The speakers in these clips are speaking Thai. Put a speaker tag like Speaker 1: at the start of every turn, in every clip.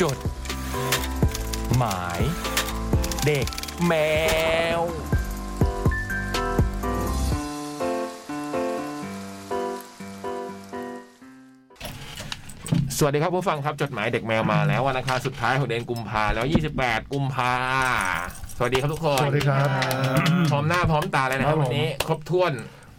Speaker 1: จด หมาย เด็กแมว สวัสดีครับผู้ฟังครับจดหมายเด็กแมวมาแล้ววันอังคารสุดท้ายของเดือนกุมภาแล้ว 28 กุมภาสวัสดีครับทุกคน
Speaker 2: สวัสดีครับ
Speaker 1: พร้อมหน้าพร้อมตาเลยนะครับ
Speaker 2: ครับผม
Speaker 1: วันนี้ ครบถ้วน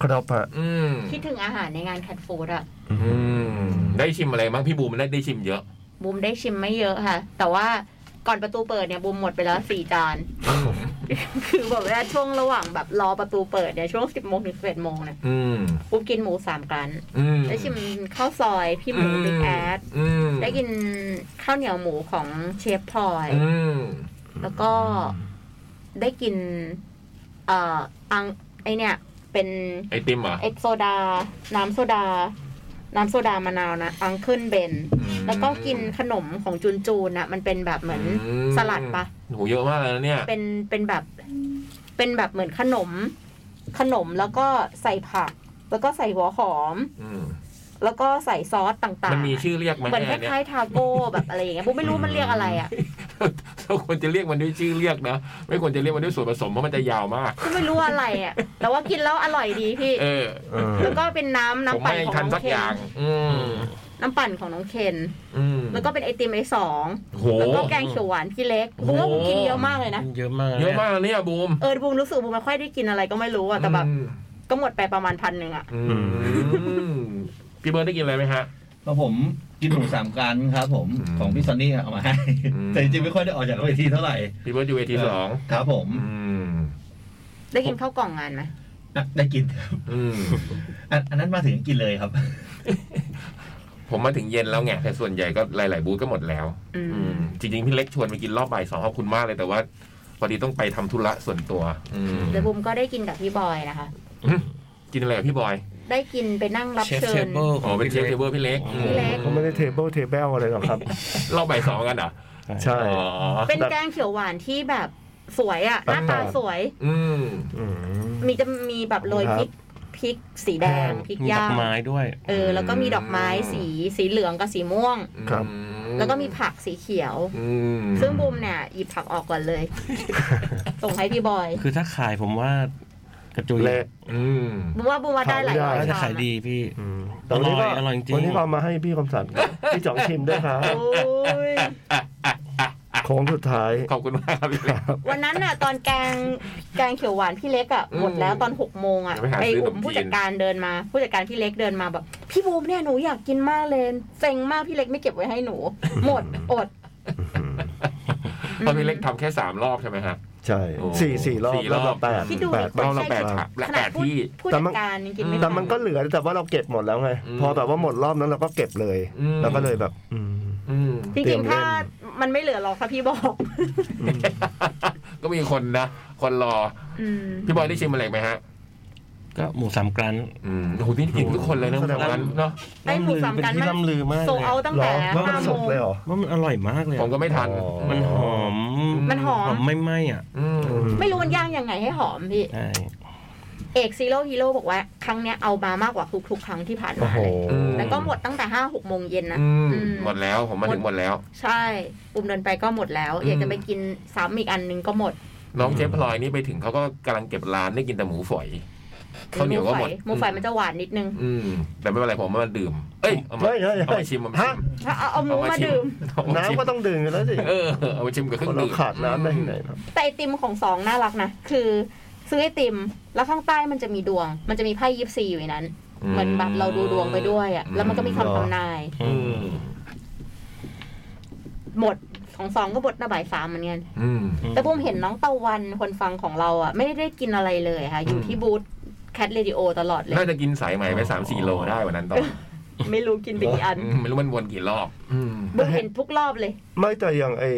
Speaker 2: ครับฮะ
Speaker 1: อืม
Speaker 3: คิดถึงอาหารในงานแคทฟูดอะ
Speaker 1: อืมได้ชิมอะไรบ้างพี่บูมได้ได้ชิมเยอะ
Speaker 3: บูมได้ชิมไม่เยอะค่ะ แต่ว่าก่อนประตูเปิดเนี่ยบูมหมดไปแล้วสี่จาน คือแบบว่าช่วงระหว่างแบบรอประตูเปิดเนี่ยช่วงสิบโมงถึงสิบเอ็ดโมงเนี่ย
Speaker 1: อืม
Speaker 3: บูมกินหมูสามกัน
Speaker 1: อืม
Speaker 3: ได้ชิมข้าวซอยพี่หมูบิ๊กแอด
Speaker 1: อืม
Speaker 3: ได้กินข้าวเหนียวหมูของเชฟพลอย
Speaker 1: อืม
Speaker 3: แล้วก็ได้กิน เอ่ออังไอเนี่ยเป็น
Speaker 1: ไอติมเหรอ
Speaker 3: เอ็กโซดา น้ำโซดา น้ำโซดามะนาวนะอังเคิลเบน
Speaker 1: อืม
Speaker 3: แล้วก็กินขนมของจูนจูนนะมันเป็นแบบเหมือนสลัดปะ
Speaker 1: โหเยอะมากเลยนะเนี่ย
Speaker 3: เป็นเป็นแบบ เป็นแบบเหมือนขนม ขนมแล้วก็ใส่ผัก แล้วก็ใส่หัวหอม
Speaker 1: อืม
Speaker 3: แล้วก็ใส่ซอสต่าง
Speaker 1: มันมี
Speaker 3: ๆ
Speaker 1: ชื่อเรียกไหม
Speaker 3: เหมือนค
Speaker 1: เนี่ย
Speaker 3: ล้ายๆทาโก้แบบอะไรอย่างเงี้ยผมไม่รู้มันเรียกอะไรอ่ะ
Speaker 1: เราควรจะเรียกมันด้วยชื่อเรียกนะไม่ควรจะเรียกมันด้วยส่วนผสมเพราะมันจะยาวมาก
Speaker 3: ก็ไม่รู้อะไรอ่ะ แต่ว่ากินแล้วอร่อยดีพี่
Speaker 1: เออ
Speaker 2: เออ
Speaker 3: แล้วก็เป็นน้ำ
Speaker 1: ผม
Speaker 3: น้ำปั่น
Speaker 1: ให้
Speaker 3: ของ
Speaker 1: ทัน
Speaker 3: น้
Speaker 1: สั
Speaker 3: อกง
Speaker 1: อ
Speaker 3: เคน
Speaker 1: ย่าง อืม
Speaker 3: น้ำปั่นของน้องเคน
Speaker 1: อืม
Speaker 3: แล้วก็เป็นไอติมไอสอง
Speaker 1: โห
Speaker 3: แล้วก็แกงเขียวหวานพี่เล็ก
Speaker 1: โอ้โห
Speaker 3: บูมว่าบูมกินเยอะมากเลยนะ
Speaker 4: เยอะมาก
Speaker 1: เยอะมากเลยเนี่ยบูม
Speaker 3: เออบูมรู้สึกบูมไม่ค่อยได้กินอะไรก็ไม่รู้อะแต่แบบ
Speaker 1: อืม
Speaker 3: ก็หมดไปประมาณพันหนึ่งอะ
Speaker 1: อืมพี่เบิร์ดได้กินอะไรไหมฮะ
Speaker 4: เพราะผมกินหมูสามกันครับผม
Speaker 1: อืม
Speaker 4: ของพี่ซันนี่เอามาให้
Speaker 1: อืม
Speaker 4: แต่จริงๆไม่ค่อยได้ออกจากเวทีเท่าไหร่
Speaker 1: พี่เบิร์ดอยู่เวทีสอง
Speaker 4: ครับผม
Speaker 1: อืม
Speaker 3: ได้กินข้าวกล่องงานไหม
Speaker 4: อ่ะได้กิน
Speaker 1: อืม
Speaker 4: อันอันนั้นมาถึงกินเลยครับ
Speaker 1: ผมมาถึงเย็นแล้วไงแต่ส่วนใหญ่ก็หลาย ๆ บูธก็หมดแล้ว
Speaker 3: อื
Speaker 1: อื
Speaker 3: ม
Speaker 1: มจริง ๆ พี่เล็กชวนไปกินรอบบ่ายสองขอบคุณมากเลยแต่ว่าพอดีต้องไปทำธุระส่วนตัวอืม
Speaker 3: แล้วบูมก็ได้กินกับพี่บอยนะคะ
Speaker 1: กินอะไรกับพี่บอย
Speaker 3: ได้กินไปนั่งรับ
Speaker 5: เชฟ
Speaker 3: เชิ
Speaker 5: เท
Speaker 3: ญ
Speaker 5: เบิลข
Speaker 1: อ๋
Speaker 5: อ
Speaker 1: อง เป็นเชฟเทเบิลพี่เล็ก
Speaker 3: พี่เล็ก
Speaker 2: เขาไม่ได้เทเบิลเทเบิลอะไรหรอกครับ
Speaker 1: รอบบ่ายสองกันเหรอ
Speaker 2: ใช่
Speaker 1: อ๋อ
Speaker 3: เป็นแกงเขียวหวานที่แบบสวยอะห
Speaker 2: ตั้
Speaker 3: น้าง ตา
Speaker 2: แต่
Speaker 3: สวย
Speaker 1: อืม
Speaker 2: อืม
Speaker 3: มีจะมีแบบโรยพริกพริกสีแดงพริก
Speaker 5: มีด
Speaker 3: ย่า
Speaker 5: อ
Speaker 3: ง
Speaker 5: กไม้ด้วย
Speaker 3: เออแล้วก็มีดอกไม้
Speaker 1: อืม
Speaker 3: สีสีเหลืองกับสีม่วง
Speaker 2: ครับ
Speaker 3: แล้วก็มีผักสีเขียว
Speaker 1: อืม
Speaker 3: ซึ่งบูมเนี่ยหยิบผักออกก่อนเลย ส่งให้พี่บอย
Speaker 5: คือถ้าขายผมว่า กระจุย
Speaker 2: เละ
Speaker 1: อืม
Speaker 3: บูมว่าบูมว่าได้หลายร้อย
Speaker 2: ขยไม่
Speaker 5: น่าจะ
Speaker 3: ชา
Speaker 5: ขาม ย
Speaker 3: อะ
Speaker 5: ดีพี่
Speaker 2: อืมแต่วันนี้ก็
Speaker 5: อร่อยอร่อยจริง
Speaker 2: วันนี้ก็เอามาให้พี่คมสันครับพี่จ่องชิมด้วยครับ
Speaker 3: โอ้ย
Speaker 2: โค้งสุดท้าย
Speaker 1: ขอบคุณมากครับพี่เล็ก
Speaker 3: วันนั้นน่ะ ตอนแกงแกงเขียวหวานพี่เล็กอ่ะ
Speaker 1: อืม
Speaker 3: หมดแล้วตอนหกโมงอ่ะ
Speaker 1: ไปหาซื้อ
Speaker 3: อุ่
Speaker 1: ขนม
Speaker 3: ม
Speaker 1: จีน
Speaker 3: ผู้จัดการเดินมา ผู้จัดการพี่เล็กเดินมาแบบ พี่บูมเนี่ยหนูอยากกินมากเลยเซ็งมากพี่เล็กไม่เก็บไว้ให้ห นู หมดอด
Speaker 2: อืม
Speaker 1: เพราะพี่เล็กทำแค่สามรอบใช่ไหมฮะ
Speaker 2: ใช่
Speaker 1: โอ้
Speaker 2: สี่สี่รอบ
Speaker 1: สี่ร
Speaker 2: แล้
Speaker 1: อ
Speaker 2: ว
Speaker 1: บ
Speaker 2: ก็แปด
Speaker 3: คิดดู
Speaker 2: แปด
Speaker 1: รอบละ
Speaker 3: ใช่
Speaker 1: แปดถับและ
Speaker 3: ข
Speaker 1: แป
Speaker 3: นาด
Speaker 1: ด
Speaker 3: ผู้
Speaker 1: ที่
Speaker 3: ผู้
Speaker 2: แต่
Speaker 3: จัด
Speaker 2: มัน
Speaker 3: การยังกินไม่
Speaker 2: แต่
Speaker 3: ทั
Speaker 2: มัน
Speaker 3: น
Speaker 2: ก็เหลือแต่ว่าเราเก็บหมดแล้วไง
Speaker 1: อืม
Speaker 2: พอแบบว่าหมดรอบนั้นเราก็เก็บเลย
Speaker 1: อืม
Speaker 2: เราก็เลยแบบอืม
Speaker 1: อืม
Speaker 3: จ
Speaker 2: เตรี
Speaker 3: ริ
Speaker 2: ย
Speaker 3: ง
Speaker 2: ม
Speaker 3: ๆ
Speaker 2: เล่น
Speaker 3: ถ้ามันไม่เหลือหรอกค่ะพี่บอก
Speaker 2: อืม
Speaker 1: ก็มีคนนะ คนรอ
Speaker 3: อืม
Speaker 1: พี่บอยได้ชิมอะไรไหมฮะ
Speaker 5: ก็หมูสามกรัน
Speaker 1: อืมโอ้โหนี่กินทุกคนเลยนะ
Speaker 5: แสดงว่า
Speaker 1: วันเนาะ
Speaker 3: ไอ้หมูสามกัน
Speaker 5: เป็นที่
Speaker 3: มัน
Speaker 5: ล่ำลือมาก
Speaker 3: โซ
Speaker 5: เลย
Speaker 3: เอาตั้ง
Speaker 2: เหร
Speaker 3: แต่
Speaker 2: อว่ามั
Speaker 3: ห้าน
Speaker 2: ส
Speaker 3: โมง
Speaker 2: ดเลยเหรอ
Speaker 5: ว่ามันอร่อยมากเลย
Speaker 1: ผมก็ไม่ทัน
Speaker 2: อ๋อ
Speaker 5: มันหอม
Speaker 3: มันหอม
Speaker 5: หอมไม่ไหม้อ่ะ
Speaker 1: อืม
Speaker 3: ไม่รู้มันย่างยังไงให้หอมพี่
Speaker 5: ใช่
Speaker 3: เอกซีโร่ฮีโร่บอกว่า ครั้งเนี้ยเอามามากกว่าทุกๆ ครั้งที่ผ่าน
Speaker 2: โอ้
Speaker 3: มา
Speaker 2: โห
Speaker 3: เลย
Speaker 1: อืม
Speaker 3: แล้วก็หมดตั้งแต่ห้าหกโมงเย็นนะ
Speaker 1: อืม
Speaker 3: อืม
Speaker 1: หมดแล้วผมมาถึงหมดแล้ว
Speaker 3: ใช่ปุ่มเดินไปก็หมดแล้ว
Speaker 1: อืม
Speaker 3: อยากจะไปกินซ้ำอีกอันหนึงก็หมด
Speaker 1: น้องเจ๊พลอยนี่ไปถึงเขาก็กำลังเก็บร้านได้กินแต่หมูฝอยข้าวเหนียวก็หมด
Speaker 3: หมูฝอยมันจะหวานนิดนึง
Speaker 1: อืม แต่ไม่เป็นไรผมเอามาดื่ม เอ้ยเอามา
Speaker 2: เฮ้ยเฮ้ยเฮ้ย
Speaker 1: เอามาชิมเอามา
Speaker 2: ฮะ
Speaker 1: ชิม
Speaker 3: ถ้าเอาเอาหมูมาดื่ม
Speaker 1: เอามาชิม
Speaker 2: น้ำก็ต้องดื่มกันแล้วสิ
Speaker 1: เออเอามาชิมกับเครื่อง
Speaker 2: เรา
Speaker 1: ดื่ม
Speaker 2: ขาดน้ำได้ที่ไหนครับ
Speaker 3: แต่ไอติมของสองน่ารักนะ คือซื้อไอติม แล้วข้างใต้มันจะมีดวง มันจะมีไพ่ยิปซีอยู่ในนั้น เหมือนแบบเราดูดวงไปด้วยอ่ะ แล้วมันก็มีคำทำนาย
Speaker 5: อื
Speaker 1: อื
Speaker 5: ม
Speaker 1: ม
Speaker 3: หมดของสองก็บทหน้าบ่ายสามเหมือนกัน
Speaker 1: อืม
Speaker 3: แต่บุมเห็นน้องตะวันคนฟังของเราอ่ะ ไม่ได้กินอะไรเลยค่ะ อยู่
Speaker 1: อืม
Speaker 3: ที่บูธแคทเรดิโอตลอดเลย
Speaker 1: น่าจะกินสายใหม่ไปสามสี่โลได้วันนั้นตอน
Speaker 3: ไม่รู้กินไปกี่อัน
Speaker 1: อืมไม่รู้มันวนกี่รอบอืม
Speaker 3: บุมเห็นทุกรอบเลย
Speaker 2: ไม่แต่อย่างไอ้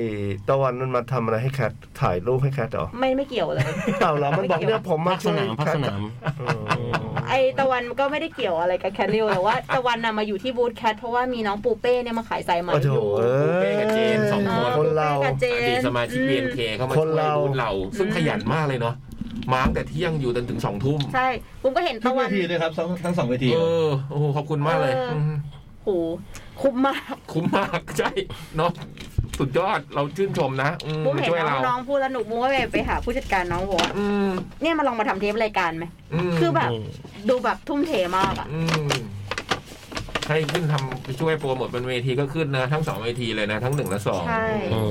Speaker 2: ตะวันมันมาทำอะไรให้แคทถ่ายรูปให้แคทเหรอ
Speaker 3: ไม่ไม่เกี่ยวเลย
Speaker 2: เต่าเหรอมันบอกเนี่ยผมมา
Speaker 5: ภาคสนามภาคสนาม
Speaker 2: เออ
Speaker 3: ไอตะวันก็ไม่ได้เกี่ยวอะไรกับแคทเรดิโอแต่ว่าตะวันน่ะมาอยู่ที่บูธแคทเพราะว่ามีน้องปูเป้เนี่ยมาขายสายไหม
Speaker 2: โอ้โห
Speaker 3: อยู่
Speaker 2: เอ้ย
Speaker 3: อ่า
Speaker 2: ค
Speaker 3: ปู
Speaker 2: นเรา
Speaker 3: เป้กับเจ
Speaker 1: อดีต
Speaker 3: น
Speaker 1: สมาชิก
Speaker 3: อื
Speaker 1: เบีนเคเข้ามา
Speaker 2: ค
Speaker 1: ช่วน ย
Speaker 2: เรา
Speaker 1: บูธเรา ซึ่งขยันมากเลยเนาะมาตั้งแต่เที่ยงอยู่จนถึงสองทุ่ม
Speaker 3: ใช่บุมก็เห็น
Speaker 4: ทุก
Speaker 3: ตะ
Speaker 4: เว
Speaker 3: วัน
Speaker 4: ทีเลยครับทั้งทั้งสองเวที
Speaker 1: เออโอ้โหขอบคุณมากเลย
Speaker 3: เอออื
Speaker 1: ม
Speaker 3: โหคุ้มมาก
Speaker 1: คุ้มมาก ใช่เนาะ สุดยอดเราชื่นชมนะอืม
Speaker 3: บูมเห็น
Speaker 1: ช่วยเรา
Speaker 3: น้องๆพูดแล้วหนูบูมก็ไปไปหาผู้จัดการน้องบอกว่า
Speaker 1: อืม
Speaker 3: เนี่ยมาลองมาทำเทปรายการไหม
Speaker 1: ม
Speaker 3: คือแบบ
Speaker 5: อืม
Speaker 3: ดูแบบทุ่มเทมากอ่ะ
Speaker 1: อืมให้ขึ้นทำช่วยโปรโมทบนเวทีก็ขึ้นนะ ทั้งสองเวทีเลยนะ ทั้งหนึ่งและสอง
Speaker 3: ใช่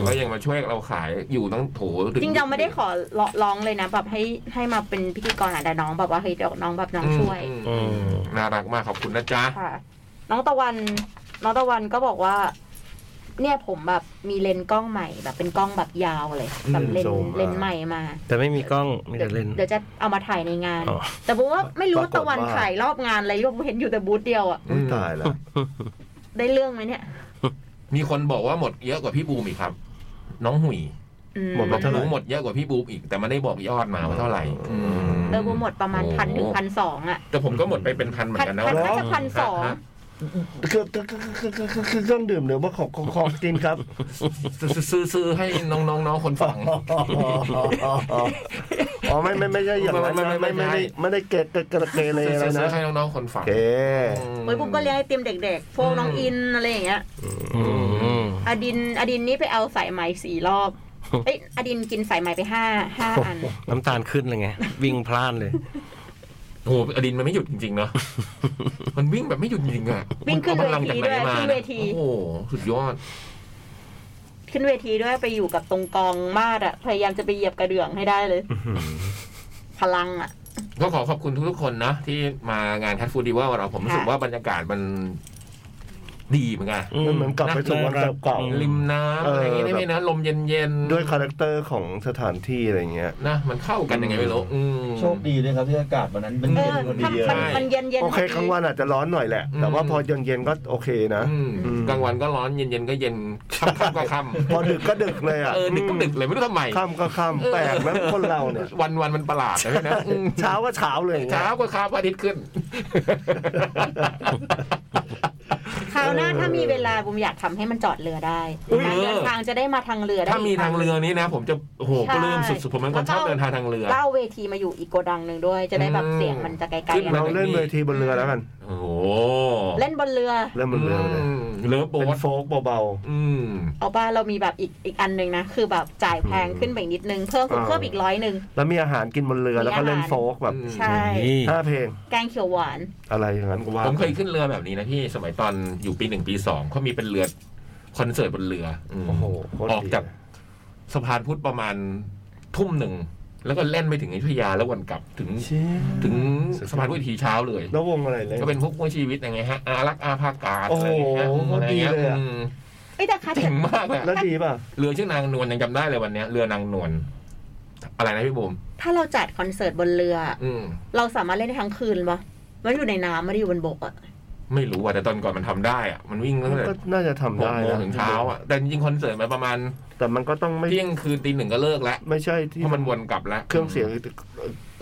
Speaker 1: ก็ยังมาช่วยเราขายอยู่ตั้งโถถึ
Speaker 3: จริงๆเราไม่ได้ขอร้องเลยนะแบบให้ให้มาเป็นพิธีกรอ่ะแต่น้องแบบว่าเฮ้ยเดี๋ยวน้องแบบน้องช่วย
Speaker 1: อืม
Speaker 5: อืม
Speaker 1: น่ารักมากขอบคุณนะจ๊ะ
Speaker 3: ค่ะ น้องตะวัน น้องตะวันก็บอกว่า เนี่ยผมแบบมีเลนส์กล้องใหม่แบบเป็นกล้องแบบยาวเลยแบบเลนส์
Speaker 2: อืม
Speaker 3: เลนส์ใหม่มา
Speaker 5: แต่ไม่มีกล้องมีแต่เลนส์
Speaker 3: เดี๋ยวจะเอามาถ่ายในงาน
Speaker 5: อ๋อ
Speaker 3: แต่บอกว่าไม่รู้
Speaker 2: ปรากฏว่า
Speaker 3: ตะวันถ่ายรอบงานอะไรผมเห็นอยู่แต่บูธเดียวอ่ะ
Speaker 2: อุ๊ยตายละ
Speaker 3: ได้เรื่องไหมเนี่ย
Speaker 1: มีคนบอกว่าหมดเยอะกว่าพี่บูมอีกครับ น้องหุย
Speaker 3: อืม
Speaker 2: หมดไปเท่าไหร่
Speaker 1: รู้หมดเยอะกว่าพี่บูมอีก แต่มันได้บอกยอดมาว่าเท่าไหร่อืม
Speaker 3: เออบูหมดประมาณพันถึงพันสองอ่ะ
Speaker 1: แต่ผมก็หมดไปเป็นพันเหมือ
Speaker 3: พัน
Speaker 1: นกันนะ
Speaker 3: พัน
Speaker 1: ว่า
Speaker 3: น่าจะพันสอง
Speaker 1: ฮะ
Speaker 2: ก็ก็ก็ก็ก็ก็ก็เครื่องดื่มหรือว่าของของของกินครับ
Speaker 1: ซื้อซื้อซื้อให้น้องๆน้องคนฟัง
Speaker 2: อ๋ออ๋อไม่ไม่ไม่ใช่อย่างนั้นนะไม่ไม่ไม่ได้ไม่ได้เกะกะกะเกเร
Speaker 1: ซื้อ
Speaker 2: อะไร
Speaker 1: ซื้
Speaker 2: นะ
Speaker 1: อให้น้องๆคนฟัง
Speaker 2: เก
Speaker 3: เฮ้ยบูมก็เลี้ยงไอติมเด็กๆ พวกน้องอินอะไรอย่างเงี้ย
Speaker 5: อืม
Speaker 3: อดิน อดินนี่ไปเอาสายไหมสี่รอบ เอ้ย อดินกินสายไหมไปห้าห้าอัน
Speaker 5: น้ำตาลขึ้นเลยไง วิ่งพลานเลย
Speaker 1: โอ้โหอดินมันไม่หยุดจริ งๆเนาะ มันวิ่งแบบไม่หยุดจริงๆอะ
Speaker 3: วิ่งขึ้น
Speaker 1: มัอาพลัจากไห
Speaker 3: เวทีด้วย
Speaker 1: มา
Speaker 3: ขึ้นเวที
Speaker 1: โอ้โหสุดยอด
Speaker 3: ขึ้นเวทีด้วยไปอยู่กับตรงกองมาดอะพยายามจะไปเหยียบกระเดื่องให้ได้เลย พลังอะ
Speaker 1: ก็ขอขอบคุณทุกๆคนนะที่มางานแคทฟูดีว่าเราผมรู้สึก
Speaker 3: ค่ะ
Speaker 1: ว่าบรรยากาศมันดีเหมือนกัน
Speaker 2: มันเหมือนกลับไปสู่วันเก่า
Speaker 5: อืม
Speaker 1: ริมน้ำอะไรอย่างงี้ได้ไหมนะลมเย็นๆ
Speaker 2: ด้วยคาแรคเตอร์ของสถานที่อะไรเงี้ย
Speaker 1: นะมันเข้ากันยังไงไม่รู้อืม
Speaker 4: โชคดีด้วยครับที่อากาศวันนั้นมัน
Speaker 3: เออ
Speaker 4: เย็
Speaker 3: น
Speaker 4: พอดี
Speaker 3: มัน
Speaker 4: เลย
Speaker 3: มัน
Speaker 1: ใช่
Speaker 3: มันเย็นเย็น
Speaker 2: โอเคกลางวันอาจจะร้อนหน่อยแหละ แต่ว่า
Speaker 1: อืม
Speaker 2: พอเย็นๆก็โอเคนะ
Speaker 1: อืม
Speaker 2: อืม
Speaker 1: กลางวันก็ร้อนเย็นๆก็เย็นค่ำๆก็ค่
Speaker 2: พอดึกก็ดึกเลย
Speaker 1: ำ
Speaker 2: อ่ะ
Speaker 1: เออดึกก็ดึกเลยไม่รู้ทำไม
Speaker 2: ค่ำก็ค่ำแปลกนะคนเราเนี่ย
Speaker 1: วันวันๆมันประหลาดนะพี่นะอืม
Speaker 2: เช้าก็เช้าเลยอย่างเงี้
Speaker 1: เช้าย ก็ค้าพระอาทิตย์ขึ้น
Speaker 3: คราวหน้า
Speaker 2: เออ
Speaker 3: ถ้ามีเวลาบุมอยากทำให้มันจอดเรือได้
Speaker 1: อุ๊ย
Speaker 3: การเดินทางจะได้มาทางเรือได้
Speaker 1: ถ้ามี
Speaker 3: อีกค
Speaker 1: ทาง
Speaker 3: ง
Speaker 1: เรือนี้นะ ผมจะโอ้โห
Speaker 3: ใช่
Speaker 1: ก็เริ่มสุดๆผมเป็นคนชอบ
Speaker 3: แล้วก็
Speaker 1: เดินทางทางเรือ
Speaker 3: เล่าเวทีมาอยู่อีกโกดังหนึ่งด้วย จะได้แบบ
Speaker 1: อืม
Speaker 3: เสียงมันจะไกล
Speaker 1: ขึ้น
Speaker 3: ๆ
Speaker 1: มา
Speaker 2: เรา
Speaker 3: อะ
Speaker 2: เล่นเวทีบนเรือแล้วกัน
Speaker 1: โอ้โห
Speaker 3: เล่นบนเรือ
Speaker 2: เริ่มบนเรือเลย
Speaker 1: มเลิฟโบ๊
Speaker 2: เป็น
Speaker 1: ท
Speaker 2: โฟกเบา
Speaker 1: อืม
Speaker 3: เอาป้าเรามีแบบอีกอีกอันหนึ่งนะ คือแบบจ่ายแพงขึ้นไปอีกนิดนึงเพิ่มเพิ่มอีกร้อยหนึ่ง
Speaker 2: ๆ แล้วมีอาหารกินบนเรือแล้วก็เล่นโฟกแบบ
Speaker 1: อืม
Speaker 3: ใช่
Speaker 5: นี่
Speaker 2: ห้าเพลง
Speaker 3: แกงเขียวหวาน
Speaker 2: อะไรอย่างนั้นก็ว่า
Speaker 1: ผมเคยขึ้นเรือแบบนี้นะพี่สมัยตอนอยู่ปีหนึ่งปีสองเขามีเป็นเรือคอนเสิร์ตบนเรืออืม
Speaker 2: โอ้โหโคตร
Speaker 1: ออก
Speaker 2: ดี
Speaker 1: จาก สะพานพุทธประมาณทุ่มหนึ่ง แล้วก็เล่นไปถึงอยุธยาแล้ววนกลับถึง
Speaker 2: เชี่ย
Speaker 1: ถึงสะพานพุทธอีกทีเช้าเลย
Speaker 2: แล้ววงอะไรเลย
Speaker 1: ก็เป็นพวกผู้ชีวิตยังไงฮะอารักษ์อาภากาศอะไรอย่างเงี้ย
Speaker 2: โอ้โห
Speaker 1: อะไรเงี้ย
Speaker 2: ดีเลยอะ
Speaker 1: อืม
Speaker 3: เอ้ยแต่คัด
Speaker 1: เจ๋งมากเลยอะ
Speaker 2: แล้วดีป่ะ
Speaker 1: เรือชื่อนางนวลยังจำได้เลยวันเนี้ยเรือนางนวลอะไรนะพี่บุ๋ม
Speaker 3: ถ้าเราจัดคอนเสิร์ตบนเรือ
Speaker 1: อืม
Speaker 3: เราสามารถเล่นได้ทั้งคืนปะมันอยู่ในน้ำไม่ได้อยู่บนบกอะ
Speaker 1: ไม่รู้อะแต่ตอนก่อนมันทำได้อะมันวิ่งตั้งแต่
Speaker 2: ก็น่าจะทำ
Speaker 1: หก
Speaker 2: ได้
Speaker 1: โมง
Speaker 2: นะ
Speaker 1: ถึงเช้าอะแต่จริงๆคอนเสิร์ตมันประมาณ
Speaker 2: แต่มันก็ต้องไม่
Speaker 1: เที่ยงคืนตีหนึ่งก็เลิกแล้ว
Speaker 2: ไม่ใช่ที่
Speaker 1: เพราะมันวนกลับแล้ว
Speaker 2: เครื่องเสียง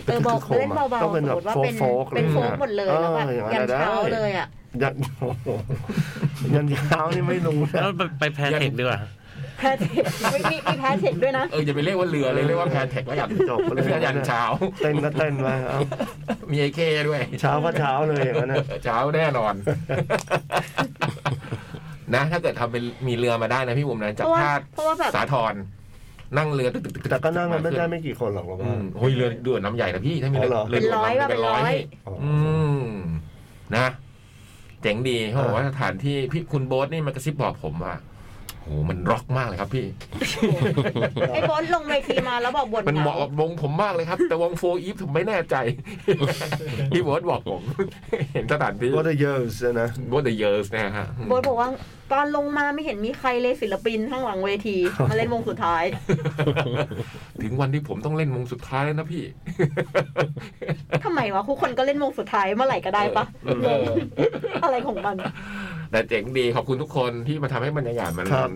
Speaker 3: เออบอกเล่นเบา
Speaker 2: ต้อง
Speaker 3: ๆ
Speaker 2: เป็น
Speaker 3: สมม
Speaker 2: แบบ
Speaker 3: ติว่า
Speaker 2: โฟ
Speaker 3: เป็น
Speaker 2: กโฟกอะไร
Speaker 3: เป็น
Speaker 2: อย่า
Speaker 3: โฟก
Speaker 2: งเงี้ย
Speaker 3: หมดเลย
Speaker 2: อ
Speaker 3: แล้ว
Speaker 2: อ
Speaker 3: แบบ
Speaker 2: อง
Speaker 3: ยัน
Speaker 2: ได้
Speaker 3: เช้าเลยอะ
Speaker 2: ยันโอ้โหยันเช้า นี่ไม่รู้นะ
Speaker 5: แล้วไปไปแพนเทคดีกว่า
Speaker 3: แพทเทคมีมีมีแพทเทคด้วยนะ
Speaker 1: เออจะไปเรียกว่าเรือเลยเรียกว่าแพนเทคแล้วกัน
Speaker 2: จบไปเลย
Speaker 1: เรือยันเช้า
Speaker 2: เต้นก็เต้นไปเอา
Speaker 1: มีไอ้เคด้วย
Speaker 2: เช้าก็เช้าเลยอย่างนั้นนะ
Speaker 1: เช้าแน่นอน นะ ถ้าเกิดทำเป็นมีเรือมาได้นะพี่บุ๋มนะ
Speaker 3: เพ
Speaker 1: จาก
Speaker 3: ราะว่า
Speaker 1: ธาตุ
Speaker 3: เพราะว่าแบบ
Speaker 1: สาทรนั่งเรือตึกตึกตึก
Speaker 2: แต่ก็นั่งกันไม่ได้ไม่กี่คนหรอกเรา
Speaker 1: อื
Speaker 2: ว่า
Speaker 1: มโอ้ยเรือเดือดน้ำใหญ่นะพี่ถ้ามี
Speaker 2: อ๋อเหรอ
Speaker 1: เรือด่วนำ
Speaker 3: เป็นร้อยว่ะเป็นร้อย
Speaker 1: นี่อืมนะ เจ๋งดีเขาบอกว่าสถานที่พี่คุณโบ๊ทนี่มากระซิบบอกผมว่าโหมันร็อกมากเลยครับพี่
Speaker 3: ไอ้บอลลงเวทีมาแล้วบอกบท
Speaker 1: มัน
Speaker 3: ห
Speaker 1: เห
Speaker 3: นั
Speaker 1: มาะกับวงผมมากเลยครับ แต่วงโฟอีฟผมไม่แน่ใจ พี่โบ๊ทบอกผม เห็นสถานที่
Speaker 2: ก็จะเยอะเลยนะ
Speaker 1: โบ๊ทเดอะเยอร์สนะฮะ
Speaker 3: บทบอกว่าตอนลงมาไม่เห็นมีใครเลยศิลปินข้างหลังเวที มาเล่นวงสุดท้าย
Speaker 1: ถึงวันที่ผมต้องเล่นวงสุดท้ายแล้วนะพี่
Speaker 3: ทำไมวะทุกคนก็เล่นวงสุดท้ายเมื่อไหร่ก็ได้ปะ
Speaker 4: เออ
Speaker 3: อะไรของมัน
Speaker 1: แต่เจ๋งดีขอบคุณทุกคนที่มาทำให้บรรยากาศมัน
Speaker 2: ครับ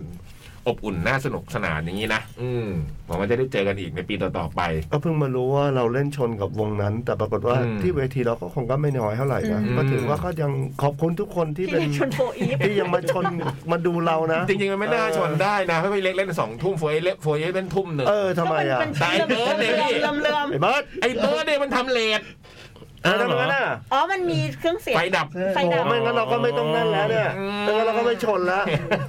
Speaker 1: อบอุ่นน่าสนุกสนานอย่างนี้นะอืมหวังว่าจะได้เจอกันอีกในปีต่อๆไป
Speaker 2: ก็เพิ่งมารู้ว่าเราเล่นชนกับวงนั้น แต่ปรากฏว่า
Speaker 1: อืม
Speaker 2: ที่เวทีเราก็คงก็ไม่น้อยเท่าไหร่นะ
Speaker 1: อืม
Speaker 2: ก็ถือว่าก็ยังขอบคุณทุกคนที่
Speaker 3: ที่
Speaker 2: เป็น
Speaker 3: เล่นชนโฟอีฟ
Speaker 2: ที่ยังมาชนมาดูเรานะ
Speaker 1: จริงๆมันไม่น่าชวนได้นะเพราะพี่เล็กเล่นสองทุ่มโฟยเล็กโฟยเล่นทุ่มหนึ่ง
Speaker 2: เออทำไมอ่ะ
Speaker 3: ก็มันเป็น
Speaker 1: ตายเบิร์ดเนี่ยพี่
Speaker 3: เลื่อมๆเลื่อม
Speaker 2: ไอ้เบิร์ด
Speaker 1: ไอ้เบิร์ดเนี่ยมันทำเลท
Speaker 5: อ้าว
Speaker 2: ทำ
Speaker 5: เหร
Speaker 2: ไม
Speaker 5: อ
Speaker 2: น่ะ
Speaker 3: อ๋อมันมีเครื่องเสียง
Speaker 1: ไฟดับ
Speaker 3: ไฟดับ
Speaker 2: โอ้ไม่งั้นเราก็ไม่ต้องนั่นแล้วเนี่ย
Speaker 1: อืม
Speaker 2: ไม่งั้นเราก็ไม่ชนแล้ว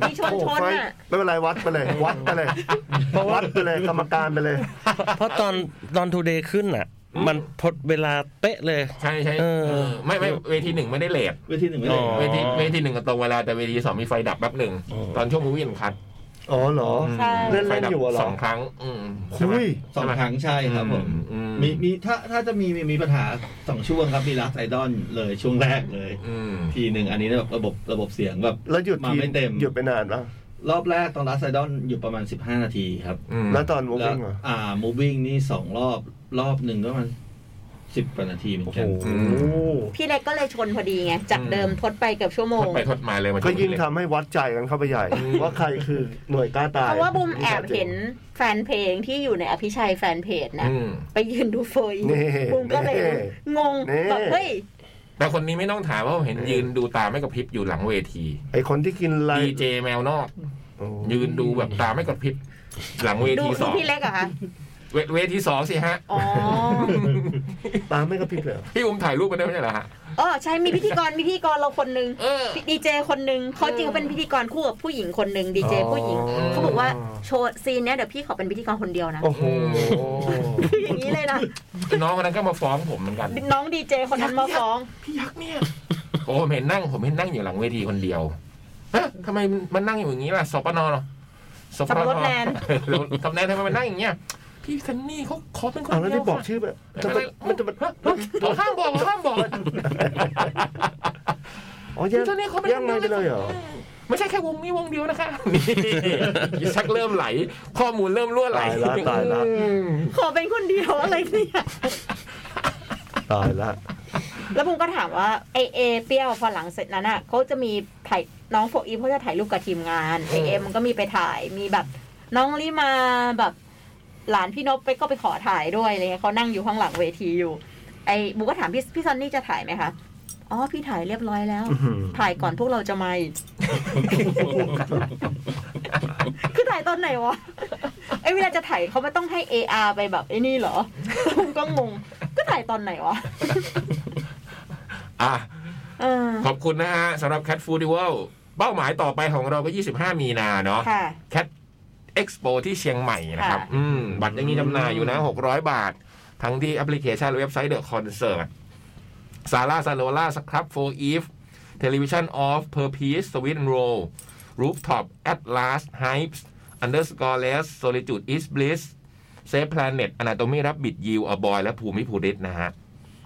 Speaker 3: มีชน
Speaker 2: โอ้
Speaker 3: ชน
Speaker 2: ไฟ
Speaker 3: อ่ะ
Speaker 2: ไม่เป็นไรวัดไปเลย วัดไป เลยวัดไปเลยกรรมการไปเลย
Speaker 5: เพราะตอนตอนทูเดย์ขึ้นอ่ะ มันพดเวลาเป๊ะเลย
Speaker 1: ใช่ใช่
Speaker 5: เออ
Speaker 1: เออไม่ไม่เวทีหนึ่งไม่ได้เลท
Speaker 4: เวทีหนึ่งไม่ได้
Speaker 5: อ๋อ
Speaker 1: เวทีเวทีหนึ่งก็ตรงเวลาแต่เวทีสองมีไฟดับแป๊บหนึ่งตอนช่วงมูวี่หนึ่งคัด
Speaker 2: อ๋อเหรอ
Speaker 3: ใช่
Speaker 1: อืม
Speaker 2: เล่นๆ
Speaker 1: ไฟดับ
Speaker 2: อยู่เหรอ
Speaker 1: สองครั้ง อืมใช่ไหม
Speaker 2: คุย
Speaker 4: สองครั้งใช่ครับผม
Speaker 1: อื
Speaker 4: มีมีถ้าถ้าจะมีมีมีปัญหาสองช่วงครับมีลัสไอดอนเลยช่วงแรกเลย
Speaker 1: อืม
Speaker 4: ทีหนึ่งอันนี้แบบระบบระบบเสียงแบบ
Speaker 2: แล้วหยุด
Speaker 4: มา
Speaker 2: ที
Speaker 4: ไม่เต็ม
Speaker 2: หยุดไปนานปะ
Speaker 4: รอบแรกตอนลัสไอดอนอยู่ประมาณ 15 นาทีครับ
Speaker 1: อืม
Speaker 2: แล้วตอนวง
Speaker 4: แล้ว
Speaker 2: วิ่งเหรอ
Speaker 4: อ่า moving นี่สองรอบรอบหนึ่งก็ประมันสิบกว่านาทีเหมือ
Speaker 2: โอ้
Speaker 4: น
Speaker 2: โห
Speaker 4: กัน
Speaker 3: พี่เล็กก็เลยชนพอดีไง จากเดิมทดไปเกือบชั่วโม
Speaker 1: ท
Speaker 3: ง
Speaker 1: ดไปทดมาเลยมา
Speaker 2: ก็ยิ่ง
Speaker 1: เล
Speaker 2: ทำให้วัดใจกันเข้าไปใหญ่
Speaker 1: อืม
Speaker 2: ว่าใครคือหน่วยกล้าตาย
Speaker 3: เพราะว่าบุมแอบเห็นแฟนเพลงที่อยู่ในอภิชัยแฟนเพจนะ
Speaker 1: อืม
Speaker 3: ไปยืนดูโฟย
Speaker 2: นี่
Speaker 3: บุมก็เลย
Speaker 2: นี่
Speaker 3: งง
Speaker 2: นี่
Speaker 3: แบบเฮ้ย
Speaker 1: แต่คนนี้ไม่ต้องถามเพราะเห็นยืนดูตาไม่กระพริบอยู่หลังเวที
Speaker 2: ไอคนที่กินอะไร
Speaker 1: ดีเจแมวนอก
Speaker 2: โอ้
Speaker 1: ยืนดูแบบตาไม่กระพริบหลังเว
Speaker 3: ดู
Speaker 1: ทีส
Speaker 3: ดู
Speaker 1: อง
Speaker 3: พี่เล็กเหรอะคะ
Speaker 1: เวเวทีสองสิฮะ
Speaker 3: อ๋อ
Speaker 2: ตาไม่กระพริบเลยเหรอ
Speaker 1: พี่อุ้มถ่ายรูปมาได้ไหมเนี่ยเหรอฮะ
Speaker 3: อ๋อ ใช่มีพิธีกรมีพิธีกรเราคนนึง
Speaker 1: เออ
Speaker 3: ดีเจคนนึงเขาจริงเขาเป็นพิธีกรคู่กับผู้หญิงคนนึงดีเจผู้หญิง
Speaker 1: อ๋อ
Speaker 3: เขาบอกว่าโชว์ซีนเนี้ยเดี๋ยวพี่ขอเป็นพิธีกรคนเดียวนะ
Speaker 2: โอ้โห
Speaker 3: คืออย่างนี้เลยนะ
Speaker 1: น้องคนนั้นก็มาฟ้องผมเหมือนกัน
Speaker 3: น้องดีเจคนนั้นมาฟ้อง
Speaker 1: พี่ยักษ์เนี่ยโอ้ผมเห็นนั่งผมเห็นนั่งอยู่หลังเวทีคนเดียวฮะทำไมมันนั่งอยู่อย่างนี้ล่ะสปนเหรอสป
Speaker 3: สำรวจแนน
Speaker 1: สำรวจแนนทำไมมันนั่งอย่างเงี้ยพี่ซันนี่เขาขอเป็นคน
Speaker 2: เอา
Speaker 1: เดี
Speaker 2: แล้
Speaker 1: ย
Speaker 2: ว
Speaker 1: ว
Speaker 2: ได้บอก
Speaker 1: ค่ะ
Speaker 2: ชื่อแบบ
Speaker 1: ไม่เป็นไร
Speaker 2: มันจะมันจะมัน
Speaker 1: ฮะฮะเอาห้ามบอกเอาห้ามบอก
Speaker 2: อ๋อแย่
Speaker 1: พี่ซันนี่เขาเป็น
Speaker 2: ย่างไงไปเลยเหรอ
Speaker 1: ไม่ใช่แค่วงนี้วงเดียว นะคะนี่ชักเริ่มไหล ข้อมูลเริ่มรั่วไหล
Speaker 2: ตายละตายละ
Speaker 1: อืม
Speaker 3: ขอเป็นคนเดียวอะไรเนี่ย
Speaker 2: ตายละ
Speaker 3: แล้วบุมก็ถามว่าไอเอเปรี้ยวพอหลังเสร็จนั้นอ่ะเขาจะมีถ่ายน้องโฟอีฟเขาจะถ่ายรูปกับทีมงานไอเอมันก็มีไปถ่ายมีแบบ น้องลิมาแบบ หลานพี่นพไปก็ไปขอถ่ายด้วยอะไรเลยเขานั่งอยู่ข้างหลังเวทีอยู่ ไอบุมก็ถามพี่พี่ซันนี่จะถ่ายไหมคะอ๋อพี่ถ่ายเรียบร้อย แล้ว
Speaker 2: อื้อหือ
Speaker 3: ถ่ายก่อนพวกเราจะมาอีก คือถ่ายตอนไหนวะไอเวลาจะถ่ายเขาไม่ต้องให้ AR ไปแบบไอ้นี่เหรอบุมก็ง งก็ถ่ายตอนไหนวะ
Speaker 1: อ่ะ
Speaker 3: เออ
Speaker 1: ขอบคุณนะฮะสำหรับ Cat Food Festival เป้าหมายต่อไปของเราก็ 25 มีนาเนาะ
Speaker 3: ค่ะ
Speaker 1: Cat Expo ที่เชียงใหม่นะครับ
Speaker 3: ค่ะ
Speaker 1: อืม บัตรยังมีจำหน่ายอยู่นะ 600 บาท ทั้งที่แอปพลิเคชันและเว็บไซต์เดอะคอนเสิร์ตซาร่าซาโลล่าสครับโฟอีฟเทล i วิชันออฟเพอร์พีสสวิตโรลรูฟท็อปแอตลาสไฮป์อันเดอร์สกอร์เลสโซลิจูดอิสบลิสเซฟแพลเน็ตอนาโตมีรับบิดยิวอบอยและภูมิภูริตนะฮะ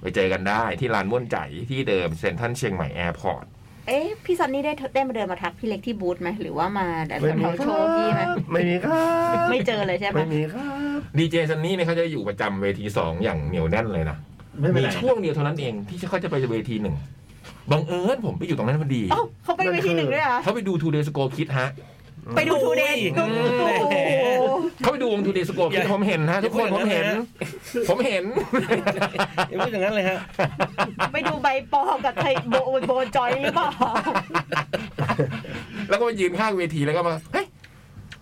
Speaker 1: ไปเจอกันได้ที่ลานม่วนใจที่เดิมเซ็นทรัลเชียงใหม่แอร์พอร์ต
Speaker 3: เอ๊ะพี่ซันนี่ได้ได้มาเดินมาทักพี่เล็กที่บูธไหมหรือว่ามาแต่
Speaker 2: ไม่มี
Speaker 3: แถว
Speaker 2: ค
Speaker 3: โช
Speaker 2: รั
Speaker 3: ว์พี่ไหม
Speaker 2: บไม่มีครับ
Speaker 3: ไม่เจอเลยใช่ไหม
Speaker 2: ไม่มีครับ
Speaker 1: ดีเจซันนี่เนี่ยเขาจะอยู่ประจำเวทีสองอย่างเหนียวแน่นเลยนะ
Speaker 4: ไม่เป็น
Speaker 1: มี
Speaker 4: ไร
Speaker 1: ช่วงเดียวเท่านั้นเองที่เขาจะไปเวทีหนึ่งบังเอิญผมไปอยู่ตรงนั้นพอดี
Speaker 3: เอ้าเขาไปเวทีหนึ่งด้วยเหรอ
Speaker 1: เขาไปดูทูเดสโกคิดฮะ
Speaker 3: ไปดูทูเดย์
Speaker 5: อืม
Speaker 3: โอ้โห
Speaker 1: เขาไปดูวงทูเดสโกคิดผมเห็นฮะทุกคนผมเห็น ผมเห็น
Speaker 5: อย่าพูดอย่างนั้นเลยฮะ
Speaker 3: ไปดูใบปอกับไทยโบโบจอยหรือเปล่า
Speaker 1: แล้วก็มายืนข้างเวทีแล้วก็มาเฮ้ย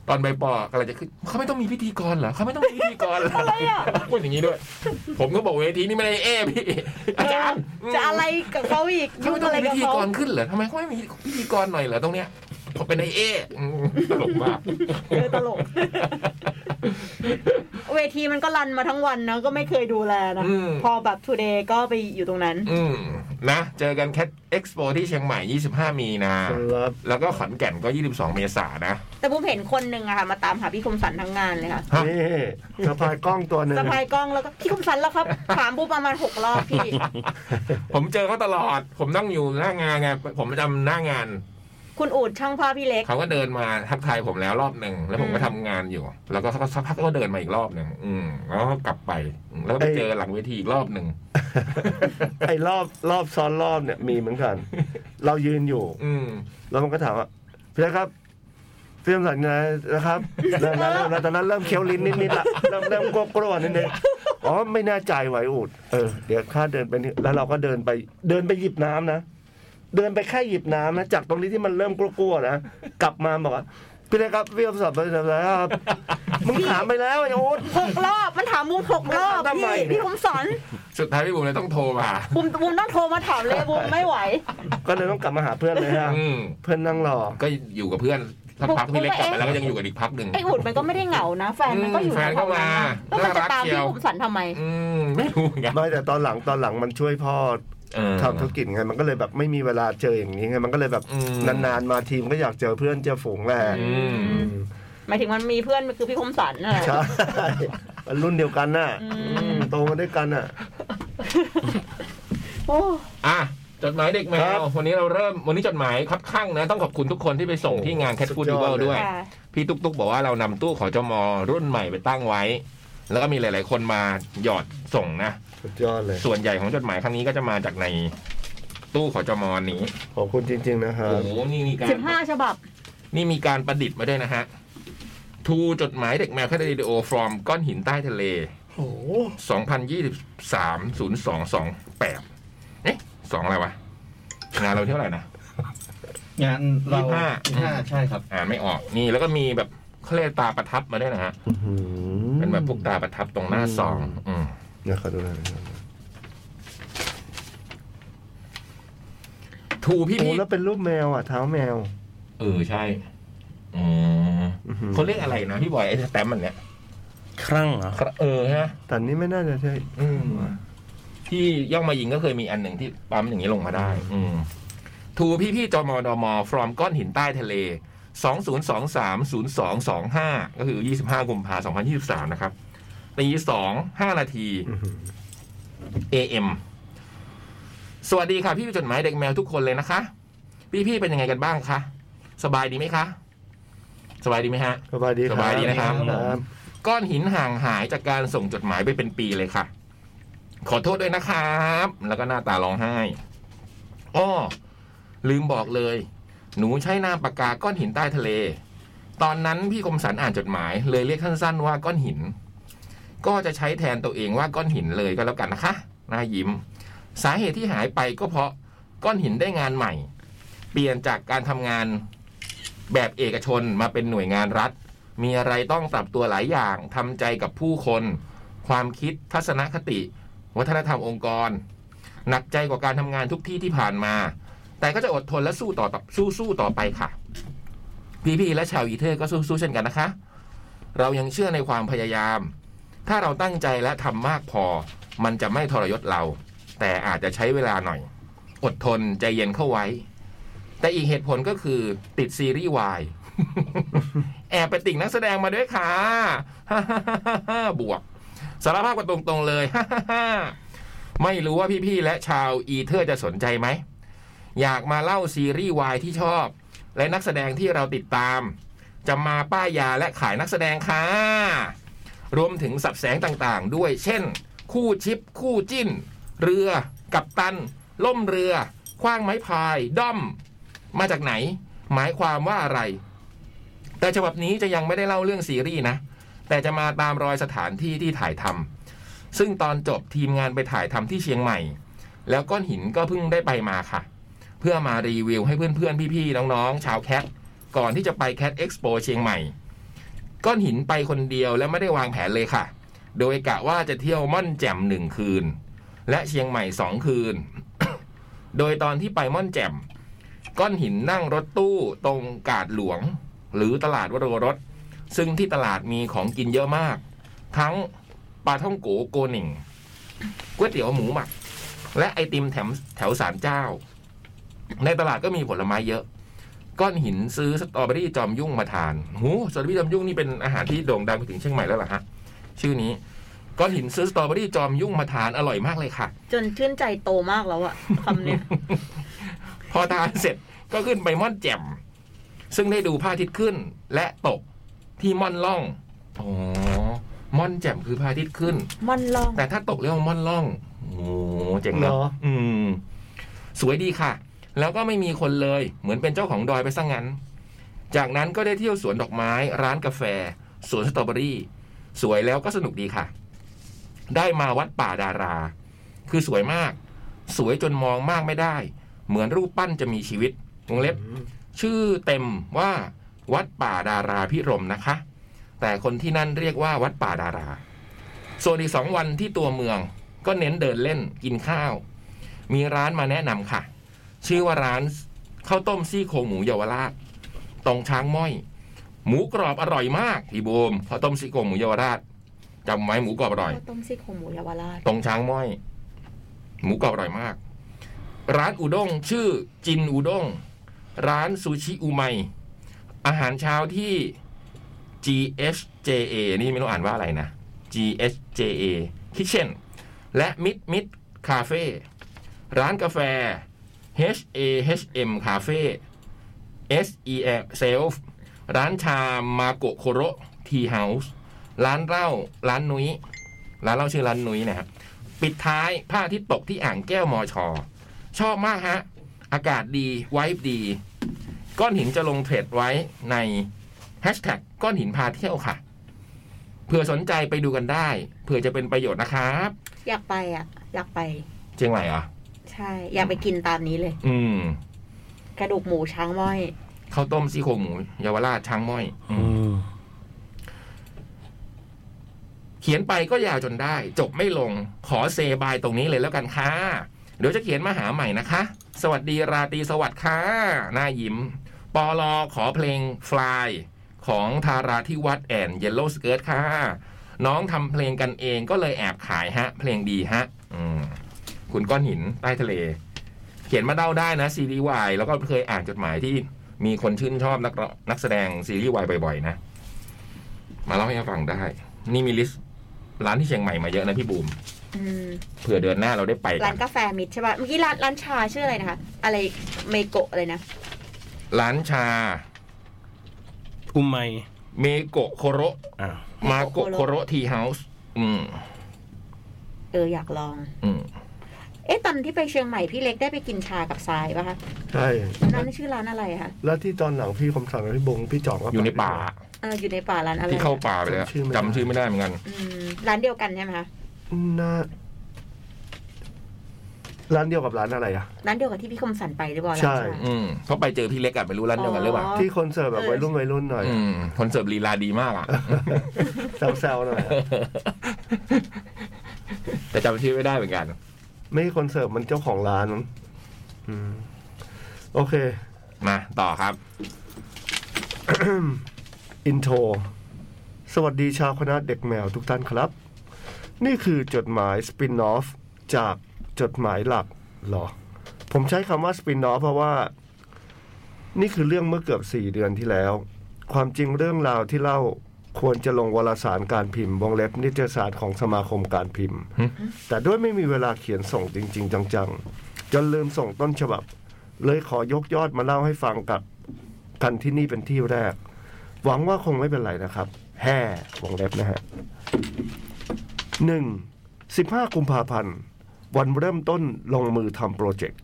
Speaker 1: ตอนใบปอกำลังจะขึ้นเขาไม่ต้องมีพิธีกรเหรอเขาไม่ต้องมีพิธีกรเหรอ
Speaker 3: อะไรอ่ะ
Speaker 1: พูดอย่างนี้ด้วย ผมก็บอกเวทีนี่ไม่ได้เอ้พี่อา
Speaker 3: จะ
Speaker 1: จารย์
Speaker 3: จะอะไรกับเขาอีก
Speaker 1: เขา
Speaker 3: ยุ่ง
Speaker 1: ไม่ต้อง
Speaker 3: อะไร
Speaker 1: มี
Speaker 3: กั
Speaker 1: พิ
Speaker 3: บ
Speaker 1: ธี
Speaker 3: เขา
Speaker 1: กรขึ้นเหรอทำไมเขาไม่มีพิธีกรหน่อยเหรอตรงเนี้ยผมเป็นไอเอ้อืมตลกมาก
Speaker 3: เออตลก เวทีมันก็รันมาทั้งวันนะก็ไม่เคยดูแลนะ
Speaker 1: อืม
Speaker 3: พอแบบทูเดย์ก็ไปอยู่ตรงนั้น
Speaker 1: อืมนะ เจอกันแคทเอ็กซ์โปที่เชียงใหม่ 25 มีนา
Speaker 2: ครับ
Speaker 1: แล้วก็ขอนแก่นก็ 22 เมษายนนะ
Speaker 3: แต่ผมเห็นคนหนึ่งอะค่ะมาตามหาพี่คมสันทั้งงานเลยค่ะ
Speaker 1: ฮะ
Speaker 2: นี่สะพายกล้องตัวหนึ่ง
Speaker 3: สะพายกล้องแล้วก็พี่คมสันแล้วครับ ถามบูประมาณหกรอบพี่
Speaker 1: ผมเจอเขาตลอด ผมนั่งอยู่หน้างานไงผมจำหน้างาน
Speaker 3: คุณอูดช่างภาพพี่เล็ก
Speaker 1: เขาก็เดินมาทักทายผมแล้วรอบหนึ่ง แล้วผมก็
Speaker 3: อืม
Speaker 1: ทำงานอยู่ แล้วก็สักพักก็เดินมาอีกรอบหนึ่งอืมแล้วก็กลับไป แล้วก็ไปเจอหลังเวทีอีกรอบหนึ่ง
Speaker 2: ไอ้รอบรอบซ้อนรอบเนี่ยมีเหมือนกัน เรายืนอยู่
Speaker 1: อืม
Speaker 2: แล้วมันก็ถามว่าพี่ครับพี่คำสัญญานะครับเริ่มแล้วเริ่มแล้วตอนนั้นเริ่มเคี้ยวลิ้นนิดๆละเริ่มเริ่มกลัวกลัวนิดนึงอ๋อไม่แน่ใจไหวอูดเออเดี๋ยวข้าเดินไปนี่แล้วเราก็เดินไป เดินไปหยิบน้ำนะเดินไปแค่หยิบน้ำนะจากตรงนี้ที่มันเริ่มกลัวๆนะกลับมาบอกว่า พี่เล็กครับพี่คำศัพท์ไปทำอะไรครับมึงถามไปแล้วไอ้โอ๊ต
Speaker 3: หกรอบมันถามบูมหกรอบ
Speaker 2: ทำไม
Speaker 3: พี่
Speaker 2: เนี่ย
Speaker 3: พี่บุมสอน
Speaker 1: สุดท้ายพี่บุ๋มเลยต้องโทรมา
Speaker 3: บูมบูมต้องโทรมาถาม เลยบูมไม่ไหว
Speaker 2: ก็เลยต้องกลับมาหาเพื่อนเลยฮะ
Speaker 1: อืม
Speaker 2: เพื่อนนั่งรอ
Speaker 1: ก็อยู่กับเพื่อนสักพักพี่เล็กกลับมาแล้วก็ยังอยู่กันอีกพักหนึ่ง
Speaker 3: ไอ้อุดมันก็ไม่ได้เหงานะแฟนมันก็อยู่
Speaker 1: อืมแฟนก็มา
Speaker 3: แถวๆนั้นนะแล้วมัน
Speaker 1: น่า
Speaker 3: จะ
Speaker 1: รัก
Speaker 3: ตาม
Speaker 1: เชีย
Speaker 3: พี่
Speaker 1: ว
Speaker 3: บุมสอนทำไม
Speaker 1: อืมไม่รู้เหมือนกัน
Speaker 2: ไม่แต่ตอนหลังตอนหลังมันช่วยพ่อ
Speaker 1: เออ
Speaker 2: ทำธุรกิจไงมันก็เลยแบบไม่มีเวลาเจออย่างนี้ไงมันก็เลยแบบ
Speaker 1: อืม
Speaker 2: นานๆมาทีมก็อยากเจอเพื่อนเจอฝูงแหละ
Speaker 1: อืม
Speaker 2: อืม
Speaker 3: หมายถึงมันมีเพื่อนคือพี่คมสันน่ะ
Speaker 2: ใช่มันรุ่นเดียวกันน่ะ
Speaker 3: อืม
Speaker 2: อืมโตมาด้วยกันน่ะ
Speaker 3: โอ้
Speaker 1: อ่ะจดหมายเด็กแม
Speaker 2: ครั
Speaker 1: ว
Speaker 2: บ
Speaker 1: วันนี้เราเริ่มวันนี้จดหมายครับข้างนะ ต้องขอบคุณทุกคนที่ไปส่งที่งานแคท
Speaker 2: สุ
Speaker 1: ฟู
Speaker 2: ด
Speaker 1: ด
Speaker 2: ย
Speaker 1: ดิ
Speaker 2: อด
Speaker 1: เวล
Speaker 2: เลย
Speaker 1: ด้วย
Speaker 3: ค่ะ
Speaker 1: พี่ตุ๊กตุ๊กบอกว่าเรานำตู้ขอจมรุ่นใหม่ไปตั้งไว้ แล้วก็มีหลาย ๆ คนมาหยอดส่งนะ
Speaker 2: สุดยอดเลย
Speaker 1: ส่วนใหญ่ของจดหมายครั้งนี้ก็จะมาจากในตู้ขอจมนี้
Speaker 2: ขอบคุณจริง ๆ นะครั
Speaker 1: โอ้
Speaker 2: บ
Speaker 1: โหนี่มีการ
Speaker 3: สิบห้าฉบับ
Speaker 1: นี่มีการประดิษฐ์มาด้วยนะฮะทูจดหมายเด็กแมวแคทเรดิโอ from ก้อนหินใต้ทะเล
Speaker 2: โอ้โห
Speaker 1: 2023 0228เอ๊ะสองอะไรวะงานเราเท่าไหร่นะ
Speaker 4: งานเรา
Speaker 1: ยี่สิบห้า
Speaker 4: ยี่สิบห้าใช่ครับ
Speaker 1: อ่านไม่ออกนี่แล้วก็มีแบบเขาเรียกตาประทับมาด้วยนะฮะเป็นแบบพวกตาประทับตรงหน้าซองอืม
Speaker 2: เนี่ยขอดูหน่อยนะครับ
Speaker 1: ทูพี่
Speaker 2: โอ้
Speaker 1: พี่
Speaker 2: แล้วเป็นรูปแมวอ่ะเท้าแมว
Speaker 1: เออใช่อืม
Speaker 2: อื้อหือ
Speaker 1: เขาเรียกอะไรนะพี่บอยไอ้สแตมป์มันเนี้ย
Speaker 5: ครั้งเหรอ
Speaker 1: เออฮะ
Speaker 2: แต่นี่ไม่น่าจะใช่
Speaker 1: อืมที่ย่องมายิงก็เคยมีอันหนึ่งที่ปั๊มอย่างนี้ลงมาได้ อืมทูพี่พี่จมดม from ก้อนหินใต้ทะเล 2023-0225 ก็คือ 25กุมภาพันธ์2023 นะครับตีสองห้านาที
Speaker 2: อื้อหือ
Speaker 1: AM สวัสดีค่ะ พี่จดหมายเด็กแมวทุกคนเลยนะคะ พี่พี่ๆเป็นยังไงกันบ้างคะ สบายดีไหมคะ สบายดีไหมฮะ
Speaker 2: สบายดีครั
Speaker 1: ส
Speaker 2: บ
Speaker 1: บายดีนะครับ
Speaker 2: ครับ
Speaker 1: ก้อนหินห่างหายจากการส่งจดหมายไปเป็นปีเลยค่ะ ขอโทษด้วยนะครับ แล้วก็หน้าตาร้องไห้อ้อลืมบอกเลย หนูใช้นามปากกาก้อนหินใต้ทะเล ตอนนั้นพี่คมสันอ่านจดหมาย เลยเรียกสั้นๆว่าก้อนหิน ก็จะใช้แทนตัวเองว่าก้อนหินเลยก็แล้วกันนะคะหน้ายิ้ม สาเหตุที่หายไปก็เพราะก้อนหินได้งานใหม่ เปลี่ยนจากการทำงานแบบเอกชนมาเป็นหน่วยงานรัฐ มีอะไรต้องปรับตัวหลายอย่างทำใจกับผู้คน ความคิดทัศนคติ วัฒนธรรมองค์กร หนักใจกว่าการทำงานทุกที่ที่ผ่านมา แต่ก็จะอดทนและสู้ต่อสู้สู้ต่อไปค่ะ พี่ๆและชาวอีเทอร์ก็สู้ๆเช่นกันนะคะ เรายังเชื่อในความพยายาม ถ้าเราตั้งใจและทำมากพอ มันจะไม่ทรยศเรา แต่อาจจะใช้เวลาหน่อย อดทนใจเย็นเข้าไว้ แต่อีกเหตุผลก็คือติดซีรีส์วาย แอบไปติ่งนักแสดงมาด้วยค่ะ บวก สารภาพกันตรงๆเลย ไม่รู้ว่าพี่ๆและชาวอีเทอร์จะสนใจไหม อยากมาเล่าซีรีส์วายที่ชอบ และนักแสดงที่เราติดตาม จะมาป้ายยาและขายนักแสดงค่ะ รวมถึงสับแสงต่างๆ ด้วย เช่น คู่ชิป คู่จิ้น เรือ กับตัน ล่มเรือ คว้างไม้พาย ด้อม มาจากไหน หมายความว่าอะไร แต่ฉบับนี้จะยังไม่ได้เล่าเรื่องซีรีส์นะ แต่จะมาตามรอยสถานที่ที่ถ่ายทำ ซึ่งตอนจบทีมงานไปถ่ายทำที่เชียงใหม่ แล้วก้อนหินก็เพิ่งได้ไปมาค่ะ เพื่อมารีวิวให้เพื่อนๆ พี่ๆ น้องๆ ชาวแคท ก่อนที่จะไปแคทเอ็กซ์โปเชียงใหม่ ก้อนหินไปคนเดียวและไม่ได้วางแผนเลยค่ะ โดยกะว่าจะเที่ยวม่อนแจ่มหนึ่งคืน และเชียงใหม่สองคืน โดยตอนที่ไปม่อนแจ่ม ก้อนหินนั่งรถตู้ตรงกาดหลวง หรือตลาดวโรรส ซึ่งที่ตลาดมีของกินเยอะมาก ทั้งปลาท่องโกโกหนิ่งก๋วยเตี๋ยวหมูหมัก และไอติมแถมแถวสารเจ้า ในตลาดก็มีผลไม้เยอะ ก้อนหินซื้อสตรอเบอรี่จอมยุ่งมาทานหูสตรอเบอรี่จอมยุ่งนี่เป็นอาหารที่โด่งดังไปถึงเชียงใหม่แล้วเหรอฮะชื่อนี้ ก้อนหินซื้อสตรอเบอรี่จอมยุ่งมาทานอร่อยมากเลยค่ะ
Speaker 3: จนชื่นใจโตมากแล้วอะคำเนี้ย
Speaker 1: พอทานเสร็จก็ขึ้นไปม่อนแจ่ม ซึ่งได้ดูพระอาทิตย์ขึ้นและตกที่ม่อนล่องอ๋อม่อนแจ่มคือพระอาทิตย์ขึ้น
Speaker 3: มันลอง
Speaker 1: แต่ถ้าตกเรียกว่าม่อนล่องโอ้โหเจ๋ง
Speaker 2: เหร
Speaker 1: เนาะ
Speaker 2: อ
Speaker 1: อืม สวยดีค่ะ แล้วก็ไม่มีคนเลย เหมือนเป็นเจ้าของดอยไปซะงั้น จากนั้นก็ได้เที่ยวสวนดอกไม้ ร้านกาแฟ สวนสตรอเบอรี่ สวยแล้วก็สนุกดีค่ะ ได้มาวัดป่าดารา คือสวยมาก สวยจนมองมากไม่ได้ เหมือนรูปปั้นจะมีชีวิตวงเล็บ ชื่อเต็มว่า วัดป่าดาราพิรมนะคะ แต่คนที่นั่นเรียกว่าวัดป่าดารา ส่วนอีกสองวันที่ตัวเมืองก็เน้นเดินเล่นกินข้าว มีร้านมาแนะนำค่ะ ชื่อว่าร้านข้าวต้มซี่โครงหมูเยาวราช ตรงช้างม้อย หมูกรอบอร่อยมากพี่บูมข้าวต้มซี่โครงหมูเยาวราชจำไว้หมูกรอบอร่อย
Speaker 3: ข้าวต้มซี่โครงหมูเยาวราช
Speaker 1: ตรงช้างม้อย หมูกรอบอร่อยมาก ร้านอุด้งชื่อจินอุด้งร้านซูชิอูไมอาหารเช้าที่ GHJA นี่ไม่รู้อ่านว่าอะไรนะ GHJA Kitchen และมิดมิดคาเฟ่ร้านกาแฟ HAHM Cafe SEM Self ร้านชามาโกโคโรทีเฮาส์ร้านเหล้าร้านนุ้ยร้านเหล้าชื่อร้านนุ้ยนะครับ ปิดท้ายผ้าที่ตกที่อ่างแก้วมอชอ ชอบมากฮะ อากาศดี ไวฟ์ดี ก้อนหินจะลงเทรดไว้ในแฮชแท็กก้อนหินพาเที่ยวค่ะ เผื่อสนใจไปดูกันได้ เผื่อจะเป็นประโยชน์นะครับ
Speaker 3: อยากไปอ่ะ อยากไป
Speaker 1: เชียงใหม่เหรอ
Speaker 3: ใช่ อยากไปกินตามนี้เลย
Speaker 1: อืม
Speaker 3: กระดูกหมูช้างม้อย
Speaker 1: ข้าวต้มซี่โครงหมูเยาวราชช้างม้อย อืม เขียนไปก็ยาวจนได้ จบไม่ลงขอเซบายตรงนี้เลยแล้วกันค่ะ เดี๋ยวจะเขียนมาหาใหม่นะคะ สวัสดีราตรีสวัสดิ์ค่ะหน้ายิ้ม ปอลอขอเพลง Fly ของทาราที่วัดแอนเยลโลสเกิร์ตค่ะ น้องทำเพลงกันเองก็เลยแอบขายฮะ เพลงดีฮะ อืม คุณก้อนหินใต้ทะเล เขียนมาเล่าได้นะซีรีส์วายแล้วก็เคยอ่านจดหมายที่มีคนชื่นชอบนักร้องนักแสดงซีรีส์วายบ่อยๆนะ มาเล่าให้ฟังได้ นี่มีลิสต์ร้านที่เชียงใหม่มาเยอะนะพี่บูม
Speaker 3: อืม
Speaker 1: เผื่อเดือนหน้าเราได้ไปกั
Speaker 3: ร้าน นกาแฟมิดใช่ป่ะ เมื่อกี้ร้านร้านชาชื่ออะไรนะคะ อะไรเมโกะอะไรนะ
Speaker 1: ร้านชา
Speaker 5: อุมไม
Speaker 1: เมโกะโคโระ
Speaker 5: อ้าว
Speaker 1: มาโกะโคโระทีเฮาส์อืม
Speaker 3: เอออยากลอง
Speaker 1: อืม
Speaker 3: เอ๊ะตอนที่ไปเชียงใหม่พี่เล็กได้ไปกินชากับทรายป่ะคะ
Speaker 2: ใช่
Speaker 3: ร้านชื่อร้านอะไรคะ
Speaker 2: แล้วที่ตอนหลังพี่คมสั่งกับพี่บงพี่จ่องก็
Speaker 1: อยู่ในป่า
Speaker 3: เอออยู่ในป่าร้านอะไร
Speaker 1: ที่เข้าป่าไปแล้ว
Speaker 2: จำชื่อไม่ได้
Speaker 1: จำชื่อไม่ได้เหมือนกัน
Speaker 3: อืมร้านเดียวกันใช่ไหมคะ
Speaker 2: น่าร้านเดียวกับร้านอะไรอ่ะ
Speaker 3: ร้านเดียวกับที่พี่คมสันไปหรือเปล่า
Speaker 2: ใช่
Speaker 3: ร้านชา
Speaker 1: อืมเขาะไปเจอพี่เล็กอะไม่รู้ร้านเดียวกันหรือเปล่า
Speaker 3: อ๋อ
Speaker 2: ที่คนเสิร์ฟแบบวัยรุ่นวัยรุ่นหน่อย
Speaker 1: อืมคอนเสิร์ตลีลาดีมากอะ
Speaker 2: แซวๆหน่อยอะ
Speaker 1: แต่จำชื่อไม่ได้เหมือนกัน
Speaker 2: ไม่ใช่คนเสิร์ฟมันเจ้าของร้านมั้งอืมโอเค
Speaker 1: มาต่อครับ
Speaker 2: อินโทร สวัสดีชาวคณะเด็กแมวทุกท่านครับ นี่คือจดหมายสปินออฟจากจดหมายหลักเหรอ ผมใช้คำว่าสปินออฟเพราะว่า นี่คือเรื่องเมื่อเกือบสี่เดือนที่แล้ว ความจริงเรื่องราวที่เล่าควรจะลงวารสารการพิมพ์วงเล็บนิตยสารของสมาคมการพิมพ์
Speaker 1: หึ
Speaker 2: แต่ด้วยไม่มีเวลาเขียนส่งจริง ๆ จังๆ จนลืมส่งต้นฉบับ เลยขอยกยอดมาเล่าให้ฟังกับกันที่นี่เป็นที่แรก หวังว่าคงไม่เป็นไรนะครับ แห่วงเล็บนะฮะหนึ่งสิบห้ากุมภาพันธ์ วันเริ่มต้นลงมือทำโปรเจกต์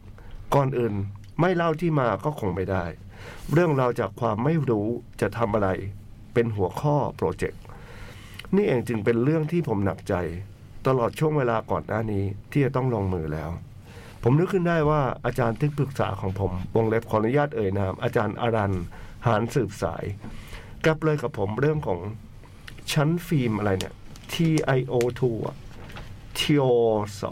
Speaker 2: ก่อนอื่นไม่เล่าที่มาก็คงไม่ได้ เรื่องราวจากความไม่รู้จะทำอะไร เป็นหัวข้อโปรเจกต์ นี่เองจึงเป็นเรื่องที่ผมหนักใจ ตลอดช่วงเวลาก่อนหน้านี้ที่จะต้องลงมือแล้ว ผมนึกขึ้นได้ว่าอาจารย์ที่ปรึกษาของผม วงเล็บขออนุญาตเอ่ยนาม อาจารย์อารันหานสืบสาย กลับเลยกับผมเรื่องของชั้นฟิล์มอะไรเนี่ย TiO2 อะ TiO2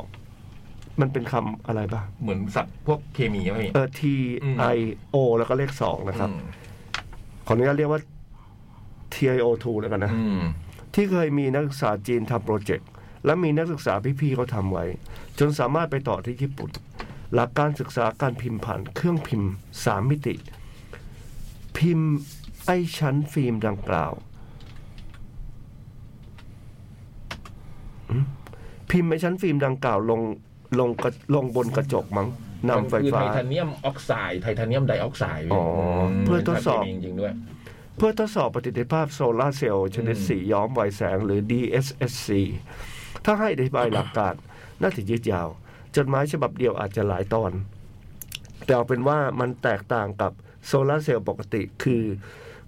Speaker 2: มันเป็นคำอะไรบ้าง
Speaker 1: เหมือนสัตว์พวกเคมีไหม
Speaker 2: เออ T
Speaker 1: อืม
Speaker 2: I O แล้วก็เลขสองนะครับ
Speaker 1: อืม
Speaker 2: ขออนุญาตเรียกว่า T I O 2แล้วกันนะ
Speaker 1: อืม
Speaker 2: ที่เคยมีนักศึกษาจีนทำโปรเจกต์ และมีนักศึกษาพี่ๆเขาทำไว้ จนสามารถไปต่อที่ญี่ปุ่น หลักการศึกษาการพิมพ์ผ่านเครื่องพิมพ์สามมิติ พิมพ์ไอ้ชั้นฟิล์มดังกล่าวอืมพิมพ์ไอ้ชั้นฟิล์มดังกล่าวลงลงกระลงบนกระจกมั้งนำไฟฟ้า
Speaker 1: มันคือไทเทเนียมออกไซด์ไทเทเนียมไดออกไซด์
Speaker 2: อ๋อเพื่อทดสอบ
Speaker 1: เป็นไทเทเนียมจริงๆด้วย
Speaker 2: เพื่อทดสอบประสิทธิภาพโซลาร์เซลล์ชนิด
Speaker 1: อืม
Speaker 2: สีย้อมไวแสงหรือ DSSC ถ้าให้อธิบายหลักการน่าจะยืดยาว จดหมายฉบับเดียวอาจจะหลายตอน แต่เอาเป็นว่ามันแตกต่างกับโซลาร์เซลล์ปกติ คือ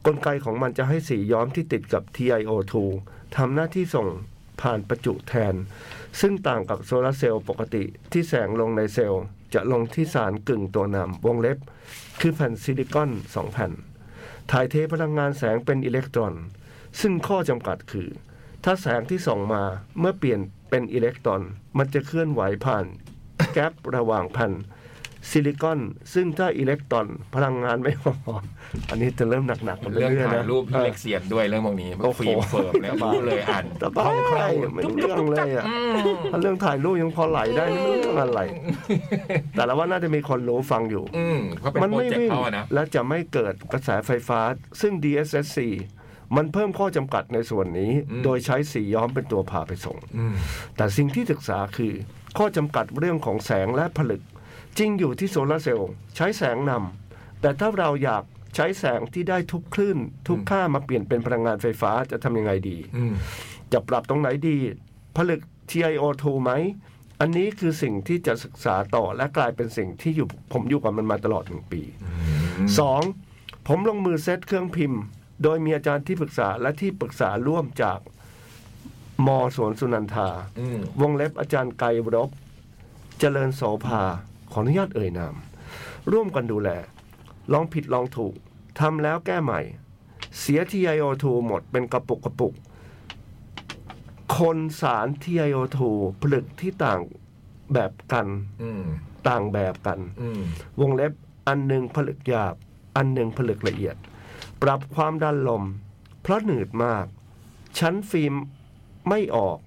Speaker 2: กลไกของมันจะให้สีย้อมที่ติดกับ TiO2 ทำหน้าที่ส่งผ่านประจุแทน ซึ่งต่างกับโซลาร์เซลล์ปกติที่แสงลงในเซลล์ จะลงที่สารกึ่งตัวนำวงเล็บ คือแผ่นซิลิคอนสองแผ่น ถ่ายเทพลังงานแสงเป็นอิเล็กตรอน ซึ่งข้อจำกัดคือ ถ้าแสงที่ส่องมาเมื่อเปลี่ยนเป็นอิเล็กตรอน มันจะเคลื่อนไหวผ่าน แกประหว่างแผ่นซิลิคอน ซึ่งถ้าอิเล็กตรอนพลังงานไม่พอ อันนี้จะเริ่มหนักๆกับ
Speaker 1: เรื่อง
Speaker 2: เรื่อยๆ
Speaker 1: ถ่าย
Speaker 2: นะ
Speaker 1: รูปพี่เล็กเซียนด้วยเรื่องพวกนี้
Speaker 2: โอ้โห
Speaker 1: ฟิล์มเฟิร์มแล้วรู้เลยอ่าน
Speaker 2: ตะบ้า
Speaker 1: คล่องแคล่ว
Speaker 2: ไม่รู้เรื่องเลยอ่ะ
Speaker 1: อืม
Speaker 2: ถ้าเรื่องถ่ายรูปยังพอไหลได้นี่มันเรื่องอะไร แต่ละว่าน่าจะมีคนรู้ฟังอยู่
Speaker 1: อืมเขาะเป็น
Speaker 2: มัน
Speaker 1: โปร
Speaker 2: ไม่
Speaker 1: เจก
Speaker 2: วิ่
Speaker 1: ต์
Speaker 2: ง
Speaker 1: เขาอะนะ
Speaker 2: และจะไม่เกิดกระแสไฟฟ้า ซึ่ง DSSC มันเพิ่มข้อจำกัดในส่วนนี้ โดยใช้สีย้อมเป็นตัวพาไปส่ง
Speaker 1: อืม
Speaker 2: แต่สิ่งที่ศึกษาคือ ข้อจำกัดเรื่องของแสงและผลึก จริงอยู่ที่โซลาร์เซลล์ใช้แสงนำแต่ถ้าเราอยากใช้แสงที่ได้ทุกคลื่น ทุก
Speaker 1: อืม
Speaker 2: ค่ามาเปลี่ยนเป็นพลังงานไฟฟ้าจะทำยังไงดี
Speaker 1: อืม
Speaker 2: จะปรับตรงไหนดี ผลึก TiO2 ไหม อันนี้คือสิ่งที่จะศึกษาต่อและกลายเป็นสิ่งที่อยู่ผมอยู่กับมันมาตลอดหนึ่งปี 2. ผมลงมือเซตเครื่องพิมพ์ โดยมีอาจารย์ที่ปรึกษาและที่ปรึกษาร่วมจากมสวนสุนันทา
Speaker 1: อืม
Speaker 2: วงเล็บอาจารย์ไกรรบ เจริญโสภา ขออนุญาตเอ่ยนาม ร่วมกันดูแล ลองผิดลองถูก ทำแล้วแก้ใหม่ เสีย TiO2 หมดเป็นกระปุกกระปุก คนสาร TiO2 ผลึกที่ต่างแบบกัน
Speaker 1: อืม
Speaker 2: ต่างแบบกัน
Speaker 1: อืม
Speaker 2: วงเล็บอันหนึ่งผลึกหยาบ อันหนึ่งผลึกละเอียด ปรับความดันลม เพราะหนืดมาก ชั้นฟิล์มไม่ออก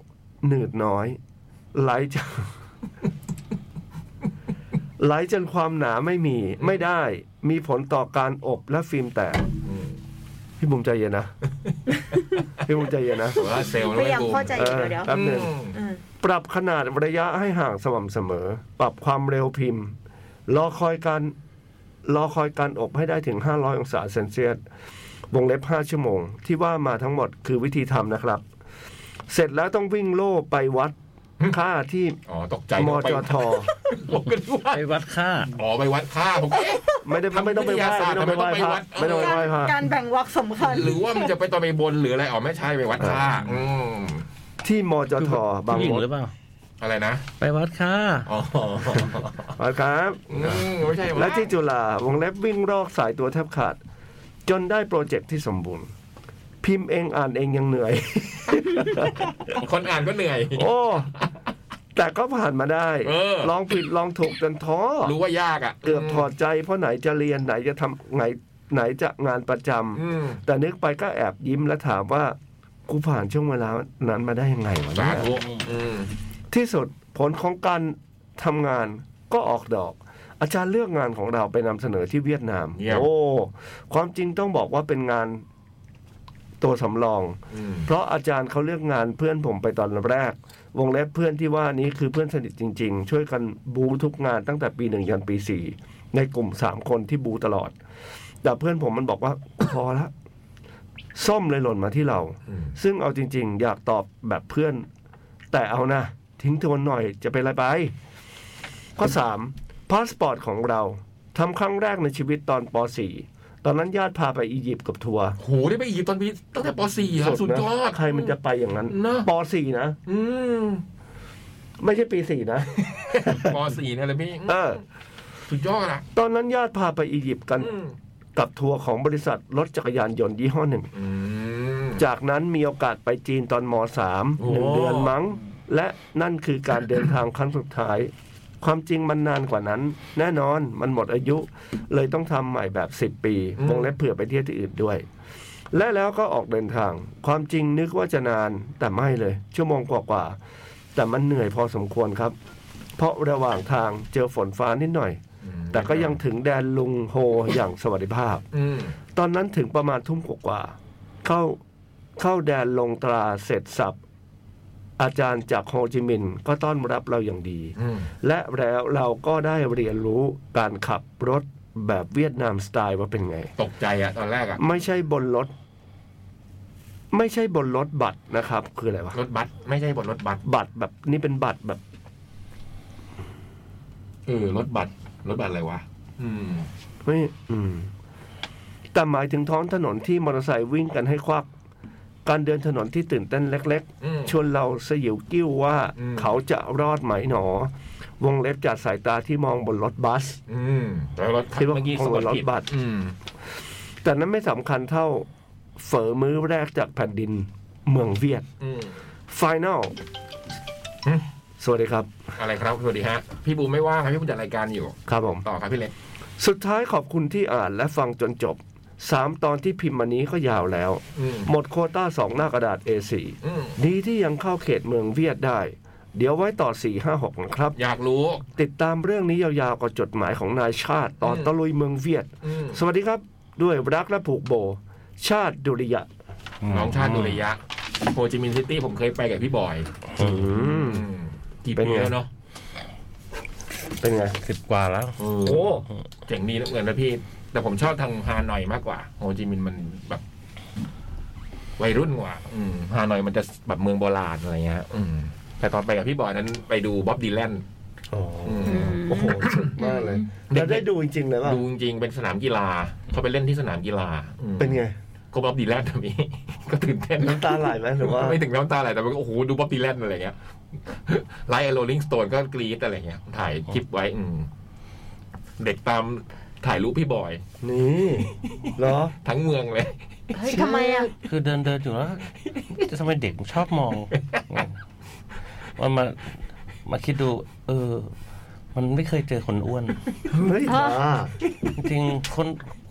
Speaker 2: หนืดน้อย ไหลจน ไหลจนความหนาไม่มี ไม่ได้ มีผลต่อการอบและฟิล์มแตก
Speaker 1: อืม
Speaker 2: พี่บุ๋มใจเย็นนะ พี่บุ๋มใจเย็นนะ
Speaker 1: โซล่าร์เซลล์นะ
Speaker 3: พ
Speaker 1: ว้
Speaker 3: ยายาม
Speaker 1: บูม
Speaker 3: เข้าใจอยู่เดี๋ยว
Speaker 2: แป๊บหนึ่ง
Speaker 1: อืม
Speaker 3: อืม
Speaker 2: ปรับขนาดระยะให้ห่างสม่ำเสมอ ปรับความเร็วพิมพ์ รอคอยการรอคอยการอบให้ได้ถึง 500 องศาเซนเซียส วงเล็บ 5 ชั่วโมง ที่ว่ามาทั้งหมดคือวิธีทำนะครับ เสร็จแล้วต้องวิ่งโล่ไปวัด
Speaker 1: หึ
Speaker 2: ค่าที่
Speaker 1: อ๋อตกใจ
Speaker 2: ม
Speaker 1: ไป
Speaker 2: จท
Speaker 1: ผมก็รู้ว่า
Speaker 5: ไปวัดค่า
Speaker 1: อ๋อไปวัดค่า ผมก็เอ๊ะ
Speaker 2: ไม่ได้
Speaker 1: ทำ
Speaker 2: ไม่ต้องไปไหว้
Speaker 1: วิทยาศาสต
Speaker 2: ไม่
Speaker 1: ร์
Speaker 2: ต้องไปไหว้พระ
Speaker 1: ไม่
Speaker 2: ไม่
Speaker 1: ต้
Speaker 2: ต้
Speaker 1: อ
Speaker 2: อง ง
Speaker 1: ไป
Speaker 2: ไป
Speaker 1: ไหว้
Speaker 2: ไหว้พระ
Speaker 3: การแบ่งวรรคสำคัญ
Speaker 1: หรือว่ามันจะไปตอนไปบนหรืออะไรอ๋อไม่ใช่ไปวัดค่า
Speaker 2: เอออื
Speaker 1: ืม
Speaker 2: ที่มจทบาง
Speaker 5: ผู้หญิ
Speaker 2: ม
Speaker 5: ง
Speaker 2: ด
Speaker 5: หรือเปล่า
Speaker 1: อะไรนะ
Speaker 5: ไปวัดค่า
Speaker 1: อ๋อ
Speaker 2: นะครับ
Speaker 1: อืมไม่ใช่
Speaker 2: และที่จุฬาวงเล็บวิ่งรอกสายตัวแทบขาด จนได้โปรเจกต์ที่สมบูรณ์ พิมพ์เองอ่านเองยังเหนื่อย
Speaker 1: คนอ่านก็เหนื่อย
Speaker 2: โอ้ แต่ก็ผ่านมาได้
Speaker 1: เออ
Speaker 2: ลองผิดลองถูกจนท้อ
Speaker 1: รู้ว่ายากอ่ะ
Speaker 2: เกือบถอดใจเพราะไหนจะเรียนไหนจะทำไหนไหนจะงานประจำ
Speaker 1: อืม
Speaker 2: แต่นึกไปก็แอบยิ้มและถามว่า กูผ่านช่วงเวลานั้นมาได้ยังไงวะ
Speaker 1: สาธุ
Speaker 2: เนี่ย
Speaker 1: อืม
Speaker 2: ที่สุดผลของการทำงานก็ออกดอก อาจารย์เลือกงานของเราไปนำเสนอที่เวียดนาม
Speaker 1: เยี่ยม
Speaker 2: โอ้ ความจริงต้องบอกว่าเป็นงานตัวสำรอง
Speaker 1: อืม
Speaker 2: เพราะอาจารย์เขาเลือกงานเพื่อนผมไปตอนแรก วงเล็บเพื่อนที่ว่านี้คือเพื่อนสนิทจริง ๆ ช่วยกันบูทุกงานตั้งแต่ปีหนึ่งยันปีสี่ในกลุ่มสามคนที่บูตลอด แต่เพื่อนผมมันบอกว่า พอละส้มเลยหล่นมาที่เรา
Speaker 1: อืม
Speaker 2: ซึ่งเอาจริง ๆ อยากตอบแบบเพื่อน แต่เอานะ ทิ้งทวนหน่อยจะเป็นอะไรไป ข้อ 3 พาสปอร์ตของเราทำครั้งแรกในชีวิตตอนป .4 ตอนนั้นญาติพาไปอียิปต์กับทัวร์
Speaker 1: โหได้ไปอียิปต์ตอนปีตั้งแต่ป .4 อ่ะสุดยอด
Speaker 2: นะใครมันจะไปอย่างนั้น
Speaker 1: นะ
Speaker 2: ป .4 นะ
Speaker 1: อืม
Speaker 2: ไม่ใช่ปี 4 นะ
Speaker 1: ป .4 เนี่ยแหละพี่
Speaker 2: เออ
Speaker 1: สุดยอดอ่ะ
Speaker 2: ตอนนั้นญาติพาไปอียิปต์กัน
Speaker 1: อืม
Speaker 2: กับทัวร์ของบริษัทรถจักรยานยนต์ยี่ห้อหนึ่ง
Speaker 1: อืม
Speaker 2: จากนั้นมีโอกาสไปจีนตอนม
Speaker 1: โอ้
Speaker 2: .3 หนึ่งเดือนมั้ง และนั่นคือการเดินทางครั้งสุดท้าย ความจริงมันนานกว่านั้น แน่นอนมันหมดอายุ เลยต้องทำใหม่แบบ 10 ปี
Speaker 1: อืม
Speaker 2: วงเล็บเผื่อไปเที่ยวที่อื่นด้วย และแล้วก็ออกเดินทาง ความจริงนึกว่าจะนานแต่ไม่เลย ชั่วโมงกว่าๆแต่มันเหนื่อยพอสมควรครับ เพราะระหว่างทางเจอฝนฟ้านิดหน่อย แต่ก็ยังถึงแดนลุงโฮอย่างสวัสดิภาพ
Speaker 1: อืม
Speaker 2: ตอนนั้นถึงประมาณทุ่มกว่าๆเข้าเข้าแดนลงตราเสร็จสับ อาจารย์จากโฮจิมินห์ก็ต้อนรับเราอย่างดี
Speaker 1: อืม
Speaker 2: และแล้วเราก็ได้เรียนรู้การขับรถแบบเวียดนามสไตล์ว่าเป็นไง
Speaker 1: ตกใจอ่ะตอนแรกอ่ะ
Speaker 2: ไม่ใช่บนรถ ไม่ใช่บนรถบัตรนะครับ คืออะไรวะ
Speaker 1: รถบัสไม่ใช่บนรถบัส
Speaker 2: บัตรแบบนี่เป็นบัตรแบบ
Speaker 1: เออรถบัสรถบัสอะไรวะอืม
Speaker 2: ไม่อืม แต่หมายถึงท้องถนนที่มอเตอร์ไซค์วิ่งกันให้ควัก การเดินถนนที่ตื่นเต้นเล็ก ๆ
Speaker 1: อืม
Speaker 2: ชวนเราสยิวกิ้วว่า
Speaker 1: อืม
Speaker 2: เขาจะรอดไหมหนอ วงเล็บจากสายตาที่มองบนรถบัส
Speaker 1: อืมแต่รถ
Speaker 2: คิดว่า
Speaker 1: เมื่อกี้
Speaker 2: คง
Speaker 1: สะก
Speaker 2: เป็น
Speaker 1: ด
Speaker 2: รถ
Speaker 1: ผิด
Speaker 2: บัส
Speaker 1: อืม
Speaker 2: ต แต่นั้นไม่สำคัญเท่าเฝอมื้อแรกจากแผ่นดินเมืองเวียด
Speaker 1: อืม
Speaker 2: ฟิแนล
Speaker 1: อืม
Speaker 2: สวัสดีครับ
Speaker 1: อะไรครับสวัสดีฮะ พี่บูมไม่ว่างครับพี่บูมจัดรายการอยู่
Speaker 2: ครับผม
Speaker 1: ต่อครับพี่เล็ก
Speaker 2: สุดท้ายขอบคุณที่อ่านและฟังจนจบสามตอนที่พิมพ์มานี้ก็ยาวแล้ว
Speaker 1: อืม
Speaker 2: หมดโควต้าสองหน้ากระดาษ A4
Speaker 1: อืม
Speaker 2: ดีที่ยังเข้าเขตเมืองเวียดได้ เดี๋ยวไว้ต่อ 456 นะครับ
Speaker 1: อยากรู้
Speaker 2: ติดตามเรื่องนี้ยาวๆกับจดหมายของนายชาติ ตอน
Speaker 1: อืม
Speaker 2: ตะลุยเมืองเวียด
Speaker 1: อืม
Speaker 2: สวัสดีครับด้วยรักและผูกโบ ชาติดุริยะ
Speaker 1: น้องชาติดุริยะโฮจิมินห์ซิตี้ผมเคยไปกับพี่บอย
Speaker 5: อืม
Speaker 2: อืม
Speaker 1: อืมกี่
Speaker 2: เป็น
Speaker 1: ปี
Speaker 2: ไง
Speaker 1: แล้วเนาะ
Speaker 2: เป็นไง
Speaker 5: สิบกว่าแล้ว
Speaker 1: โอ้เจ๋งดีนะเงินนะพี่ แต่ผมชอบทางฮานอยมากกว่าโฮจิมินห์มันแบบ วัยรุ่นกว่า อืมฮานอยมันจะแบบเมืองโบราณอะไรเงี้ยอืมแต่ตอนไปกับพี่บอยนั้นไปดูบ๊อบดีแลนอืม
Speaker 2: โอ้โหสุดมาก เลย
Speaker 1: เด็กๆ
Speaker 2: เราได้ดูจริงๆเลยป่ะ
Speaker 1: ดูจริงๆเป็นสนามกีฬา เขาไปเล่นที่สนามกีฬาอืม
Speaker 2: เป็นไง
Speaker 1: ก็บ๊อบดีแลนทำนี้ ก็ตื่ นเต้น
Speaker 2: น้ำตาไหลไหมหรือว่า
Speaker 1: ไม่ถึงน้ำตาไหลแต่มันก็โอ้โหดูบ๊อบดีแลนอะไรเงี้ย ไลท์โรลิงสโตนก็กรี๊ดอะไรเงี้ย ถ่ายคลิปไว้ อืมเด็กตามถ่ายรูปพี่บอย
Speaker 2: นี่เหรอ
Speaker 1: ทั้งเมืองเลย
Speaker 3: เฮ้ยทำไมอ่ะ
Speaker 5: คือเดินเดินอยู่แล้วจะทำไมเด็กชอบ มองมันมา มาคิดดู เออ มันไม่เคยเจอคนอ้วน
Speaker 2: เฮ้ย
Speaker 3: อ่ะ
Speaker 2: อ่า
Speaker 5: จริงๆคน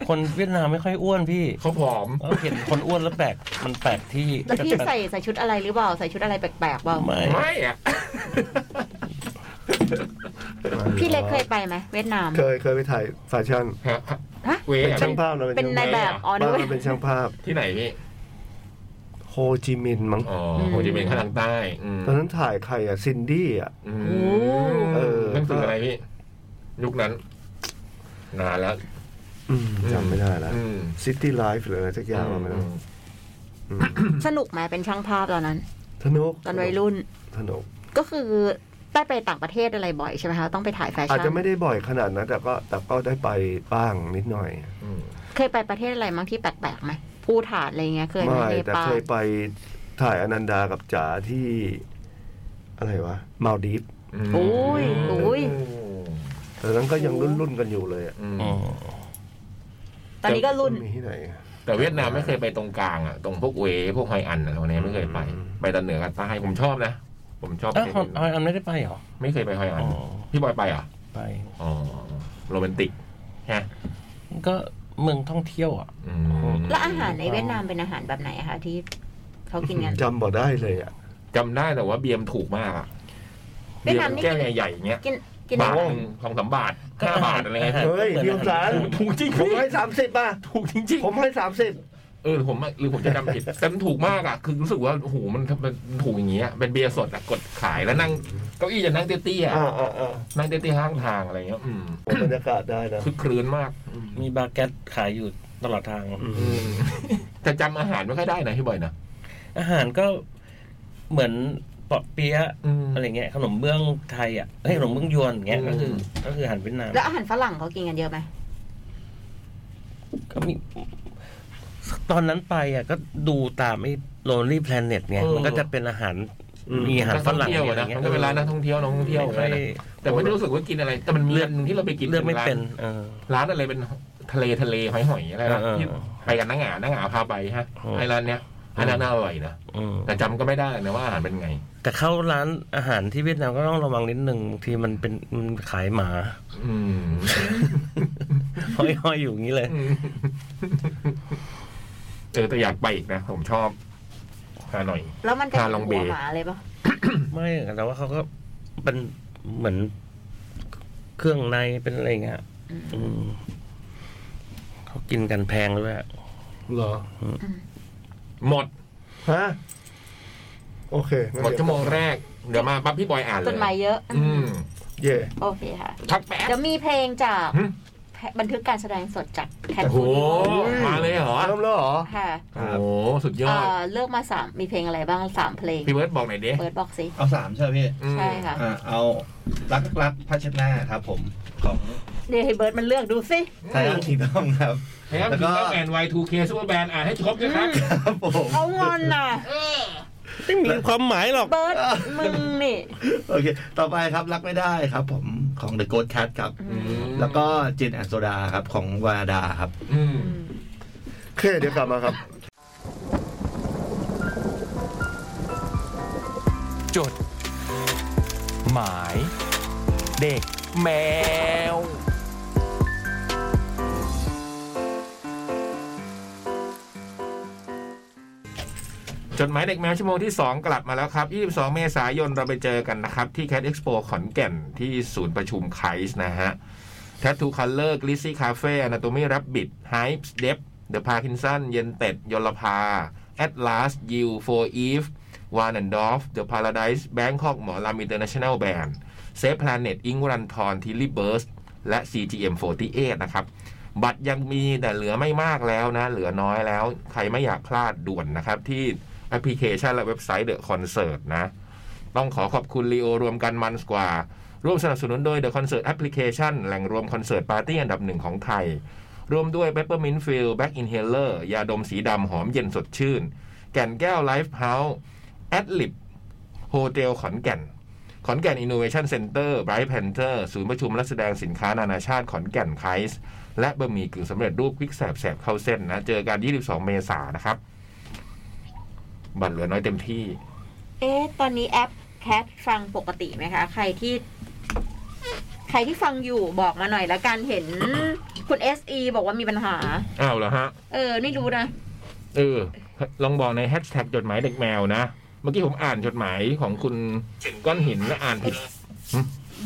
Speaker 5: คนเวียดนามไม่ค่อยอ้วนพี่
Speaker 1: เขาผอม
Speaker 5: เราเห็นคนอ้วนแล้วแปลกมันแปลกที่
Speaker 3: แล้วพี่ใส่ใส่ชุดอะไรหรือเปล่า ใส่ชุดอะไรแปลกๆเปล่า
Speaker 5: ไม่
Speaker 1: ไม่อะ
Speaker 3: พี่เล็กเคยไปไหมเวียดนาม
Speaker 2: เคยเคยไปถ่ายแฟชั่น
Speaker 1: ฮะ
Speaker 3: ฮะ
Speaker 1: เว
Speaker 2: เป็น
Speaker 1: อะ
Speaker 2: ช่างภาพนะ
Speaker 3: เป็นนายแบบอ๋อ
Speaker 2: บ้า
Speaker 3: นึ
Speaker 2: น
Speaker 3: ก
Speaker 2: เรา
Speaker 3: ว่า
Speaker 2: เป็นช่างภาพ
Speaker 1: ที่ไหนพี่
Speaker 2: โฮจิมินห์มั้ง
Speaker 1: อ๋อโฮจิมินห์ข้างทางใต้ อืม
Speaker 2: ตอนนั้นถ่ายใครอ่ะซินดี้อ่ะ
Speaker 1: อื
Speaker 3: โอ้
Speaker 1: ม
Speaker 2: เออ
Speaker 1: หนั่นคืออะไรพี่ ยุคนั้น นานแล้ว
Speaker 2: อืมจำไม่ได้ละ
Speaker 1: อืม
Speaker 2: ซิตี้ไลฟ์หรืออะไรสักอย่างไม่รู้
Speaker 3: สนุกไหมเป็นช่างภาพตอนนั้น
Speaker 2: สนุก
Speaker 3: ตอนวัยรุ่น
Speaker 2: สนุก
Speaker 3: ก็คือได้ไปต่างประเทศอะไรบ่อยใช่ไหมคะ ต้องไปถ่ายแฟ
Speaker 2: อาจ
Speaker 3: ชั่
Speaker 2: จะ
Speaker 3: น
Speaker 2: ไม่ได้บ่อยขนาดนั้นแต่ก็แต่ก็ได้ไปบ้างนิดหน่อย
Speaker 1: อืม
Speaker 3: เคยไปประเทศอะไรมั้งที่แปลกๆไหมภูฐานอะไรเงี้ย เคยไหม
Speaker 2: ไม่
Speaker 3: เน
Speaker 2: แต่
Speaker 3: ปา
Speaker 2: เค
Speaker 3: ล
Speaker 2: ยไปถ่ายอนันดากับจ๋าที่ อะไรวะมาดีฟ
Speaker 1: ม
Speaker 3: โอ้ยโอ้ย
Speaker 2: ตอนนั้นก็ยังรุ่นรุ่นๆกันอยู่เลยอ่ะ
Speaker 1: อืม
Speaker 5: อืม
Speaker 3: ตอนนี้ก็รุ่น
Speaker 2: มีที่ไหนอะ
Speaker 1: แต่เวียดนามไม่เคยไปตรงกลางอ่ะตรงพวกเวพวกไฮอันอะไรพวกนี้ไม่เคยไป
Speaker 2: อืม
Speaker 1: ไปตอนเหนือกับใต้ผมชอบนะ ผมชอบ
Speaker 5: อ้าว
Speaker 1: ไป
Speaker 5: คนเอาอันไม่ได้ไปเหรอ
Speaker 1: ไม่เคยไปไฮอั
Speaker 5: อ๋
Speaker 1: น
Speaker 5: อ
Speaker 1: พี่บอยไปเหรอ่ะ
Speaker 5: ไป
Speaker 1: อ๋อโรแมนติกฮะ
Speaker 5: ก็เมืองท่องเที่ยวอ่ะ
Speaker 1: อืม
Speaker 3: แล้วอาหารในเวียดนามเป็นอาหารแบบไหนอะคะที่เขากินกัน
Speaker 2: จำบ่ได้เลยอ่ะ
Speaker 1: จำได้แต่ว่าเบียมถูกมากอ่ะ
Speaker 3: เวียดนาม
Speaker 1: เบี
Speaker 3: นี่
Speaker 1: ยแก้วใหญ่ๆอย่างเงี้ย
Speaker 3: กินกิน
Speaker 1: บาทหนึ่งสองสามบาทห้าบาทอะไรเงี้ย
Speaker 5: เออ
Speaker 2: เฮ้ยพี่องศา
Speaker 1: ถูกจริง
Speaker 2: ผมให้สามสิบป่ะ
Speaker 1: ถูกจริง
Speaker 2: ผมให้สามสิบ
Speaker 1: ๆเออผมหรือผมจะจำผิดแต่มันถูกมากอ่ะคือรู้สึกว่าโอ้โหมันมันถูกอย่างเงี้ยเป็นเบียร์สดอะกดขายแล้วนั่งเก้าอี้จะนั่งเตี้ยๆอะ
Speaker 2: อ่าอ่าอ่า
Speaker 1: นั่งเตี้ยๆข้างทางอะไรเงี้ยอืม
Speaker 2: ผมบรรยากาศได้นะ
Speaker 1: คือครื้นมาก
Speaker 5: มีบาร์แก๊ตขายอยู่ตลอดทาง
Speaker 2: อืม
Speaker 1: แต่จำอาหารไม่ค่อยได้นะพี่บอยนะ
Speaker 5: อาหารก็เหมือนปอเปี๊ยะอะไรเงี้ยขนมเบื้องไทยอ่ะเฮ้ยขนมเบื้องยวนอย่างเงี้ยก็คือก็คืออาหารเวียดนาม
Speaker 3: แล้วอาหารฝรั่งเขากินกันเยอะไหม
Speaker 5: ก็มีตอนนั้นไปอ่ะก็ดูตามไอ้ Lonely Planet เนี่ย
Speaker 1: เออ
Speaker 5: มันก็จะเป็นอาหาร
Speaker 2: อืม
Speaker 5: มีอาหาร
Speaker 1: นัก
Speaker 5: ฝ
Speaker 1: ท่อง
Speaker 5: รั่ง
Speaker 1: เที่ยวอะ
Speaker 5: อะไร
Speaker 1: นะ
Speaker 5: เงี้
Speaker 1: มั
Speaker 5: ย
Speaker 1: นก็เป็นร้านนักท่องเที่ยวน้องท่องเที่ยว
Speaker 5: ไม่ค่อย
Speaker 1: นะแต่ไม่ได้รู้สึกว่ากินอะไร แต่มันมีอันหนึงที่เราไปกิน
Speaker 5: เลือกไม่เป็นเออ
Speaker 1: ร้านอะไรเป็นทะเลทะเลหอยหอยอะไรนะ
Speaker 5: เออเออ
Speaker 1: ที่ไปกันนังหงานังหงาพาไปฮะ
Speaker 5: เออ
Speaker 1: ไอ้ร้านเนี้ยอันนั้นน่าอร่อยนะ
Speaker 5: อืม
Speaker 1: แต่จำก็ไม่ได้นะว่าอาหารเป็นไง
Speaker 5: แต่เข้าร้านอาหารที่เวียดนามก็ต้องระวังนิดนึงบางทีมันเป็นมันขายหมา
Speaker 1: อืม
Speaker 5: ห้อยๆอยู่อย่างนี้เลย
Speaker 1: เออแต่อยากไปอีกนะผมชอบฮานอย
Speaker 3: แล้วมันจะ
Speaker 1: ทานลองเบ
Speaker 3: หัวหมาเลยปะ
Speaker 5: ไม่แต่ว่าเขาก็เป็นเหมือนเครื่องในเป็นอะไรอย่างเงี้ยอืมเขากินกันแพงด้วยอะ
Speaker 2: เหรอ
Speaker 1: หมด
Speaker 2: ฮะ โอเคงั้น
Speaker 1: หมด
Speaker 2: เดี๋ยว
Speaker 1: ชั่วโมงแรกเดี๋ยวมาปั๊บพี่บอยอ่านเล
Speaker 3: จ
Speaker 1: ย
Speaker 3: ดหมายเยอะ
Speaker 1: อืม
Speaker 2: เย่
Speaker 3: โอเคค่ะ
Speaker 1: ทักแป๊บ
Speaker 3: เดี๋ยวมีเพลงจาก
Speaker 1: หึ
Speaker 3: บันทึกการแสดงสดจากแคท
Speaker 1: โอ้โห
Speaker 3: คูดิ
Speaker 1: มาเลยเหรอ
Speaker 2: เริ่มแล้วเหรอ
Speaker 3: ค่ะ
Speaker 1: โอ้โหสุดยอ
Speaker 3: เอ่
Speaker 1: ด
Speaker 3: อเลือกมาสามมีเพลงอะไรบ้างสามเพลง
Speaker 1: พี่เบิร์ดบอกหน่อยดิ
Speaker 3: เปิดบอกสิ
Speaker 4: เอาสามใช่ไหมพี่
Speaker 1: อืม
Speaker 3: ใช่ค่ะ
Speaker 4: อ่าเอารักรักพัชนาครับผมของ
Speaker 3: เดี๋ยวให้เบิร์ดมันเลือกดูสิ
Speaker 4: ไทยรัฐทีดอมครับ
Speaker 1: แล้ว
Speaker 4: แล้วก็
Speaker 1: ก็แอนด์ไวทูเคซูเปอร์แบนอ่านให้ครบนะครับ
Speaker 4: ครับผม
Speaker 3: เขางอนน่ะ
Speaker 5: ไม่มีความหมายหรอก
Speaker 3: เบิร์ดมึงนี่
Speaker 4: โอเค ต่อไปครับรักไม่ได้ครับผมของ The Ghost Cat ครับ
Speaker 1: อืม
Speaker 4: แล้วก็จินแอนโซดาครับของวาดาครับ
Speaker 1: อืม
Speaker 3: อืม
Speaker 2: เคเดี๋ยวกลับมาครับ
Speaker 1: จด หมาย เด็กแมว จดหมายเด็กแมวชั่วโมงที่ 2 กลับมาแล้วครับ 22 เมษายนเราไปเจอกันนะครับ ที่ Cat Expo ขอนแก่นที่ศูนย์ประชุมไคส์นะฮะ Tattoo Color Glissy Cafe Anatomy Rabbit Hypes Depth The Parkinson เยนเต็ดยลภา Atlas Yield For Eve วาน a นดอฟเดอะพาราไดส์แบงคอกหมอลำอินเตอร์เนชั่นแนลแบนด์เซฟแพลเน็ตอิงรันทอนทิลลี่เบิร์สและ CGM48 นะครับ บัตรยังมีแต่เหลือไม่มากแล้วนะ เหลือน้อยแล้ว ใครไม่อยากพลาดด่วนนะครับ ที่แอปพลิเคชันและเว็บไซต์เดอะคอนเสิร์ตนะ ต้องขอขอบคุณลีโอรวมกันมันสกว่า ร่วมสนับสนุนโดย The Concert Application แหล่งรวมคอนเสิร์ตปาร์ตี้อันดับหนึ่งของไทย รวมด้วย Peppermint Fill Back Inhaler ยาดมสีดำหอมเย็นสดชื่น แก่นแก้ว Life House แอดลิบโฮเทลขอนแก่น ขอนแก่นอินโนเวชันเซ็นเตอร์ไบรท์แพนเทอร์ศูนย์ประชุมและแสดงสินค้านานาชาติขอนแก่นไคส์และบะหมี่กึ่งสำเร็จรูปควิกแสบแสบเข้าเส้นนะ เจอกัน 22 เมษายนนะครับ บัตรเหลือน้อยเต็มที่
Speaker 3: เอ๊ะ ตอนนี้แอปแคทฟังปกติไหมคะ ใครที่ ใครที่ฟังอยู่บอกมาหน่อยละกันเห็น คุณเอสีบอกว่ามีปัญหา
Speaker 1: อ้าวเหรอฮะ
Speaker 3: เออ ไม่รู้นะ
Speaker 1: เออ ลองบอกในแฮชแท็กจดหมายเด็กแมวนะ เมื่อกี้ผมอ่านจดหมายของคุณก้อนหินและอ่านผิด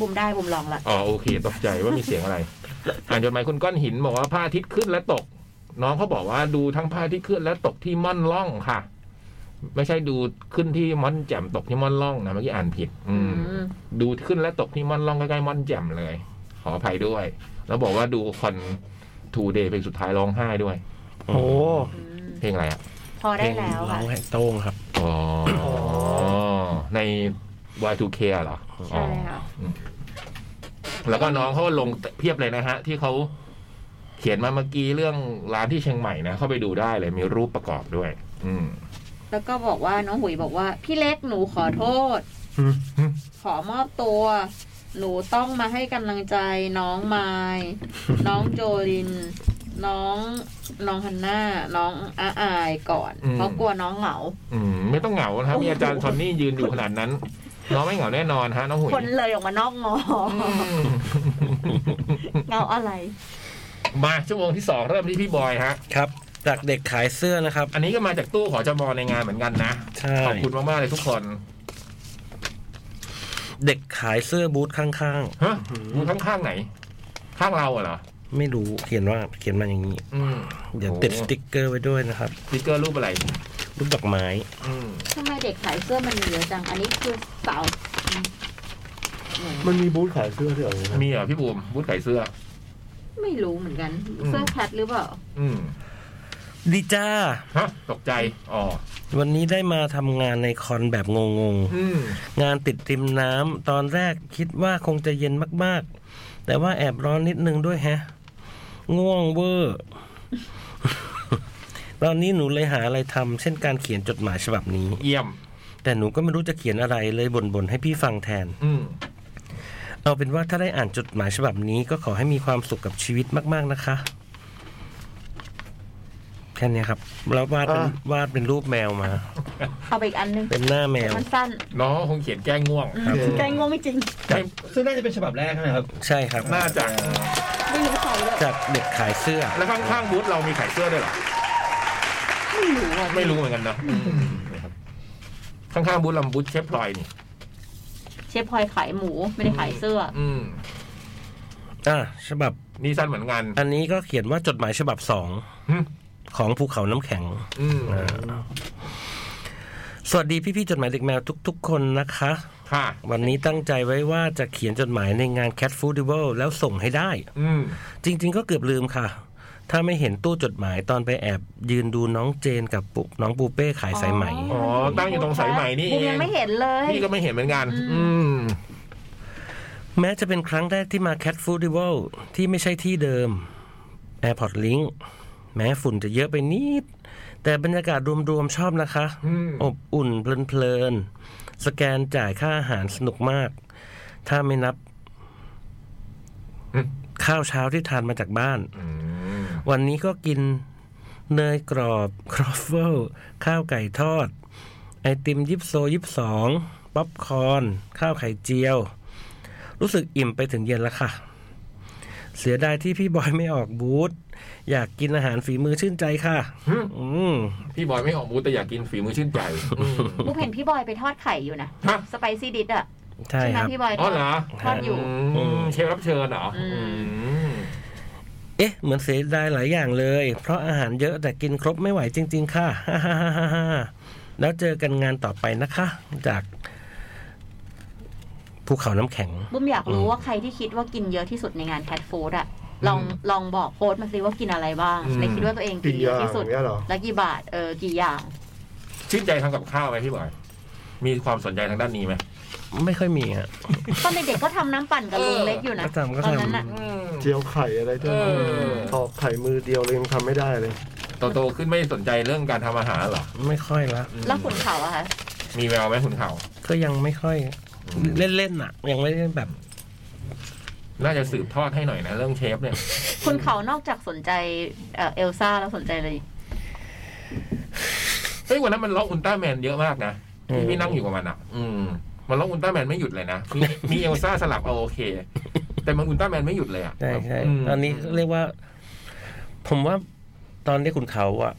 Speaker 3: บุมได้บุมลองละ
Speaker 1: อ๋อโอเคตกใจว่ามีเสียงอะไร อ่านจดหมายคุณก้อนหินบอกว่าพระอาทิตย์ขึ้นและตก น้องเขาบอกว่าดูทั้งพระอาทิตย์ขึ้นและตกที่ม่อนล่องค่ะ ไม่ใช่ดูขึ้นที่ม่อนแจ่มตกที่ม่อนล่องนะเมื่อกี้อ่านผิด อืม
Speaker 3: อืม
Speaker 1: ดูขึ้นและตกที่ม่อนล่องใกล้ๆม่อนแจ่มเลย ขออภัยด้วย แล้วบอกว่าดูคอนทูเดย์เพลงสุดท้ายร้องไห้ด้วย
Speaker 2: โอ้
Speaker 3: อืม
Speaker 1: เพลงอะไรอ่ะ
Speaker 3: พอได้แล้ว
Speaker 5: เพงร้
Speaker 3: ค่ะ
Speaker 5: องให้โต้งครับ
Speaker 1: อ๋อใน Y2K เหรอ
Speaker 3: ใช่ค่ะ
Speaker 1: อืมแล้วก็น้องเขาก็ลงเพียบเลยนะฮะ ที่เขาเขียนมาเมื่อกี้เรื่องร้านที่เชียงใหม่นะ เข้าไปดูได้เลยมีรูปประกอบด้วย อืม
Speaker 3: แล้วก็บอกว่าน้องหุยบอกว่า พี่เล็กหนูขอโทษ ขอมอบตัว หนูต้องมาให้กำลังใจน้อง ไมาย น้องโจลิน น้องน้องฮันน่า น้องอาอายก่อน
Speaker 1: อืม
Speaker 3: เพราะกลัวน้องเหงา
Speaker 1: อืม ไม่ต้องเหงานะครับมีอาจารย์ทอนนี่ยืนอยู่ขนาดนั้น น้องไม่เหงาแน่นอนฮะ น้องหุย
Speaker 3: คนเลยออกมานอกงอ
Speaker 1: อืม
Speaker 3: เงาอะไร
Speaker 1: มาชั่วโมงที่สองเริ่มที่พี่บอยฮะ
Speaker 5: ครับ จากเด็กขายเสื้อนะครับ
Speaker 1: อันนี้ก็มาจากตู้ขอจมในงานเหมือนกันนะ
Speaker 5: ใช่
Speaker 1: ขอบคุณมากๆเลยทุกคน
Speaker 5: เด็กขายเสื้อบูธข้าง
Speaker 1: ฮะอยู่ข้างๆไหน ข้างเราอะเหรอ
Speaker 5: ๆ ไม่รู้เขียนว่าเขียนมาอย่างนี้
Speaker 1: อืม
Speaker 5: เดี๋ยวติด
Speaker 1: โอ้
Speaker 5: สติ๊กเกอร์ไว้ด้วยนะครับ
Speaker 1: สติ๊กเกอร์รูปอะไร
Speaker 5: รูปดอกไม้
Speaker 1: อืม
Speaker 3: ทำไมเด็กขายเสื้อมันมีเยอะจัง อันนี้คือสาว
Speaker 2: มันมีบูธขายเสื้อด้วยเหรอเนี่ย
Speaker 1: มีเหรอพี่บูมบูธขายเสื้อ
Speaker 3: ไม่รู้เหมือนกัน เสื้อแคทหรือเปล่า
Speaker 1: อืม
Speaker 5: ดีจ้า
Speaker 1: ฮะ ตกใจ อ๋อ
Speaker 5: วันนี้ได้มาทำงานในคอนแบบงง
Speaker 1: อืม
Speaker 5: ๆ งานติดริมน้ำตอนแรกคิดว่าคงจะเย็นมากๆ แต่ว่าแอบร้อนนิดนึงด้วยแฮะ ง่วงเวอร์ ตอนนี้หนูเลยหาอะไรทำเช่นการเขียนจดหมายฉบับนี้
Speaker 1: เยี่ยม
Speaker 5: แต่หนูก็ไม่รู้จะเขียนอะไรเลยบ่นๆให้พี่ฟังแทน
Speaker 1: อืม
Speaker 5: เอาเป็นว่าถ้าได้อ่านจดหมายฉบับนี้ก็ขอให้มีความสุขกับชีวิตมากๆนะคะ แค่เนี้ยครับ แล้ววาดเป็นวาดเป็นรูปแมวมา
Speaker 3: เอาไปอีกอันนึง
Speaker 5: เป็นหน้าแมว
Speaker 3: มันสั้น
Speaker 1: น้องคงเขียนแก้ง่วง
Speaker 3: ใจงงไม่จริง
Speaker 4: ซึ่งน่าจะเป็นฉบับแรกใช่ไหมครับ
Speaker 5: ใช่ครับ
Speaker 1: น่าจะ
Speaker 3: ไม่รู้ใครเลย
Speaker 5: จากเด็กขายเสื้อ
Speaker 1: แล้วข้างๆบูธเรามีขายเสื้อด้วยเหรอ
Speaker 3: ไม่รู้อ่ะ
Speaker 1: ไม่รู้เหมือนกันนะอืมนะครับข้างๆบูธลำบูธเชฟพลอยนี่
Speaker 3: เชฟพลอยขายหมูไม่ได้ขายเสื้อ
Speaker 1: อืม
Speaker 5: อ่ะฉบับ
Speaker 1: นี่สั้นเหมือนกัน
Speaker 5: อันนี้ก็เขียนว่าจดหมายฉบับสอง
Speaker 1: หึ
Speaker 5: ของภูเขาน้ำแข็ง
Speaker 1: อืม
Speaker 5: อ่า สวัสดีพี่ๆจดหมายเด็กแมวทุกๆ คนนะคะ
Speaker 1: ค่ะ
Speaker 5: วันนี้ตั้งใจไว้ว่าจะเขียนจดหมายในงาน Cat f o o d i v a l แล้วส่งให้ได้
Speaker 1: อืม
Speaker 5: จริง ๆ ก็เกือบลืมค่ะ ถ้าไม่เห็นตู้จดหมายตอนไปแอบ ยืนดูน้องเจนกับปุน้องปูเป้ขายสายไหม
Speaker 1: อ๋อตั้งอยู่ตรงสายไหมนี่เอง
Speaker 3: บุมยังไม่เห็นเลย
Speaker 1: นี่ก็ไม่เห็นเหมือนกัน อืม
Speaker 5: แม้จะเป็นครั้งแรกที่มา Cat f o o d i v a l ที่ไม่ใช่ที่เดิม Airport Link แม้ฝุ่นจะเยอะไปนิด แต่บรรยากาศรวม ๆ ชอบนะคะ
Speaker 1: อืม
Speaker 5: อบอุ่นเพลินๆ สแกนจ่ายค่าอาหารสนุกมาก ถ้าไม่นับ
Speaker 1: อืม
Speaker 5: ข้าวเช้าที่ทานมาจากบ้าน
Speaker 1: อืม
Speaker 5: วันนี้ก็กิน เนยกรอบครอฟเฟิลข้าวไก่ทอด ไอติมยิบโซยิบสองป๊อปคอร์นข้าวไข่เจียว รู้สึกอิ่มไปถึงเย็นแล้วค่ะ เสียดายที่พี่บอยไม่ออกบูธอยากกินอาหารฝีมือชื่นใจค่ะ อืม
Speaker 1: พี่บอยไม่ออกบูธแต่อยากกินฝีมือชื่นใจอืม
Speaker 3: บุ๊กเห็นพี่บอยไปทอดไข่อยู่นะ
Speaker 1: ฮะ
Speaker 3: สไปซี่ดิชอะ
Speaker 5: ใช่
Speaker 3: ไหม
Speaker 5: ครับ
Speaker 3: พี่บอย
Speaker 1: อ๋อเหรอ
Speaker 3: ทอดอยู่
Speaker 1: มเชฟรับเชิญเหรออม
Speaker 5: เอ๊ะ เหมือนเสียดายหลายอย่างเลย เพราะอาหารเยอะแต่กินครบไม่ไหวจริง ๆ ค่ะ แล้วเจอกันงานต่อไปนะคะ จากภูเขาน้ำแข็ง
Speaker 3: บุ้มอยากรู้ว่าใครที่คิดว่ากินเยอะที่สุดในงานแคทฟู้ดอะลองลองบอกโค้ดมาสิว่ากินอะไรบ้างในคิดว่าตัวเอง
Speaker 2: กิ
Speaker 3: กิ
Speaker 2: น
Speaker 3: น
Speaker 2: เย
Speaker 3: เย
Speaker 2: อะ
Speaker 3: อะ
Speaker 2: อ
Speaker 3: ที่สุด
Speaker 2: ย่างเงี้ยเหรอ
Speaker 3: แล้วกี่บาทเออกี่อย่าง
Speaker 1: ชื่นใจทำกับข้าวไหมพี่บอย มีความสนใจทางด้านนี้ไหม
Speaker 5: ไม่ค่อยมีอ่ะ
Speaker 3: ตอนเด็กๆก็ทำน้ำปั่นกับ
Speaker 1: เออ
Speaker 3: ลุงเล็กอยู่นะ
Speaker 5: ก็ทำก็
Speaker 3: ต
Speaker 5: ทำ
Speaker 3: อนนั้นอะ
Speaker 2: เจียวไข่อะไรเท่า
Speaker 1: เอ
Speaker 2: นั้น
Speaker 1: อ
Speaker 2: ตอกไข่มือเดียวเลยยังทำไม่ได้เลย
Speaker 1: โตโตขึ้นไม่สนใจเรื่องการทำอาหารเหรอ
Speaker 5: ไม่ค่อยละ
Speaker 1: อืม
Speaker 3: แล้วขุนเขาอะคะ
Speaker 1: มีแววไหมคุณเขา
Speaker 5: ก็ยังไม่ค่อย เล่นๆอ่ะ ยังไม่ได้แบบ
Speaker 1: น่าจะสืบทอดให้หน่อยนะเรื่องเชฟเนี่ย
Speaker 3: ขุนเขานอกจากสนใจเอ่อเอลซ่าแล้วสนใจเลย
Speaker 1: เฮ้ยวันนั้นมันล็อกอุลตร้าแมนเยอะมากนะ
Speaker 5: อื
Speaker 1: พี่
Speaker 5: ม
Speaker 1: พี่นั่งอยู่กับมันอ่ะ อืม มันล็อกอุลตร้าแมนไม่หยุดเลยนะมีมีเอลซ่าสลับเอาโอเค แต่มันอุลตร้าแมนไม่หยุดเลยอ่ะ
Speaker 5: ใช่ใช่
Speaker 1: ม
Speaker 5: ตอนนี้เรียกว่า ผมว่าตอนที่คุณเขาอ่ะ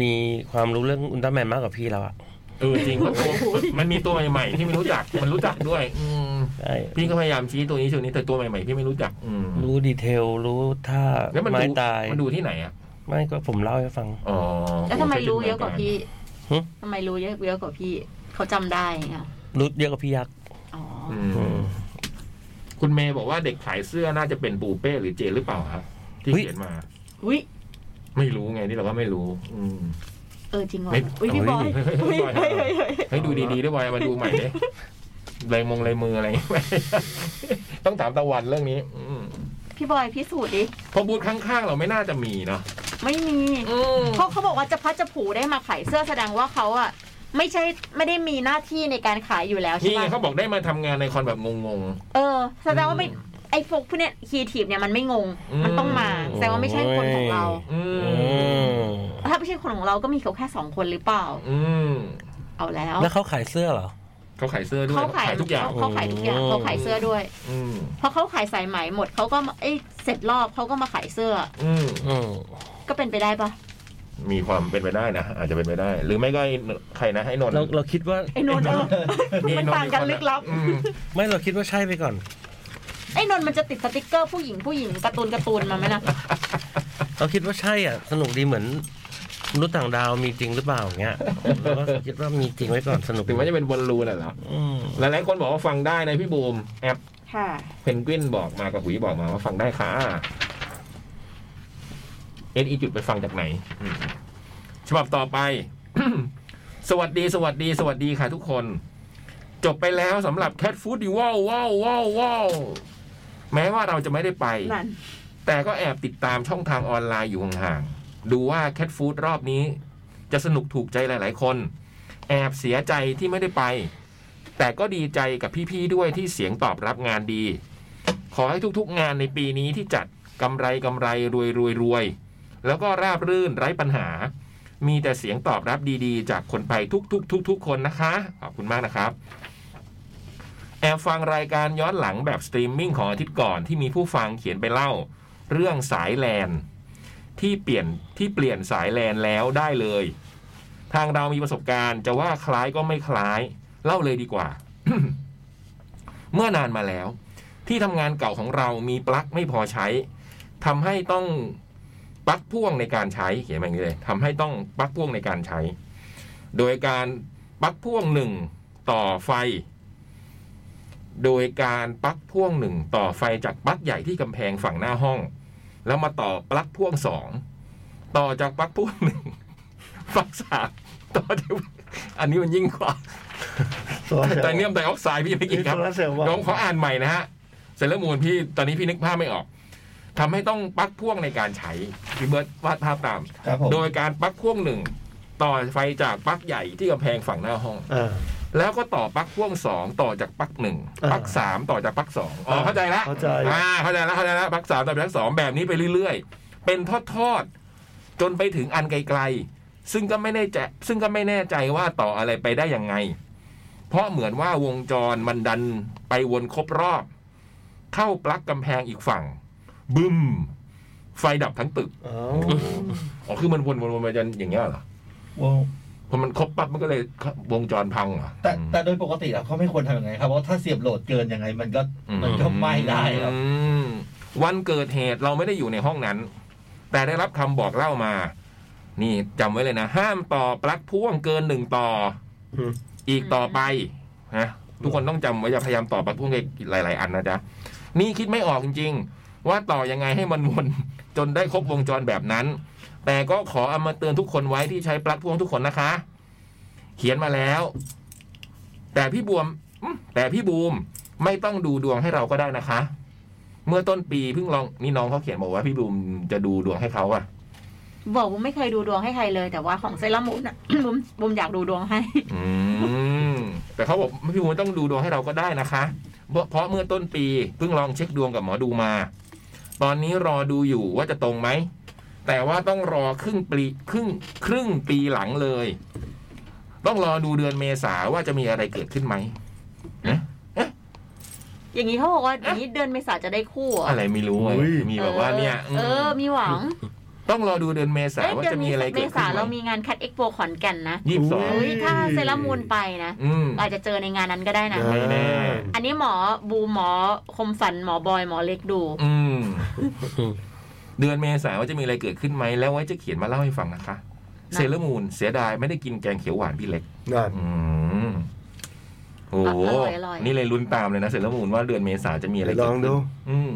Speaker 5: มีความรู้เรื่องอุลตร้าแมนมากกว่าพี่แล้วอ่ะ
Speaker 1: เออจริงมันตัวมันมีตัวใหม่ๆที่ไม่รู้จัก มันรู้จักด้วย อืม
Speaker 5: ใช่
Speaker 1: พี่ก็พยายามชี้ตัวนี้ตัวนี้แต่ตัวใหม่ๆพี่ไม่รู้จัก อืม
Speaker 5: รู้ดีเทล รู้ท่า
Speaker 1: แล้วมัน
Speaker 5: ไม้
Speaker 1: ดู
Speaker 5: ตาย
Speaker 1: มันดูที่ไหนอ่ะ
Speaker 5: ไม่ก็ผมเล่าให้ฟัง
Speaker 1: อ๋อ
Speaker 3: แล้วทำไมรู้เยอะกว่าพี่
Speaker 5: หึ
Speaker 3: ทำไมรู้เยอะเยอะกว่าพี่เขาจำได้ไงย
Speaker 5: รู้เยอะกว่าพี่ยักษ์
Speaker 3: อ๋อ
Speaker 1: อืมคุณเมย์บอกว่าเด็กขายเสื้อน่าจะเป็นปูเป้หรือเจหรือเปล่าครับที่เขียนมา
Speaker 3: อุ้ย
Speaker 1: ไม่รู้ไงนี่เราก็ไม่รู้ อืม
Speaker 3: เออจริงว่ะ
Speaker 1: ไม่
Speaker 3: อุ้ยพี่บอย
Speaker 1: เฮ้
Speaker 3: อุ้
Speaker 1: ย
Speaker 3: ย
Speaker 1: เฮ้
Speaker 3: เฮ้
Speaker 1: ย
Speaker 3: ย
Speaker 1: เฮ้ย
Speaker 3: เฮ้ยเฮ้ย
Speaker 1: ให้ดูดีๆด้วยบอยมาดูใหม่เลยลายมงลายมืออะไร ต้องถามตะวันเรื่องนี้ อืม
Speaker 3: พี่บอยพิสูจน์ดิ
Speaker 1: เพราะบูธข้างๆ เราไม่น่าจะมีเนาะ
Speaker 3: ไม่มี เขาเขาบอกว่าจะพัดจะผูได้มาขายเสื้อแสดงว่าเขาอะไม่ใช่ไม่ได้มีหน้าที่ในการขายอยู่แล้วใช่
Speaker 1: นี่
Speaker 3: ไหม
Speaker 1: ไงเขาบอกได้มาทำงานในคอนแบบงง
Speaker 3: เออแสดงว่าไม่
Speaker 1: อืม
Speaker 3: ไอ้พวกผู้เนี่ยคีทีฟเนี่ยมันไม่งง
Speaker 1: อืม
Speaker 3: มันต้องมาแสดงว่าไม่ใช่คนของเรา
Speaker 1: ๆอื
Speaker 5: อื
Speaker 1: ม
Speaker 5: ม
Speaker 3: ถ้าไม่ใช่คนของเราก็มีเขาแค่สองคนหรือเปล่า
Speaker 1: อืม
Speaker 3: เอาแล้ว
Speaker 5: แล้วเขาขายเสื้อเหรอ
Speaker 1: เขาขายเสื้อด้วย
Speaker 3: เขาขาย
Speaker 1: ทุกอย่าง
Speaker 3: เขาเขาขายทุกอย่าง
Speaker 5: อืม
Speaker 3: เขาขายเสื้อด้วย
Speaker 1: อืม
Speaker 3: พอเขาขายสายไหมหมดเขาก็มาเอ้ยเสร็จรอบเขาก็มาขายเสื้อ
Speaker 1: อืม
Speaker 5: อืม
Speaker 3: ก็เป็นไปได้ปะ
Speaker 1: มีความเป็นไปได้นะอาจจะเป็นไปได้ หรือไม่ก็ไอ้ใครนะให้นนท์
Speaker 5: เราเราคิดว่า
Speaker 3: ไอ้น นท์เออ
Speaker 1: ไอ้
Speaker 3: มัน
Speaker 1: ท์
Speaker 3: ต่างกันลึกลับ
Speaker 1: อืม
Speaker 5: ไม่เราคิดว่าใช่ไปก่อน
Speaker 3: ไอ้นนท์มันจะติดสติกเกอร์ผู้หญิงผู้หญิงการ์ตูนการ์ตูนมาไหมนะ
Speaker 5: เราคิดว่าใช่อ่ะ สนุกดีเหมือนมนุษย์ต่างดาวมีจริงหรือเปล่าอย่างเงี้ยเราก็คิดว่ามีจริงไว้ก่อนสนุก
Speaker 1: ถึงแม้จะเป็นบอลลูนน่ะเหรอ
Speaker 5: อืม
Speaker 1: หลายๆคนบอกว่าฟังได้นะพี่บูมแอป
Speaker 3: ค่ะ
Speaker 1: เพนกวินบอกมากับหุยบอกมาว่าฟังได้ค่ะเอ็นอีจุดไปฟังจากไหนอืมฉบับต่อไป สวัสดีสวัสดี สวัสดีค่ะทุกคน จบไปแล้วสำหรับแคทฟู้ดดิว้าวว้าวว้าวว้าวแม้ว่าเราจะไม่ได้ไป
Speaker 3: นั่น
Speaker 1: แต่ก็แอบติดตามช่องทางออนไลน์อยู่ห่างๆ ดูว่าแคทฟู้ดรอบนี้ จะสนุกถูกใจหลายๆคน แอบเสียใจที่ไม่ได้ไป แต่ก็ดีใจกับพี่ๆด้วยที่เสียงตอบรับงานดี ขอให้ทุกๆงานในปีนี้ที่จัดกำไรกำไรรวยรวยรวยแล้วก็ราบรื่นไร้ปัญหา มีแต่เสียงตอบรับดีๆ จากคนไปทุกๆทุกๆคนนะคะ ขอบคุณมากนะครับ แอบฟังรายการย้อนหลังแบบสตรีมมิ่งของอาทิตย์ก่อนที่มีผู้ฟังเขียนไปเล่า เรื่องสายแลนที่เปลี่ยนที่เปลี่ยนสายแลนแล้วได้เลย ทางเรามีประสบการณ์จะว่าคล้ายก็ไม่คล้าย เล่าเลยดีกว่า เมื่อนานมาแล้ว ที่ทำงานเก่าของเรามีปลั๊กไม่พอใช้ทำให้ต้องปลั๊กพ่วงในการใช้เขียนแบบนี้เลยทำให้ต้องปลั๊กพ่วงในการใช้ โดยการปลั๊กพ่วงหนึ่งต่อไฟ โดยการปลั๊กพ่วงหนึ่งต่อไฟจากปลั๊กใหญ่ที่กำแพงฝั่งหน้าห้อง แล้วมาต่อปลั๊กพ่วงสองต่อจากปลั๊กพ่วงหนึ่ง ปลั๊กสามต่อจากอันนี้มันยิ่งก ว่าไทเนียมไดออกไซด์พี่ไม่กินครับ
Speaker 2: โซลาเซลล์ว่ะ
Speaker 1: น้องขออ่านใหม่นะฮะเซเลอร์มูนพี่ตอนนี้พี่นึกภาพไม่ออกทำให้ต้องปลั๊กพ่วงในการใช้พี่เบิร์ตวาดภาพตาม
Speaker 4: ครับผม
Speaker 1: โดยการปลั๊กพ่วงหนึ่งต่อไฟจากปลั๊กใหญ่ที่กำแพงฝั่งหน้าห้อง
Speaker 2: อ่า
Speaker 1: แล้วก็ต่อปลั๊กพ่วงสองต่อจากปลั๊กหนึ่ง
Speaker 2: อ่า
Speaker 1: ปลั๊กสามต่อจากปลั๊กสองอ๋อเข้าใจแล้ว
Speaker 2: เข้าใจ
Speaker 1: อ่าเข้าใจแล้วเข้าใจแล้วปลั๊กสามต่อจากปลั๊กสองแบบนี้ไปเรื่อย ๆ เป็นทอดๆ จนไปถึงอันไกลๆ ซึ่งก็ไม่แน่ใจซึ่งก็ไม่แน่ใจว่าต่ออะไรไปได้ยังไง เพราะเหมือนว่าวงจรมันดันไปวนครบรอบ เข้าปลั๊กกำแพงอีกฝั่ง บึ้ม ไฟดับทั้งตึก
Speaker 2: อ๋อ
Speaker 1: อ๋อ คือมันวนวนวนไปจนอย่างเงี้ยเหรอ
Speaker 4: โอ้
Speaker 1: พอมันครบปั๊บมันก็เลยวงจรพังเหรอ
Speaker 4: แต่แต่โดยปกติแล้วเขาไม่ควรทำยังไงครับเพราะถ้าเสียบโหลดเกินยังไง มันก็
Speaker 1: อื
Speaker 4: มันก็ไหม่ได้ครับ
Speaker 1: อืมวันเกิดเหตุเราไม่ได้อยู่ในห้องนั้น แต่ได้รับคำบอกเล่ามา นี่จำไว้เลยนะ ห้ามต่อปลั๊กพ่วงเกินหนึ่งต่อ
Speaker 2: อืม
Speaker 1: อีกต่อไปนะทุกคนต้องจำไว้อย่าพยายามต่อปลั๊กพ่วงหลาย ๆ อันนะจ๊ะ นี่คิดไม่ออกจริง ๆ ว่าต่อยังไงให้มันวน จนได้ครบวงจรแบบนั้น แต่ก็ขอเอามาเตือนทุกคนไว้ที่ใช้ปลั๊กพ่วงทุกคนนะคะ เขียนมาแล้ว แต่พี่บวมอืมแต่พี่บูมไม่ต้องดูดวงให้เราก็ได้นะคะ เมื่อต้นปีเพิ่งลองนี่น้องเขาเขียนบอกว่าพี่บูมจะดูดวงให้เขาอะ
Speaker 3: บอกบุมไม่เคยดูดวงให้ใครเลย แต่ว่าของเซรามูนอ่ะ บุมบุมอยากดูดวงให้
Speaker 1: อืมแต่เขาบอกพี่บูมไม่ต้องดูดวงให้เราก็ได้นะคะเพราะเพราะเมื่อต้นปีเพิ่งลองเช็คดวงกับหมอดูมา ตอนนี้รอดูอยู่ว่าจะตรงไหม แต่ว่าต้องรอครึ่งปีครึ่งครึ่งปีหลังเลย ต้องรอดูเดือนเมษาว่าจะมีอะไรเกิดขึ้นไหม
Speaker 3: อย่างนี้เขาบอกว่าอย่างนี้เดือนเมษาจะได้คู่เหรอ
Speaker 1: อะไรไม่รู้เว้ยมีแบบว่าเนี่ย
Speaker 3: เออเออ มีหวัง
Speaker 1: ต้องรอดูเดือนเมษา
Speaker 3: เอ้ย
Speaker 1: ว่า
Speaker 3: เดือน
Speaker 1: จะมีอะไร
Speaker 3: เม
Speaker 1: เกิด
Speaker 3: ษา
Speaker 1: ขึ้น
Speaker 3: เรา
Speaker 1: ไหม
Speaker 3: มีงานคัดเอ็กโปขอนแก่นนะ
Speaker 1: ยี่สิบสอง
Speaker 3: เฮ้ยถ้าเซรามูนไปนะ
Speaker 1: อืม
Speaker 3: เราอาจจะเจอในงานนั้นก็ได้นะ
Speaker 1: ไม่แน่
Speaker 3: อันนี้หมอบูหมอคมสันหมอบอยหมอเล็กดู
Speaker 1: อืม เดือนเมษาว่าจะมีอะไรเกิดขึ้นไหมแล้วไว้จะเขียนมาเล่าให้ฟังนะคะ
Speaker 3: นะ
Speaker 1: เซเลอร์มูนเสียดายไม่ได้กินแกงเขียวหวานพี่เล็ก
Speaker 2: นั่น
Speaker 1: อืมโอ้โห
Speaker 3: อร่อยอร่อย
Speaker 1: นี่เลยลุ้นตามเลยนะเซเลอร์มูนว่าเดือนเมษาจะมีอะไร
Speaker 2: ล
Speaker 1: เกิด
Speaker 2: อง
Speaker 1: ขึ้น
Speaker 2: ดู
Speaker 1: อืม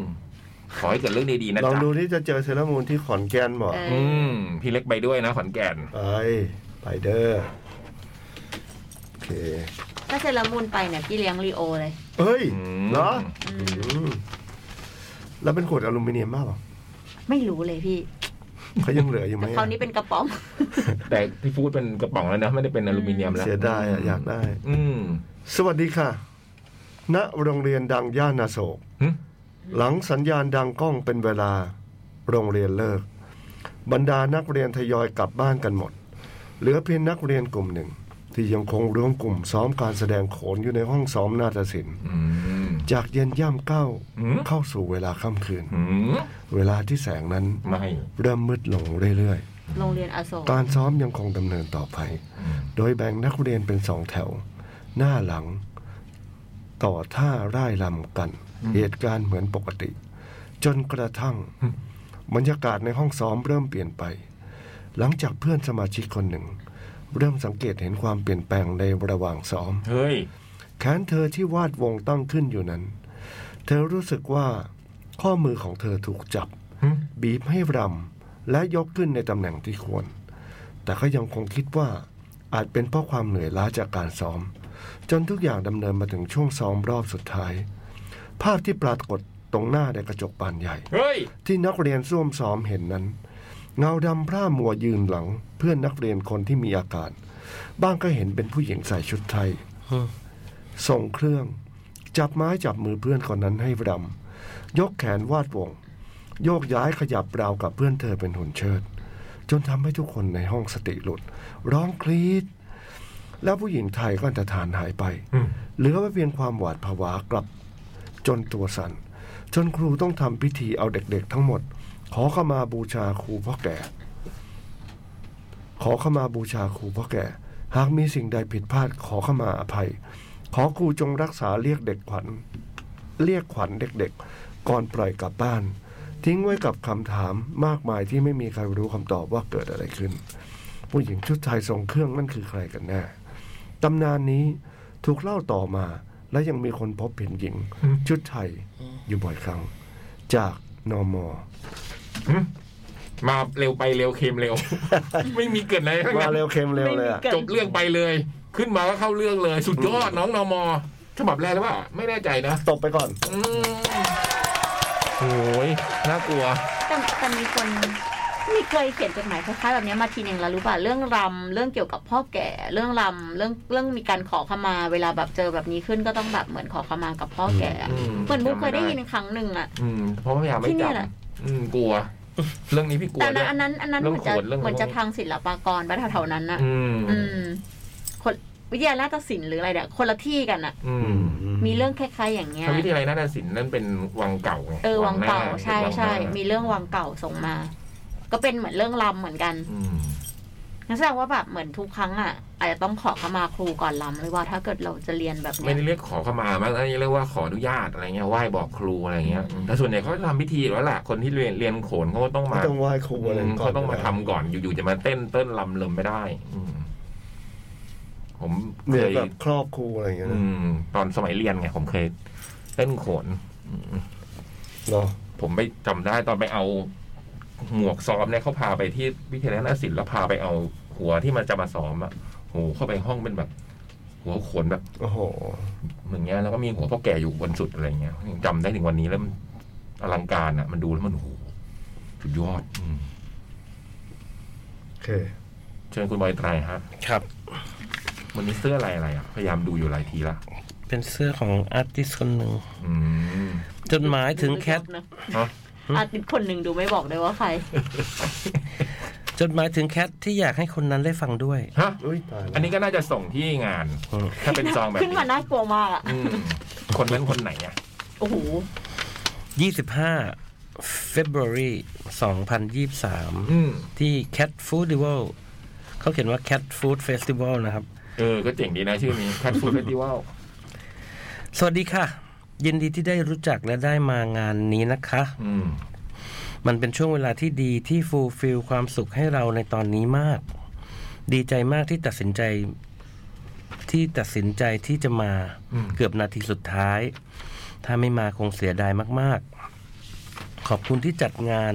Speaker 1: ขอให้เกิดเรื่องดีๆนะ
Speaker 2: ลอง
Speaker 1: จ๊ะ
Speaker 2: ดูที่จะเจอเซเลอรามูนที่ขอนแก่นบอก
Speaker 3: เอออ
Speaker 1: อืม พี่เล็กไปด้วยนะขอนแก่น
Speaker 2: ไปไปเด้อโอเค
Speaker 3: ถ้าเซรามูนไปเนี่ยพี่เลี้ยงลีโอเลย
Speaker 2: เฮ้ย
Speaker 1: อืม
Speaker 2: เหรอ
Speaker 3: อื
Speaker 2: อื
Speaker 3: ม
Speaker 2: มแล้วเป็นขวดอลูมิเนียมมากหรอ
Speaker 3: ไม่รู้เลยพี่
Speaker 2: เขายังเหลืออยู่ไหม
Speaker 3: แต่
Speaker 2: อะ
Speaker 3: คราวนี้เป็นกระป๋อง
Speaker 1: แต่ที่พูดเป็นกระป๋องแล้วนะไม่ได้เป็นอลูมิเนียมแล้ว
Speaker 2: เสียดายอะอยากได้
Speaker 1: อืม
Speaker 2: สวัสดีค่ะ ณ โรงเรียนดังย่านนาโศก
Speaker 1: หึ
Speaker 2: หลังสัญญาณดังก้องเป็นเวลา โรงเรียนเลิก บรรดานักเรียนทยอยกลับบ้านกันหมด เหลือเพียงนักเรียนกลุ่มหนึ่ง ที่ยังคงรวมกลุ่มซ้อมการแสดงโขนอยู่ในห้องซ้อมนาฏศิลป์
Speaker 1: อืม
Speaker 2: จากเย็นย่ำเก้า
Speaker 1: หืม
Speaker 2: เข้าสู่เวลาค่ำคืน
Speaker 1: อืม
Speaker 2: เวลาที่แสงนั้น
Speaker 1: ไม่
Speaker 2: เริ่มมืดลงเรื่อยๆ
Speaker 3: โรงเรียนอโศก
Speaker 2: การซ้อมยังคงดำเนินต่อไป โดยแบ่งนักเรียนเป็นสองแถว หน้าหลัง ต่อท่าร่ายรำกัน เหตุการณ์เหมือนปกติ จนกระทั่ง
Speaker 1: อืม
Speaker 2: บรรยากาศในห้องซ้อมเริ่มเปลี่ยนไป หลังจากเพื่อนสมาชิกคนหนึ่ง เริ่มสังเกตเห็นความเปลี่ยนแปลงในระหว่างซ้อม
Speaker 1: เฮ้ย
Speaker 2: แขนเธอที่วาดวงตั้งขึ้นอยู่นั้น เธอรู้สึกว่าข้อมือของเธอถูกจับ
Speaker 1: หึ
Speaker 2: บีบให้รำและยกขึ้นในตำแหน่งที่ควร แต่ก็ยังคงคิดว่าอาจเป็นเพราะความเหนื่อยล้าจากการซ้อม จนทุกอย่างดำเนินมาถึงช่วงซ้อมรอบสุดท้าย ภาพที่ปรากฏตรงหน้าในกระจกบานใหญ่
Speaker 1: เฮ้ย
Speaker 2: ที่นักเรียนส้วมซ้อมเห็นนั้น เงาดำพร่ามัวยืนหลัง เพื่อนนักเรียนคนที่มีอาการ บ้างก็เห็นเป็นผู้หญิงใส่ชุดไทย
Speaker 5: ฮะ
Speaker 2: ส่งเครื่อง จับไม้จับมือเพื่อนคนนั้นให้รำยกแขนวาดวง โยกย้ายขยับราวกับเพื่อนเธอเป็นหุ่นเชิด จนทำให้ทุกคนในห้องสติหลุด ร้องกรีด แล้วผู้หญิงไทยก็อันตรธานหายไป
Speaker 1: อืม
Speaker 2: เหลือไว้เพียงความหวาดผวากลับ จนตัวสั่น จนครูต้องทำพิธีเอาเด็กๆทั้งหมด ขอเข้ามาบูชาครูพ่อแก่ ขอเข้ามาบูชาครูพ่อแก่ หากมีสิ่งใดผิดพลาดขอเข้ามาอภัย ขอครูจงรักษาเรียกเด็กขวัญ เรียกขวัญเด็กๆ ก่อนปล่อยกลับบ้าน ทิ้งไว้กับคำถามมากมายที่ไม่มีใครรู้คำตอบว่าเกิดอะไรขึ้น ผู้หญิงชุดไทยทรงเครื่องนั่นคือใครกันแน่ตำนานนี้ถูกเล่าต่อมาและยังมีคนพบเห็นหญิง ชุดไทยอยู่บ่อยครั้ง จากนอมอ
Speaker 1: มาเร็วไปเร็วเค็มเร็ว ไม่มีเกิดอะไรทั้ง
Speaker 2: มา
Speaker 1: นั้น
Speaker 2: เร็วเค็มเร็วเลยอะ
Speaker 3: ไม่มีกิด
Speaker 1: จบเรื่องไปเลย ขึ้นมาก็เข้าเรื่องเลย สุดยอดน้องนอมอฉบับแรกหรือเปล่าไม่แน่ใจนะ
Speaker 2: ตบไปก่อน
Speaker 1: อืมโอ้ยน่ากลัว
Speaker 3: แต่แต่มีคนมีเคยเขียนจดหมายคล้ายๆแบบเนี้ยมาทีหนึ่งแล้วรู้ป่ะเรื่องรำเรื่องเกี่ยวกับพ่อแก่ เรื่องรำเรื่องเรื่องมีการขอขมา เวลาแบบเจอแบบนี้ขึ้นก็ต้องแบบเหมือนขอขมากับพ่อแก่อะ
Speaker 1: อืม
Speaker 3: เหมือนบุ๊กเคยได้
Speaker 1: จำไม่ได้
Speaker 3: ยินครั้งหนึ่งอะ
Speaker 1: อืมเพราะพยายามไม่
Speaker 3: ที่เนี่
Speaker 1: จ
Speaker 3: ยแหละ
Speaker 1: ำอืมกลัว เรื่องนี้พี่กลัว
Speaker 3: แต่อัน
Speaker 1: ด้วน ย
Speaker 3: นั้อันนั้นอันนั้น
Speaker 1: เรื่
Speaker 3: เห
Speaker 1: องโข
Speaker 3: มือนจะ
Speaker 1: นเรื่อง
Speaker 3: เหมือนจะทางศิลปากรบ้านแถวๆนั้นน่ะ
Speaker 1: อืม
Speaker 3: อืมคนวิทยาราชศิลป์หรืออะไรเนี่ยคนละที่กันน่ะ
Speaker 1: อื
Speaker 2: อื
Speaker 1: ม
Speaker 2: ม
Speaker 3: มีเรื่องคล้ายๆอย่างเงี้ย
Speaker 1: พระวิทยาลัยนาฏศิลป์นั่นเป็นวังเก่าไง
Speaker 3: เออวังเก่า
Speaker 1: หน้
Speaker 3: ใช่
Speaker 1: วังหน้า
Speaker 3: ใช่มีเรื่องวังเก่าส่งมา ก็เป็นเหมือนเรื่องลำเหมือนกัน
Speaker 1: อืม
Speaker 3: นั่นแสดงว่าแบบเหมือนทุกครั้งอ่ะอาจจะต้องขอเขามาครูก่อนลำหรือว่าถ้าเกิดเราจะเรียนแบบ
Speaker 1: ไม่
Speaker 3: เนี้
Speaker 1: ได้
Speaker 3: ย
Speaker 1: เรียกขอขมามั้งอันนี้เรียกว่าขออนุญาตอะไรเงี้ยไหว้บอกครูอะไรเงี้ยแต่ส่วนใหญ่เขาจะทำพิธีอยู่แล้วแหละคนที่เรียนเรียนโขนเขาก็ต้อง
Speaker 2: ไม่
Speaker 1: มา
Speaker 2: ต้องไหว้ครูอะไรก่อน
Speaker 1: เขาต้องมาทำก่อนอยู่ๆจะมาเต้นเต้นลำเลิมไม่ได้อืมผมเค
Speaker 2: เหมือน
Speaker 1: ย
Speaker 2: แบบครอบครูอะไรอย่างเงี้ย
Speaker 1: อื
Speaker 2: นะ
Speaker 1: มตอนสมัยเรียนไงผมเคยเล่นโขนอืม
Speaker 2: เนาะ
Speaker 1: ผมไปจำได้ตอนไปเอาหมวกซ้อมเนี่ยเขาพาไปที่วิทยาลัยนาฏศิลป์แล้วพาไปเอาหัวที่มันจะมาซ้อมอะโหเข้าไปห้องเป็นแบบ หัวโขนแบบ
Speaker 2: โอ้โห
Speaker 1: อย่างเงี้ยแล้วก็มีหัวพ่อแก่อยู่บนสุดอะไรเงี้ยยังจำได้ถึงวันนี้แล้วมันอลังการอะมันดูแล้วมันโหสุดยอดอืม
Speaker 2: โอเค
Speaker 1: เชิญคุณบอยไตรฮะ
Speaker 5: ครับ
Speaker 1: วันนี้เสื้ออะไรอะไรอะพยายามดูอยู่หลายทีละ
Speaker 5: เป็นเสื้อของอาร์ติสคนหนึ่ง
Speaker 1: อืม
Speaker 5: จดหมายถึงแคท
Speaker 3: นะ
Speaker 1: ฮะ
Speaker 3: อาจคนหนึ่งดูไม่บอกเลยว่าใคร
Speaker 5: จดหมายถึงแคทที่อยากให้คนนั้นได้ฟังด้วย
Speaker 1: ฮะ
Speaker 2: อุ้ยตายแล้ว
Speaker 1: อันนี้ก็น่าจะส่งที่งาน ถ้าเป็นซองแบบ
Speaker 3: ขึ้น
Speaker 1: นี้
Speaker 3: มาน่ากลัวมากอะ
Speaker 1: อืมคนนั้นคนไหนอ่ะ
Speaker 3: โอ้โห
Speaker 5: 25 February 2023
Speaker 1: อืม
Speaker 5: ที่ Cat Food Festival เขาเขียนว่า Cat Food Festival นะครับ
Speaker 1: เออ ก็เจ๋งดีนะชื่อนี้ Cat Food Festival
Speaker 5: สวัสดีค่ะ ยินดีที่ได้รู้จักและได้มางานนี้นะคะ
Speaker 1: อืม
Speaker 5: มันเป็นช่วงเวลาที่ดีที่ฟูลฟิลความสุขให้เราในตอนนี้มาก ดีใจมากที่ตัดสินใจ ที่ตัดสินใจที่จะมา
Speaker 1: อืม
Speaker 5: เกือบนาทีสุดท้าย ถ้าไม่มาคงเสียดายมาก ๆ ขอบคุณที่จัดงาน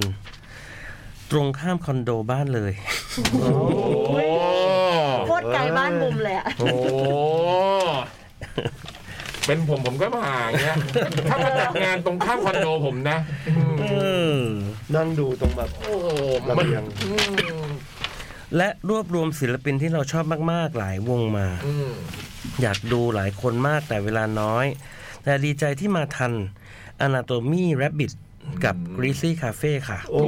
Speaker 5: ตรงข้ามคอนโดบ้านเลย
Speaker 1: โอ้โห
Speaker 3: โคตรไกลบ้านมุมเลยอะ
Speaker 1: โอ้โหเป็นผมผมก็มาอย่างเงี้ย ถ้ามาจัดงานตรงข้ามคอนโดผมนะ
Speaker 5: เออ
Speaker 2: นั่งดูตรงแบบ
Speaker 1: โอ้โห
Speaker 2: ระ
Speaker 1: มัน
Speaker 2: เบียง
Speaker 1: อืม
Speaker 5: และรวบรวมศิลปินที่เราชอบมาก ๆ หลายวงมา
Speaker 1: อืม
Speaker 5: อยากดูหลายคนมากแต่เวลาน้อย แต่ดีใจที่มาทัน Anatomy Rabbit กับ Greasy Cafe ค่ะ
Speaker 2: โอ้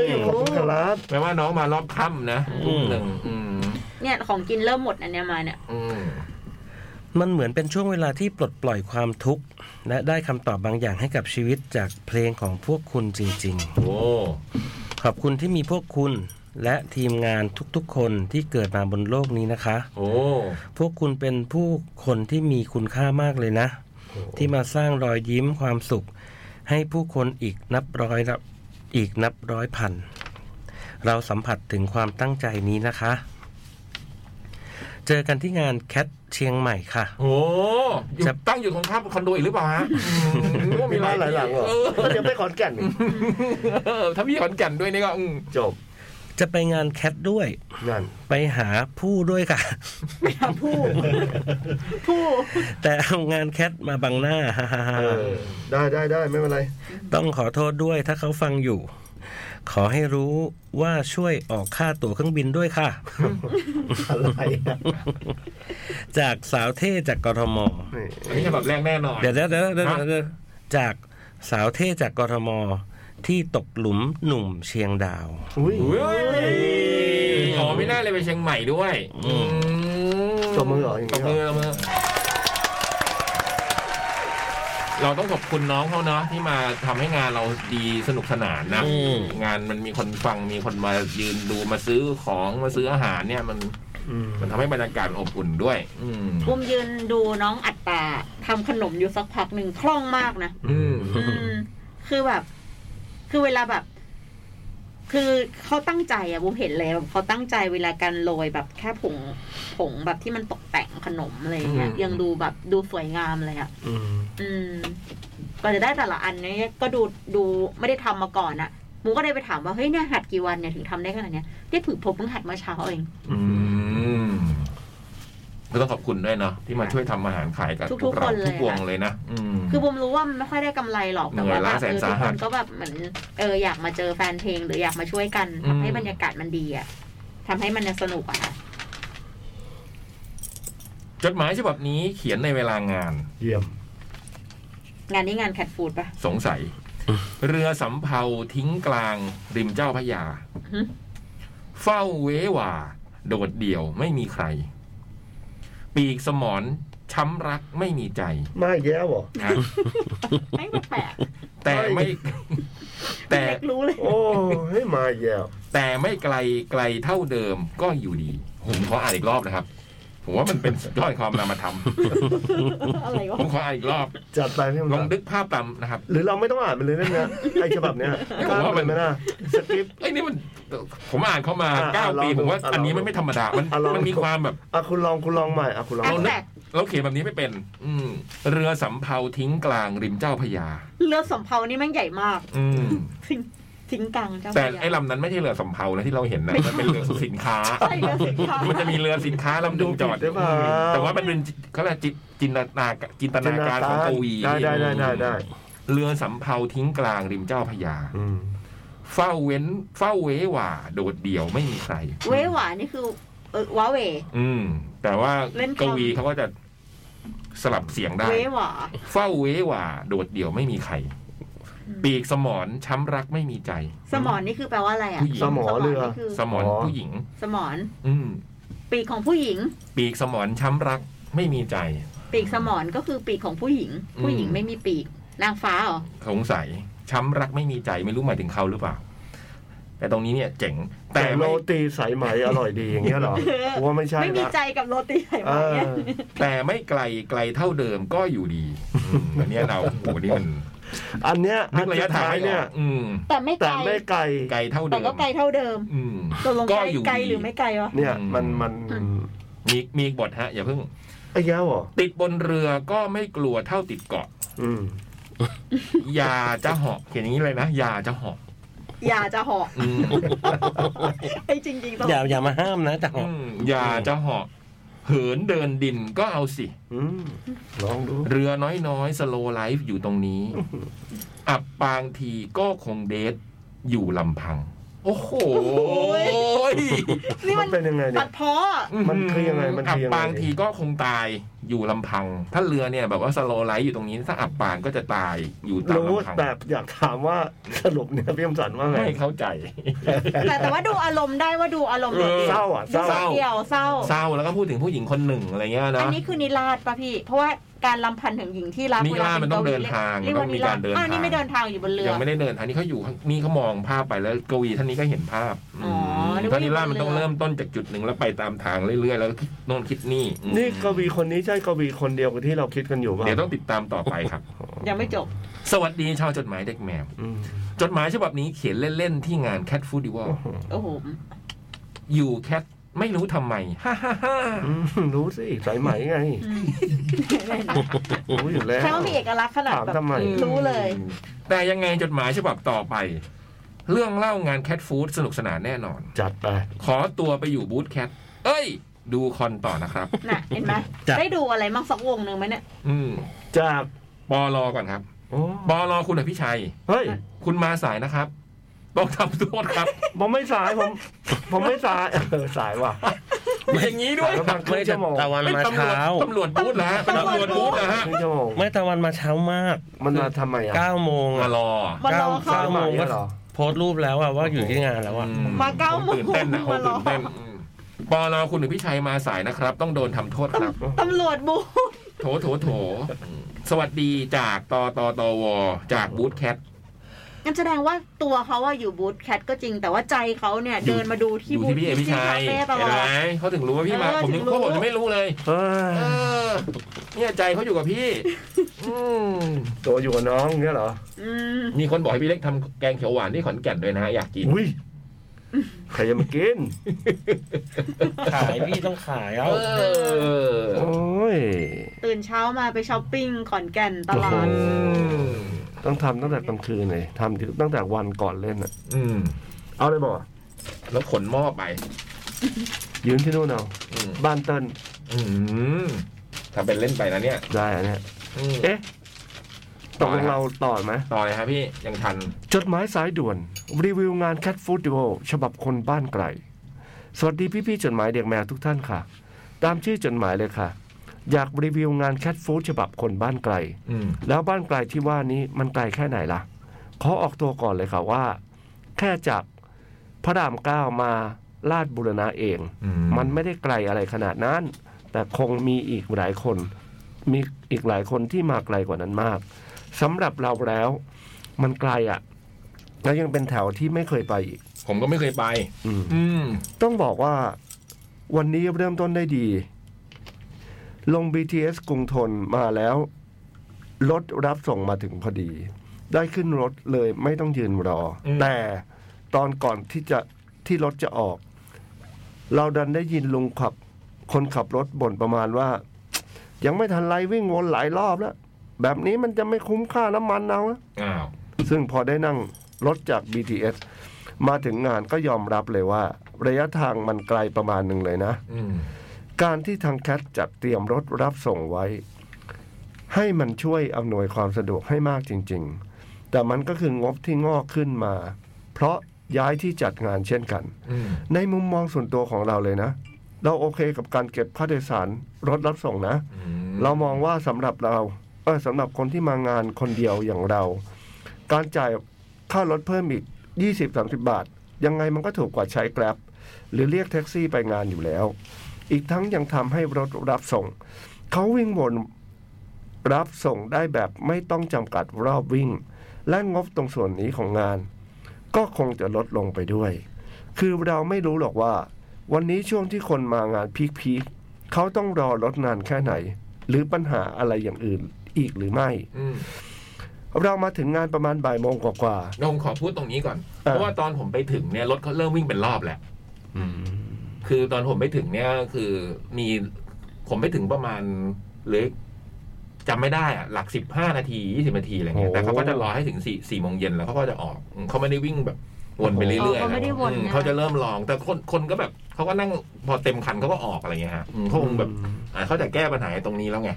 Speaker 2: ยขอบคุณครับ
Speaker 1: แปลว่าน้องมารอบค่ำนะทุ่มหนึ่งอืม
Speaker 3: เนี่ยของกินเริ่มหมดอันเนี้ยมาเนี่ย
Speaker 1: อืม
Speaker 5: มันเหมือนเป็นช่วงเวลาที่ปลดปล่อยความทุกข์ และได้คำตอบบางอย่างให้กับชีวิตจากเพลงของพวกคุณจริง
Speaker 1: โอ้
Speaker 5: ๆ ขอบคุณที่มีพวกคุณและทีมงานทุกๆ คนที่เกิดมาบนโลกนี้นะคะ
Speaker 1: โอ้
Speaker 5: พวกคุณเป็นผู้คนที่มีคุณค่ามากเลยนะ ที่มาสร้างรอยยิ้มความสุข ให้ผู้คนอีกนับร้อยละอีกนับร้อยพัน เราสัมผัสถึงความตั้งใจนี้นะคะ เจอกันที่งานแคทเชียงใหม่ค่ะ
Speaker 1: โหอยู่
Speaker 5: จะ
Speaker 1: ตั้งอยู่ตรงข้ามคอนโดอีกหรือเปล่าฮะอืม
Speaker 2: มีบ้านหลายหลังเหรอ
Speaker 1: เออ
Speaker 2: ก็เดี๋ยวไปขอนแก่นอีก
Speaker 1: เออถ้าพี่ขอนแก่นด้วยนี่ก็อืม
Speaker 2: จบ
Speaker 5: จะไปงานแคทด้วย
Speaker 2: นั่น
Speaker 5: ไปหาผู้ด้วยค่ะ
Speaker 3: ผู้ผู้
Speaker 5: แต่เอางานแคทมาบังหน้า ฮ่าฮ่าฮ่า
Speaker 2: เออได้ได้ได้ไม่เป็นไร
Speaker 5: ต้องขอโทษด้วยถ้าเขาฟังอยู่ ขอให้รู้ว่าช่วยออกค่าตั๋วเครื่องบินด้วยค่ะ
Speaker 2: อะไรอะ
Speaker 5: จากสาวเท่จากกทม
Speaker 2: นี่
Speaker 1: อันนี้ฉบับแรกแน่นอน
Speaker 5: เดี๋ยวเดี๋ยวเดี๋ยวเดี๋ยว
Speaker 1: ฮะ
Speaker 5: เดี๋ยวจากสาวเท่จากกทม ที่ตกหลุมหนุ่มเชียงดาว
Speaker 2: อุ้ย
Speaker 1: เว้ยอ๋อไม่น่าเลยไปเชียงใหม่ด้วยอืม
Speaker 2: ตบมือเหรออย่าง
Speaker 1: ตบ
Speaker 2: เงี้ย
Speaker 1: มือตบมือ เราต้องขอบคุณน้องเขาเนาะที่มาทำให้งานเราดีสนุกสนานนะ
Speaker 5: อืม
Speaker 1: งานมันมีคนฟังมีคนมายืนดูมาซื้อของมาซื้ออาหารเนี่ย มัน
Speaker 2: อืม
Speaker 1: มันทำให้บรรยากาศมันอบอุ่นด้วย อืม
Speaker 3: มุมยืนดูน้องอัตตาทำขนมอยู่สักพักหนึ่งคล่องมากนะ
Speaker 1: อืม
Speaker 3: อืมคือแบบ คือเวลาแบบ คือเขาตั้งใจอะบูมเห็นเลยแบบเขาตั้งใจเวลาการโรยแบบแค่ผงผงแบบที่มันตกแต่งขนมอะไรอย่างเงี้ยยังดูแบบดูสวยงามเลยอะ
Speaker 2: อืม
Speaker 3: อืมก็จะได้แต่ละอันเนี้ยก็ดูดูไม่ได้ทำมาก่อนอะบูมก็ได้ไปถามว่าเฮ้ยเนี่ยหัดกี่วันเนี่ยถึงทำได้ขนาดเนี้ยเนี่ยถือผมเพิ่งหัดเมื่อเช้าเอง
Speaker 1: อืมก็ต้องขอบคุณด้วยเนาะที่มาช่วยทำอาหารขายกับ
Speaker 3: ทุกๆ
Speaker 1: พวเรา
Speaker 3: คนเลย
Speaker 1: ทุกวง
Speaker 3: ค่ะ
Speaker 1: เลยนะอืม
Speaker 3: คือผมรู้ว่ามันไม่ค่อยได้กำไรหรอกแต่ว่า
Speaker 1: เหนื่อย
Speaker 3: แบ
Speaker 1: ล้า
Speaker 3: บ
Speaker 1: แสน
Speaker 3: คือ
Speaker 1: สา
Speaker 3: ทุก
Speaker 1: หั
Speaker 3: ค
Speaker 1: ส
Speaker 3: นก็แบบเหมือนเอออยากมาเจอแฟนเพลง หรืออยากมาช่วยกัน
Speaker 1: อืม
Speaker 3: ทำให้บรรยากาศมันดีอะทำให้มันสนุกอะค่ะ
Speaker 1: จดหมายฉบับนี้เขียนในเวลางาน
Speaker 2: เยี่ยม
Speaker 3: งานนี้งานแคทฟูดปะ
Speaker 1: สงสัย เรือสำเภาทิ้งกลางริมเจ้าพระยา
Speaker 3: หึ
Speaker 1: เฝ้าเวหว่า โดดเดี่ยวไม่มีใคร ปีกสมอนช้ำรักไม่มีใจ
Speaker 2: มาอีกแย่หรอ
Speaker 1: นะ
Speaker 3: ไม่แปลก
Speaker 1: แต่ไม่
Speaker 3: ๆ
Speaker 1: แต่
Speaker 3: เล็กรู้เลย
Speaker 2: โอ้ให้ยมาอีกแย่
Speaker 1: แต่ไม่ไกลไกลเท่าเดิมก็อยู่ดี ผมขออ่านอีกรอบนะครับ ผมว่ามันเป็นสุดยอดความนามธรรม
Speaker 3: อะไรวะ
Speaker 1: ผมขออ่านอีกรอบ
Speaker 2: จัดไปพี่
Speaker 1: ล
Speaker 2: มั
Speaker 1: อง
Speaker 2: น
Speaker 1: นึกภาพตามนะครับ
Speaker 2: หรือเราไม่ต้องอ่านมันเลยเล่น นะไอ้ฉบับเนี้ย
Speaker 1: ผมว่ามัน
Speaker 2: ไหมนะสคริปต์
Speaker 1: เอ้ยนี่มันผมอ่านเขามา
Speaker 2: อ่ะ
Speaker 1: เก้า
Speaker 2: อ่ะลอง
Speaker 1: ปี
Speaker 2: ดู
Speaker 1: ผมว่า
Speaker 2: อ่ะ
Speaker 1: อันนี้
Speaker 2: ลอง
Speaker 1: มันไม่ธรรมดา มัน
Speaker 2: อ่ะลอง
Speaker 1: มันมีความแบบ
Speaker 2: อ่ะคุณลองคุณลองใหม่อ่ะคุณลอง
Speaker 3: แ
Speaker 1: เา
Speaker 2: ให
Speaker 3: ป
Speaker 2: ม่
Speaker 3: ลก
Speaker 1: เราเขียนแบบนี้ไม่เป็น อืม เรือสำเภาทิ้งกลางริมเจ้าพระยา
Speaker 3: ๆเรือสำเภานี่แม่งใหญ่มาก
Speaker 1: อืม
Speaker 3: ทิ้งทิ้งกลางเจ้าพ
Speaker 1: แต่
Speaker 3: ระยา
Speaker 1: ไอ้ลำนั้นไม่ใช่เรือสำเภานะที่เราเห็นนะมันเป็นเรือสินค้า
Speaker 3: ใช่เรือสินค้า
Speaker 1: มันจะมีเรือสินค้าลำหนึงจอด
Speaker 2: ได้ป่ะ
Speaker 1: แต่ว่ามันเป็นเขาเรียกจิตจินตนาการจินตนาการของกวี
Speaker 2: ได้ได้ได้ได้ได้
Speaker 1: เรือสำเภาทิ้งกลางริมเจ้าพระยา
Speaker 2: อืม
Speaker 1: เฝ้าเว้น เฝ้าเว้หว่า โดดเดี่ยวไม่มีใคร
Speaker 3: เวหวานี่คือเออว้าเหว
Speaker 1: อืม แต่ว่า
Speaker 3: เล่นคำ
Speaker 1: กวีเขาก็จะสลับเสียงได้
Speaker 3: เวหวา
Speaker 1: เฝ้าเว้หว่า โดดเดี่ยวไม่มีใคร ปีกสมอนช้ำรักไม่มีใจ
Speaker 3: สมอนนี่คือแปลว่าอะไรอ่ะ
Speaker 1: ผู้หญิง
Speaker 2: สมอเรือ
Speaker 3: นี่คือ
Speaker 1: สมอน
Speaker 2: อ๋อ
Speaker 1: ผู้หญิง
Speaker 3: สมอน
Speaker 1: อืม
Speaker 3: ปีกของผู้หญิง
Speaker 1: ปีกสมอนช้ำรักไม่มีใจ
Speaker 3: ปีกสมอนก็คือปีกของผู้หญิง
Speaker 1: อืม
Speaker 3: ผู้หญิงไม่มีปีก นางฟ้าเหรอ
Speaker 1: สงสัย ช้ำรักไม่มีใจไม่รู้หมายถึงเขาหรือเปล่า แต่ตรงนี้เนี่ย เจ๋ง แต่
Speaker 2: แต่โร
Speaker 1: ไม่
Speaker 2: ตีสายไหมอร่อยดีอย่างเงี้ ยเหรอผมว่าไม่ใช่
Speaker 3: ไม่มี
Speaker 2: ละ
Speaker 3: ใจกับโรตีไห
Speaker 2: เอ
Speaker 3: มา
Speaker 2: อ
Speaker 3: เนี่ย
Speaker 1: แต่ไม่ไกลไกลเท่าเดิมก็อยู่ดีอืมอันเนี้ยเราโอ้โหนี่มัน
Speaker 2: อันเนี้ยอั
Speaker 1: นึ
Speaker 2: น
Speaker 1: กระ
Speaker 2: สุ
Speaker 1: ยะ
Speaker 2: ด
Speaker 1: ทาง
Speaker 2: ท้าย
Speaker 1: ไม่อ
Speaker 2: เนี่
Speaker 1: อย กอืม
Speaker 3: แต่ไม่ไก
Speaker 2: แต่
Speaker 3: ล
Speaker 2: ไม่ไกล
Speaker 1: ไกลเท่าเดิ
Speaker 3: แต่
Speaker 1: ม
Speaker 3: ก็ไกลเท่าเดิม
Speaker 1: อืม
Speaker 3: ตกลง
Speaker 1: ก็
Speaker 3: ไกล
Speaker 1: อยู่ดี
Speaker 3: ไกลหรือไม่ไกลวะ
Speaker 2: เนี่ยมันมัน
Speaker 1: มีมีอีกบทฮะ อย่าเพิ่ง
Speaker 2: ไอ้แย่หรอ
Speaker 1: ติดบนเรือก็ไม่กลัวเท่าติดเกาะ
Speaker 2: อืม
Speaker 1: อย่าจะเหาะเขียนอย่างนี้เลยนะอย่าจะเหาะ
Speaker 3: อย่าจะเหอก
Speaker 1: อืม
Speaker 3: ไอ้จริงๆตรง
Speaker 5: อย่าอย่ามาห้ามนะแต่หอ
Speaker 1: อื
Speaker 5: ก
Speaker 1: มอย่าจะเหาะเหินเดินดินก็เอาสิ
Speaker 2: อืมลองดู
Speaker 1: เรือน้อยๆสโลไลฟ์อยู่ตรงนี้ อับปางทีก็คงเดทอยู่ลำพัง โอ้โห
Speaker 3: นี่
Speaker 2: มั
Speaker 3: มัน น
Speaker 2: เป็นยังไงเนี่
Speaker 3: ตั
Speaker 2: ย
Speaker 3: ดพ้อ
Speaker 2: มันคือยังไงมัน
Speaker 1: อับ
Speaker 2: คือยังไง
Speaker 1: ปางทีก็คงตายอยู่ลำพัง ถ้าเรือเนี่ยแบบว่าสโลไลฟ์อยู่ตรงนี้ ถ้าอับปางก็จะตายอยู่ตาม
Speaker 2: รู้
Speaker 1: ลำพัง
Speaker 2: แต่อยากถามว่าสรุปเนี่ยพี่อมสันว่าไง
Speaker 1: ไม่เข้าใจ
Speaker 3: แต่แต่ว่าดูอารมณ์ได้ว่าดูอารมณ์
Speaker 1: เออ
Speaker 2: เศร้าอ่ะ
Speaker 3: ดู
Speaker 2: เศร้า
Speaker 3: โดดเดี่ยวเศร้า
Speaker 1: เศร้าแล้วก็พูดถึงผู้หญิงคนหนึ่งอะไรเงี้ย
Speaker 3: อัน
Speaker 1: นะ
Speaker 3: นี้คือนิราศป่ะพี่ เพราะว่าการลำพันธ์ถึงหญิงที่รัก
Speaker 1: นิราศมันต้องเดินทาง
Speaker 3: เรียกว่า
Speaker 1: ต้องมี
Speaker 3: นิรา
Speaker 1: การ
Speaker 3: ศ
Speaker 1: เดิน
Speaker 3: อ้าวนี่
Speaker 1: ทาง
Speaker 3: ไม่เดินทางอยู่บนเรือ
Speaker 1: ยังไม่ได้เดินทางนี้เขาอยู่ข้างนี่เขามองภาพไปแล้วกวีท่านนี้ก็เห็นภาพ
Speaker 3: อ๋อ
Speaker 1: ม
Speaker 3: นึก
Speaker 1: ท่า
Speaker 3: ว่าน อ
Speaker 1: นี้
Speaker 3: ยู่บนเรือ
Speaker 1: ล่ามันต้องเริ่มต้นจากจุดหนึ่งแล้วไปตามทางเรื่อยๆ แล้วก็คิดโน่นคิดนี่อืม
Speaker 2: นี่กวีคนนี้ใช่กวีคนเดียวกับที่เราคิดกันอยู่ป่ะ
Speaker 1: เดี๋ยวต้องติดตามต่อไปครับ
Speaker 3: ยังไม่จบ
Speaker 1: สวัสดีชาวจดหมายเด็กแมว
Speaker 2: อืม
Speaker 1: จดหมายฉบับนี้เขียนเล่น ๆ ที่งาน Cat Food d i v a l
Speaker 3: โอ้โห
Speaker 1: อยู่แคทไม่รู้ทำไม ฮ่าฮ่าฮ่า
Speaker 2: อืมรู้สิสายไหมไงรู้อยู่แล้ว
Speaker 3: ใช่ว่ามีเอกลักษณ์ขนาด
Speaker 2: ถาม
Speaker 3: แบบ
Speaker 2: ทำไม
Speaker 3: รู้เลย
Speaker 1: แต่ยังไงจดหมายฉบับต่อไป เรื่องเล่างาน Cat Food สนุกสนานแน่นอน
Speaker 2: จัดไป
Speaker 1: ขอตัวไปอยู่บูธแคทเอ้ย ดูคอนต่อนะครับ
Speaker 3: น่ะเห็นไหม
Speaker 5: จ้ะ
Speaker 3: ได้ดูอะไรมั่งสักวงหนึ่งไหมเนี่ย
Speaker 1: อืม
Speaker 2: จาก
Speaker 1: ปอลอก่อนครับ
Speaker 2: โอ้
Speaker 1: ปอลอคุณอภิชัย
Speaker 2: เฮ้ย
Speaker 1: คุณมาสายนะครับ ต้องทำโทษครับ
Speaker 2: ผมไม่สายผม ผมไม่สายเออสายว่ะ
Speaker 1: มีอย่างนี้ด้วย
Speaker 2: แล้วบางครึ่งชั่วโมง
Speaker 5: ตะวัน
Speaker 1: เป็น
Speaker 5: มา
Speaker 1: ตำรวจ
Speaker 5: เช้า
Speaker 1: ตำรวจบูธนะฮะเป็นตำรวจบูธนะฮะ
Speaker 2: ครึ่งชั่วโมง
Speaker 5: ไม่ตะวันมาเช้ามาก
Speaker 2: มันมาทำไมอ่ะ
Speaker 5: เก้าโมง
Speaker 1: มา
Speaker 5: อะ
Speaker 1: รอ
Speaker 3: มารอ
Speaker 5: เก้า
Speaker 3: เขา
Speaker 5: เก้า
Speaker 2: ห
Speaker 5: โม
Speaker 2: มาง ย
Speaker 5: ก็
Speaker 2: เหรอ
Speaker 5: โพสต์รูปแล้วอะว่าอยู่ที่งานแล้วอะ
Speaker 1: อื
Speaker 3: มาเก้าโมง
Speaker 1: ตื่นเต้นนะค
Speaker 3: มาง รอ
Speaker 1: ตื่นเต้นอืมปอเราคุณหรือพี่ชัยมาสายนะครับ ต้องโดนทำโทษครับ
Speaker 3: ตำรวจบู
Speaker 1: โถโถโถอืมสวัสดีจากตอตอตอวอจากบูธแคท
Speaker 3: งั้นแสดงว่าตัวเขาว่าอยู่บูธแคทก็จริง แต่ว่าใจเขาเนี่ย เดินมาดู
Speaker 1: อ
Speaker 3: ที่
Speaker 1: ยู่
Speaker 3: บูธ
Speaker 1: ที่พี่เอพี่
Speaker 3: ที่
Speaker 1: ชั
Speaker 3: คายเฟ่ตล
Speaker 1: เห็น
Speaker 3: อ
Speaker 1: ไหม
Speaker 3: ด
Speaker 1: เขาถึงรู้ว่าพี่มา
Speaker 3: เออ
Speaker 1: ผมยัง
Speaker 3: ถึงรู้
Speaker 1: พวกผมยังไม่รู้เลย
Speaker 2: เอ้
Speaker 1: เอย อ เนี่ยใจเขาอยู่กับพี่ อืม
Speaker 2: ตัวอยู่กับน้องเงี้ยเหรอ
Speaker 3: อืม
Speaker 1: มีคนบอกให้พี่เล็กทำแกงเขียวหวานที่ขอนแก่นด้วยนะฮะอยากกิน
Speaker 2: อุ้ยใครจะมากิน
Speaker 5: ขายพี่ต้องขายเอา
Speaker 1: เออ
Speaker 2: โอ้ย
Speaker 3: ตื่นเช้ามาไปช้อปปิ้งขอนแก่นตลาด
Speaker 2: โอ้โห ต้องทำตั้งแต่กลางคืนเลยทำตั้งแต่วันก่อนเล่นอ่ะ
Speaker 1: อืม
Speaker 2: เอาเลยบอก
Speaker 1: แล้วขนหม้อไป
Speaker 2: ยืนที่นู่นเอา
Speaker 1: อืม
Speaker 2: บ้านเติ้ล
Speaker 1: อืมทำเป็นเล่นไปนะเนี่ย
Speaker 2: ได้อันเนี่ย
Speaker 1: อืม
Speaker 2: เอ๊ะตกลงเราต่อไหม
Speaker 1: ต่อเลยครับพี่ ยังทัน
Speaker 2: จดหมายสายด่วน รีวิวงานแคทฟูดดิวฉบับคนบ้านไกล สวัสดีพี่ๆจดหมายเด็กแมวทุกท่านค่ะ ตามชื่อจดหมายเลยค่ะ อยากรีวิวงานแคทฟูดฉบับคนบ้านไกล
Speaker 1: อืม
Speaker 2: แล้วบ้านไกลที่ว่านี้มันไกลแค่ไหนล่ะ เขาออกตัวก่อนเลยค่ะว่า แค่จากพระรามเก้ามาลาดบุรณะเอง
Speaker 1: อืม
Speaker 2: มันไม่ได้ไกลอะไรขนาดนั้น แต่คงมีอีกหลายคน มีอีกหลายคนที่มาไกลกว่านั้นมากสำหรับเราแล้ว มันไกลอะ่ะ แล้วยังเป็นแถวที่ไม่เคยไปอีก
Speaker 1: ผมก็ไม่เคยไป
Speaker 2: อืม
Speaker 1: อืม
Speaker 2: ต้องบอกว่าวันนี้เริ่มต้นได้ดี ลง BTS กรุงทนมาแล้ว รถรับส่งมาถึงพอดี ได้ขึ้นรถเลยไม่ต้องยืนรออ
Speaker 1: ม
Speaker 2: แต่ตอนก่อนที่จะที่รถจะออก เราดันได้ยินลุงขับ คนขับรถบ่นประมาณว่า ยังไม่ทันไรวิ่งวนหลายรอบแล้ว แบบนี้มันจะไม่คุ้มค่าน้ำมันเอานะ
Speaker 1: อ้าว
Speaker 2: ซึ่งพอได้นั่งรถจาก BTS มาถึงงานก็ยอมรับเลยว่า ระยะทางมันไกลประมาณหนึ่งเลยนะ
Speaker 1: อืม
Speaker 2: การที่ทางแคทจัดเตรียมรถรับส่งไว้ ให้มันช่วยอำนวยความสะดวกให้มากจริง ๆ แต่มันก็คืองบที่งอกขึ้นมา เพราะย้ายที่จัดงานเช่นกัน
Speaker 1: อืม
Speaker 2: ในมุมมองส่วนตัวของเราเลยนะ เราโอเคกับการเก็บค่าโดยสารรถรับส่งนะ
Speaker 1: อืม
Speaker 2: เรามองว่าสำหรับเราเออสำหรับคนที่มางานคนเดียวอย่างเรา การจ่ายค่ารถเพิ่มอีก 20-30 บาท ยังไงมันก็ถูกกว่าใช้ Grab หรือเรียกแท็กซี่ไปงานอยู่แล้ว อีกทั้งยังทำให้รถรับส่ง เขาวิ่งวนรับส่งได้แบบไม่ต้องจำกัดรอบวิ่ง และงบตรงส่วนนี้ของงาน ก็คงจะลดลงไปด้วย คือเราไม่รู้หรอกว่า วันนี้ช่วงที่คนมางานพีคๆเขาต้องรอรถนานแค่ไหน หรือปัญหาอะไรอย่างอื่นอีกหรือไม่
Speaker 1: อืม
Speaker 2: เรามาถึงงานประมาณบ่ายโมงกว่า
Speaker 1: นงขอพูดตรงนี้ก่อน
Speaker 2: เออ
Speaker 1: เพราะว่าตอนผมไปถึงเนี่ยรถเขาเริ่มวิ่งเป็นรอบแล้ว
Speaker 2: ๆอืม
Speaker 1: คือตอนผมไปถึงเนี่ยคือมีผมไปถึงประมาณเหลยจำไม่ได้อะหลักสิบห้านาทียี่สิบนาทีอะไรเงี้ย
Speaker 2: โอ้
Speaker 1: แต่เขาก็จะรอให้ถึงสี่สี่โมงเย็นแล้วเขาก็จะออกอืมเขาไม่ได้วิ่งแบบวนไปเรื่อยๆ
Speaker 3: อ๋อเขาไม่ได้วน
Speaker 1: อื
Speaker 3: นะคะ
Speaker 1: เขาจะเริ่มลอง แต่คนคนก็แบบเขาก็นั่งพอเต็มคันเขาก็ออกอะไรเงี้ยฮะอืมเขาคงแบบ
Speaker 2: อืม
Speaker 1: อ่าเขาจะแก้ปัญหาตรงนี้แล้วไง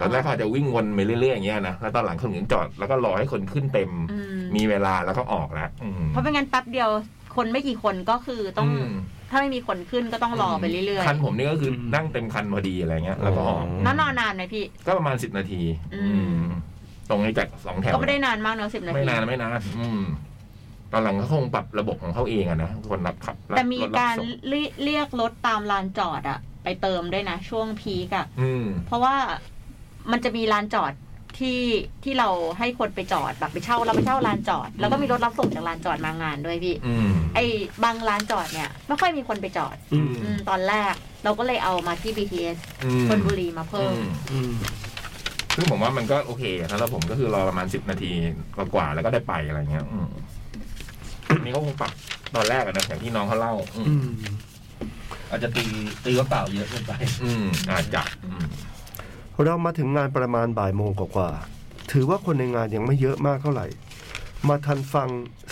Speaker 1: ตอนแรกเขาอาจจะวิ่งวนไปเรื่อยๆอย่างเงี้ยนะแล้วตอนหลังเขาถึงจอดแล้วก็รอให้คนขึ้นเต็ม
Speaker 3: อืม
Speaker 1: มีเวลาแล้วก็ออกแล้วอืม
Speaker 3: เพราะไม่งั้นแป๊บเดียวคนไม่กี่คนก็คือต้อง
Speaker 1: ม
Speaker 3: ถ้าไม่มีคนขึ้นก็ต้องรอไปเรื่อย
Speaker 1: คันผมนี่ก็คืออ
Speaker 2: ม
Speaker 1: นั่งเต็มคันพอดีอะไรเงี้ย แล้วก็ออก
Speaker 3: ๆนั่นนอนนานไหมพี่
Speaker 1: ก็ประมาณสิบนาที
Speaker 3: อืม
Speaker 1: อืม ตรงนี้จากสองแถว
Speaker 3: ก็ไม่ได้นานมากเนอะสิบนา
Speaker 1: ไม่
Speaker 3: ที
Speaker 1: นานไม่นานอืม ตอนหลังเขาคงปรับระบบของเขาเองอะนะคนรับขับรับ
Speaker 3: แต่มี
Speaker 1: ถบ
Speaker 3: การ
Speaker 1: ส่ง
Speaker 3: เรีเรียกรถตามลานจอดอะไปเติมด้วยนะ ช่วงพีกอะ
Speaker 1: อืม
Speaker 3: เพราะว่ามันจะมีลานจอดที่ที่เราให้คนไปจอดแบบไปเช่าเราไปเช่าลานจอด แล้วก็มีรถรับส่งจากลานจอดมางานด้วยพี่
Speaker 1: อืม
Speaker 3: ไอ้บางลานจอดเนี่ยไม่ค่อยมีคนไปจอด
Speaker 1: อืม
Speaker 3: อืมตอนแรกเราก็เลยเอามาที่ BTS
Speaker 1: อืม
Speaker 3: ชนบุรีมา
Speaker 1: อื
Speaker 3: เพิ่ม
Speaker 1: ม
Speaker 2: อืม
Speaker 1: ซึ่งผมว่ามันก็โอเคนะแล้วผมก็คือรอประมาณสิบนาทีกว่าๆแล้วก็ได้ไปอะไรเงี้ย อืมอันนี่เขาคงปรับตอนแรกอะนะอย่างที่น้องเขาเล่า อืม
Speaker 2: อืม
Speaker 4: อาจจะตีตีว่าเปล่าเยอะเกินไป
Speaker 1: อืมอาจจะอืม
Speaker 2: เรามาถึงงานประมาณบ่ายโมงกว่าๆถือว่าคนในงานยังไม่เยอะมากเท่าไหร่ มาทันฟัง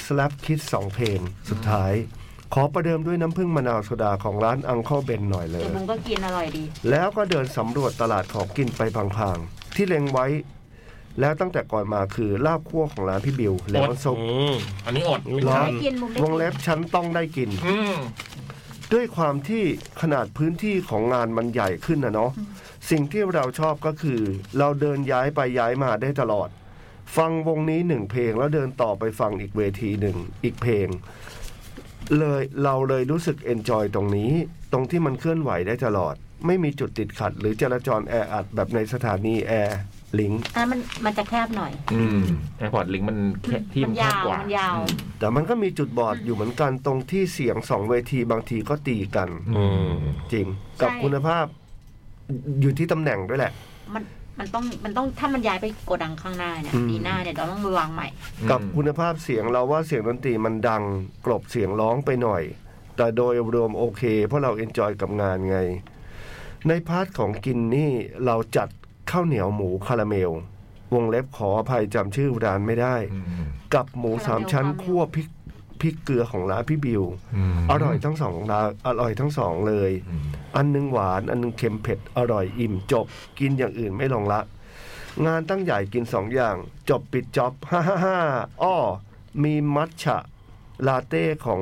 Speaker 2: Slap Kids สองเพลง สุดท้าย ขอประเดิมด้วยน้ำผึ้งมะนาวโซดาของร้านอัง l ค b เบนหน่อยเล
Speaker 3: แต่
Speaker 2: ย
Speaker 3: บุ้งก็กินอร่อยดี
Speaker 2: แล้วก็เดินสำรวจตลาดของกินไปพลางๆ ที่เล็งไว้ แล้วตั้งแต่ก่อนมาคือลาบคั่วของร้านพี่บิว แล้วซุป
Speaker 5: อืม
Speaker 1: อันนี้อด
Speaker 5: ไม่
Speaker 2: ร้อ
Speaker 5: ทัน
Speaker 3: ไม่กินมุมได้
Speaker 2: วงเล็บฉันต้องได้กิน
Speaker 1: อืม
Speaker 2: ด้วยความที่ขนาดพื้นที่ของงานมันใหญ่ขึ้นนะเนาะสิ่งที่เราชอบก็คือ เราเดินย้ายไปย้ายมาได้ตลอด ฟังวงนี้หนึ่งเพลงแล้วเดินต่อไปฟังอีกเวทีหนึ่งอีกเพลง เลยเราเลยรู้สึกเอนจอยตรงนี้ ตรงที่มันเคลื่อนไหวได้ตลอด ไม่มีจุดติดขัด หรือจราจรแออัดแบบในสถานีแอร์ลิงก์
Speaker 3: อันนั้นมันมันจะแคบหน่อย
Speaker 1: อืมแอร์พอร์ตลิงมันแค่ที่มันแคบกว่า
Speaker 3: มั
Speaker 1: มัน
Speaker 3: ยาว
Speaker 2: แต่มันก็มีจุดบอดอยู่เหมือนกันตรงที่เสียงสองเวทีบางทีก็ตีกัน
Speaker 5: อืม
Speaker 2: จริง กับ
Speaker 3: ใช่
Speaker 2: คุณภาพอยู่ที่ตำแหน่งด้วยแหละ
Speaker 3: มันมันต้องมันต้องถ้ามันย้ายไปโกดังข้างหน้าเนี่ย
Speaker 2: อืม
Speaker 3: ปีหน้าเนี่ยเราต้องวางใหม่
Speaker 2: กับคุณภาพเสียงเราว่าเสียงดนตรีมันดังกลบเสียงร้องไปหน่อย แต่โดยรวมโอเค เพราะเราเอนจอยกับงานไง ในพาร์ทของกินนี่เราจัดข้าวเหนียวหมูคาราเมล วงเล็บขออภัยจำชื่อร้านไม่ได้
Speaker 1: อืม
Speaker 2: กับหมูสามชั้น
Speaker 3: คาราเมล
Speaker 2: คั่วพริกพริกเกลือของร้านพี่บิว
Speaker 1: ม
Speaker 2: อร่อยทั้งสองร้านอร่อยทั้งสองเลย
Speaker 1: อืม
Speaker 2: อันหนึงหวาน อันหนึงเค็มเผ็ด อร่อยอิ่มจบ กินอย่างอื่นไม่ลงละ งานตั้งใหญ่กินสองอย่าง จบปิดจ็อบ ฮ่าฮ่าฮ่าอ้อ มีมัทฉะ ลาเต้ของ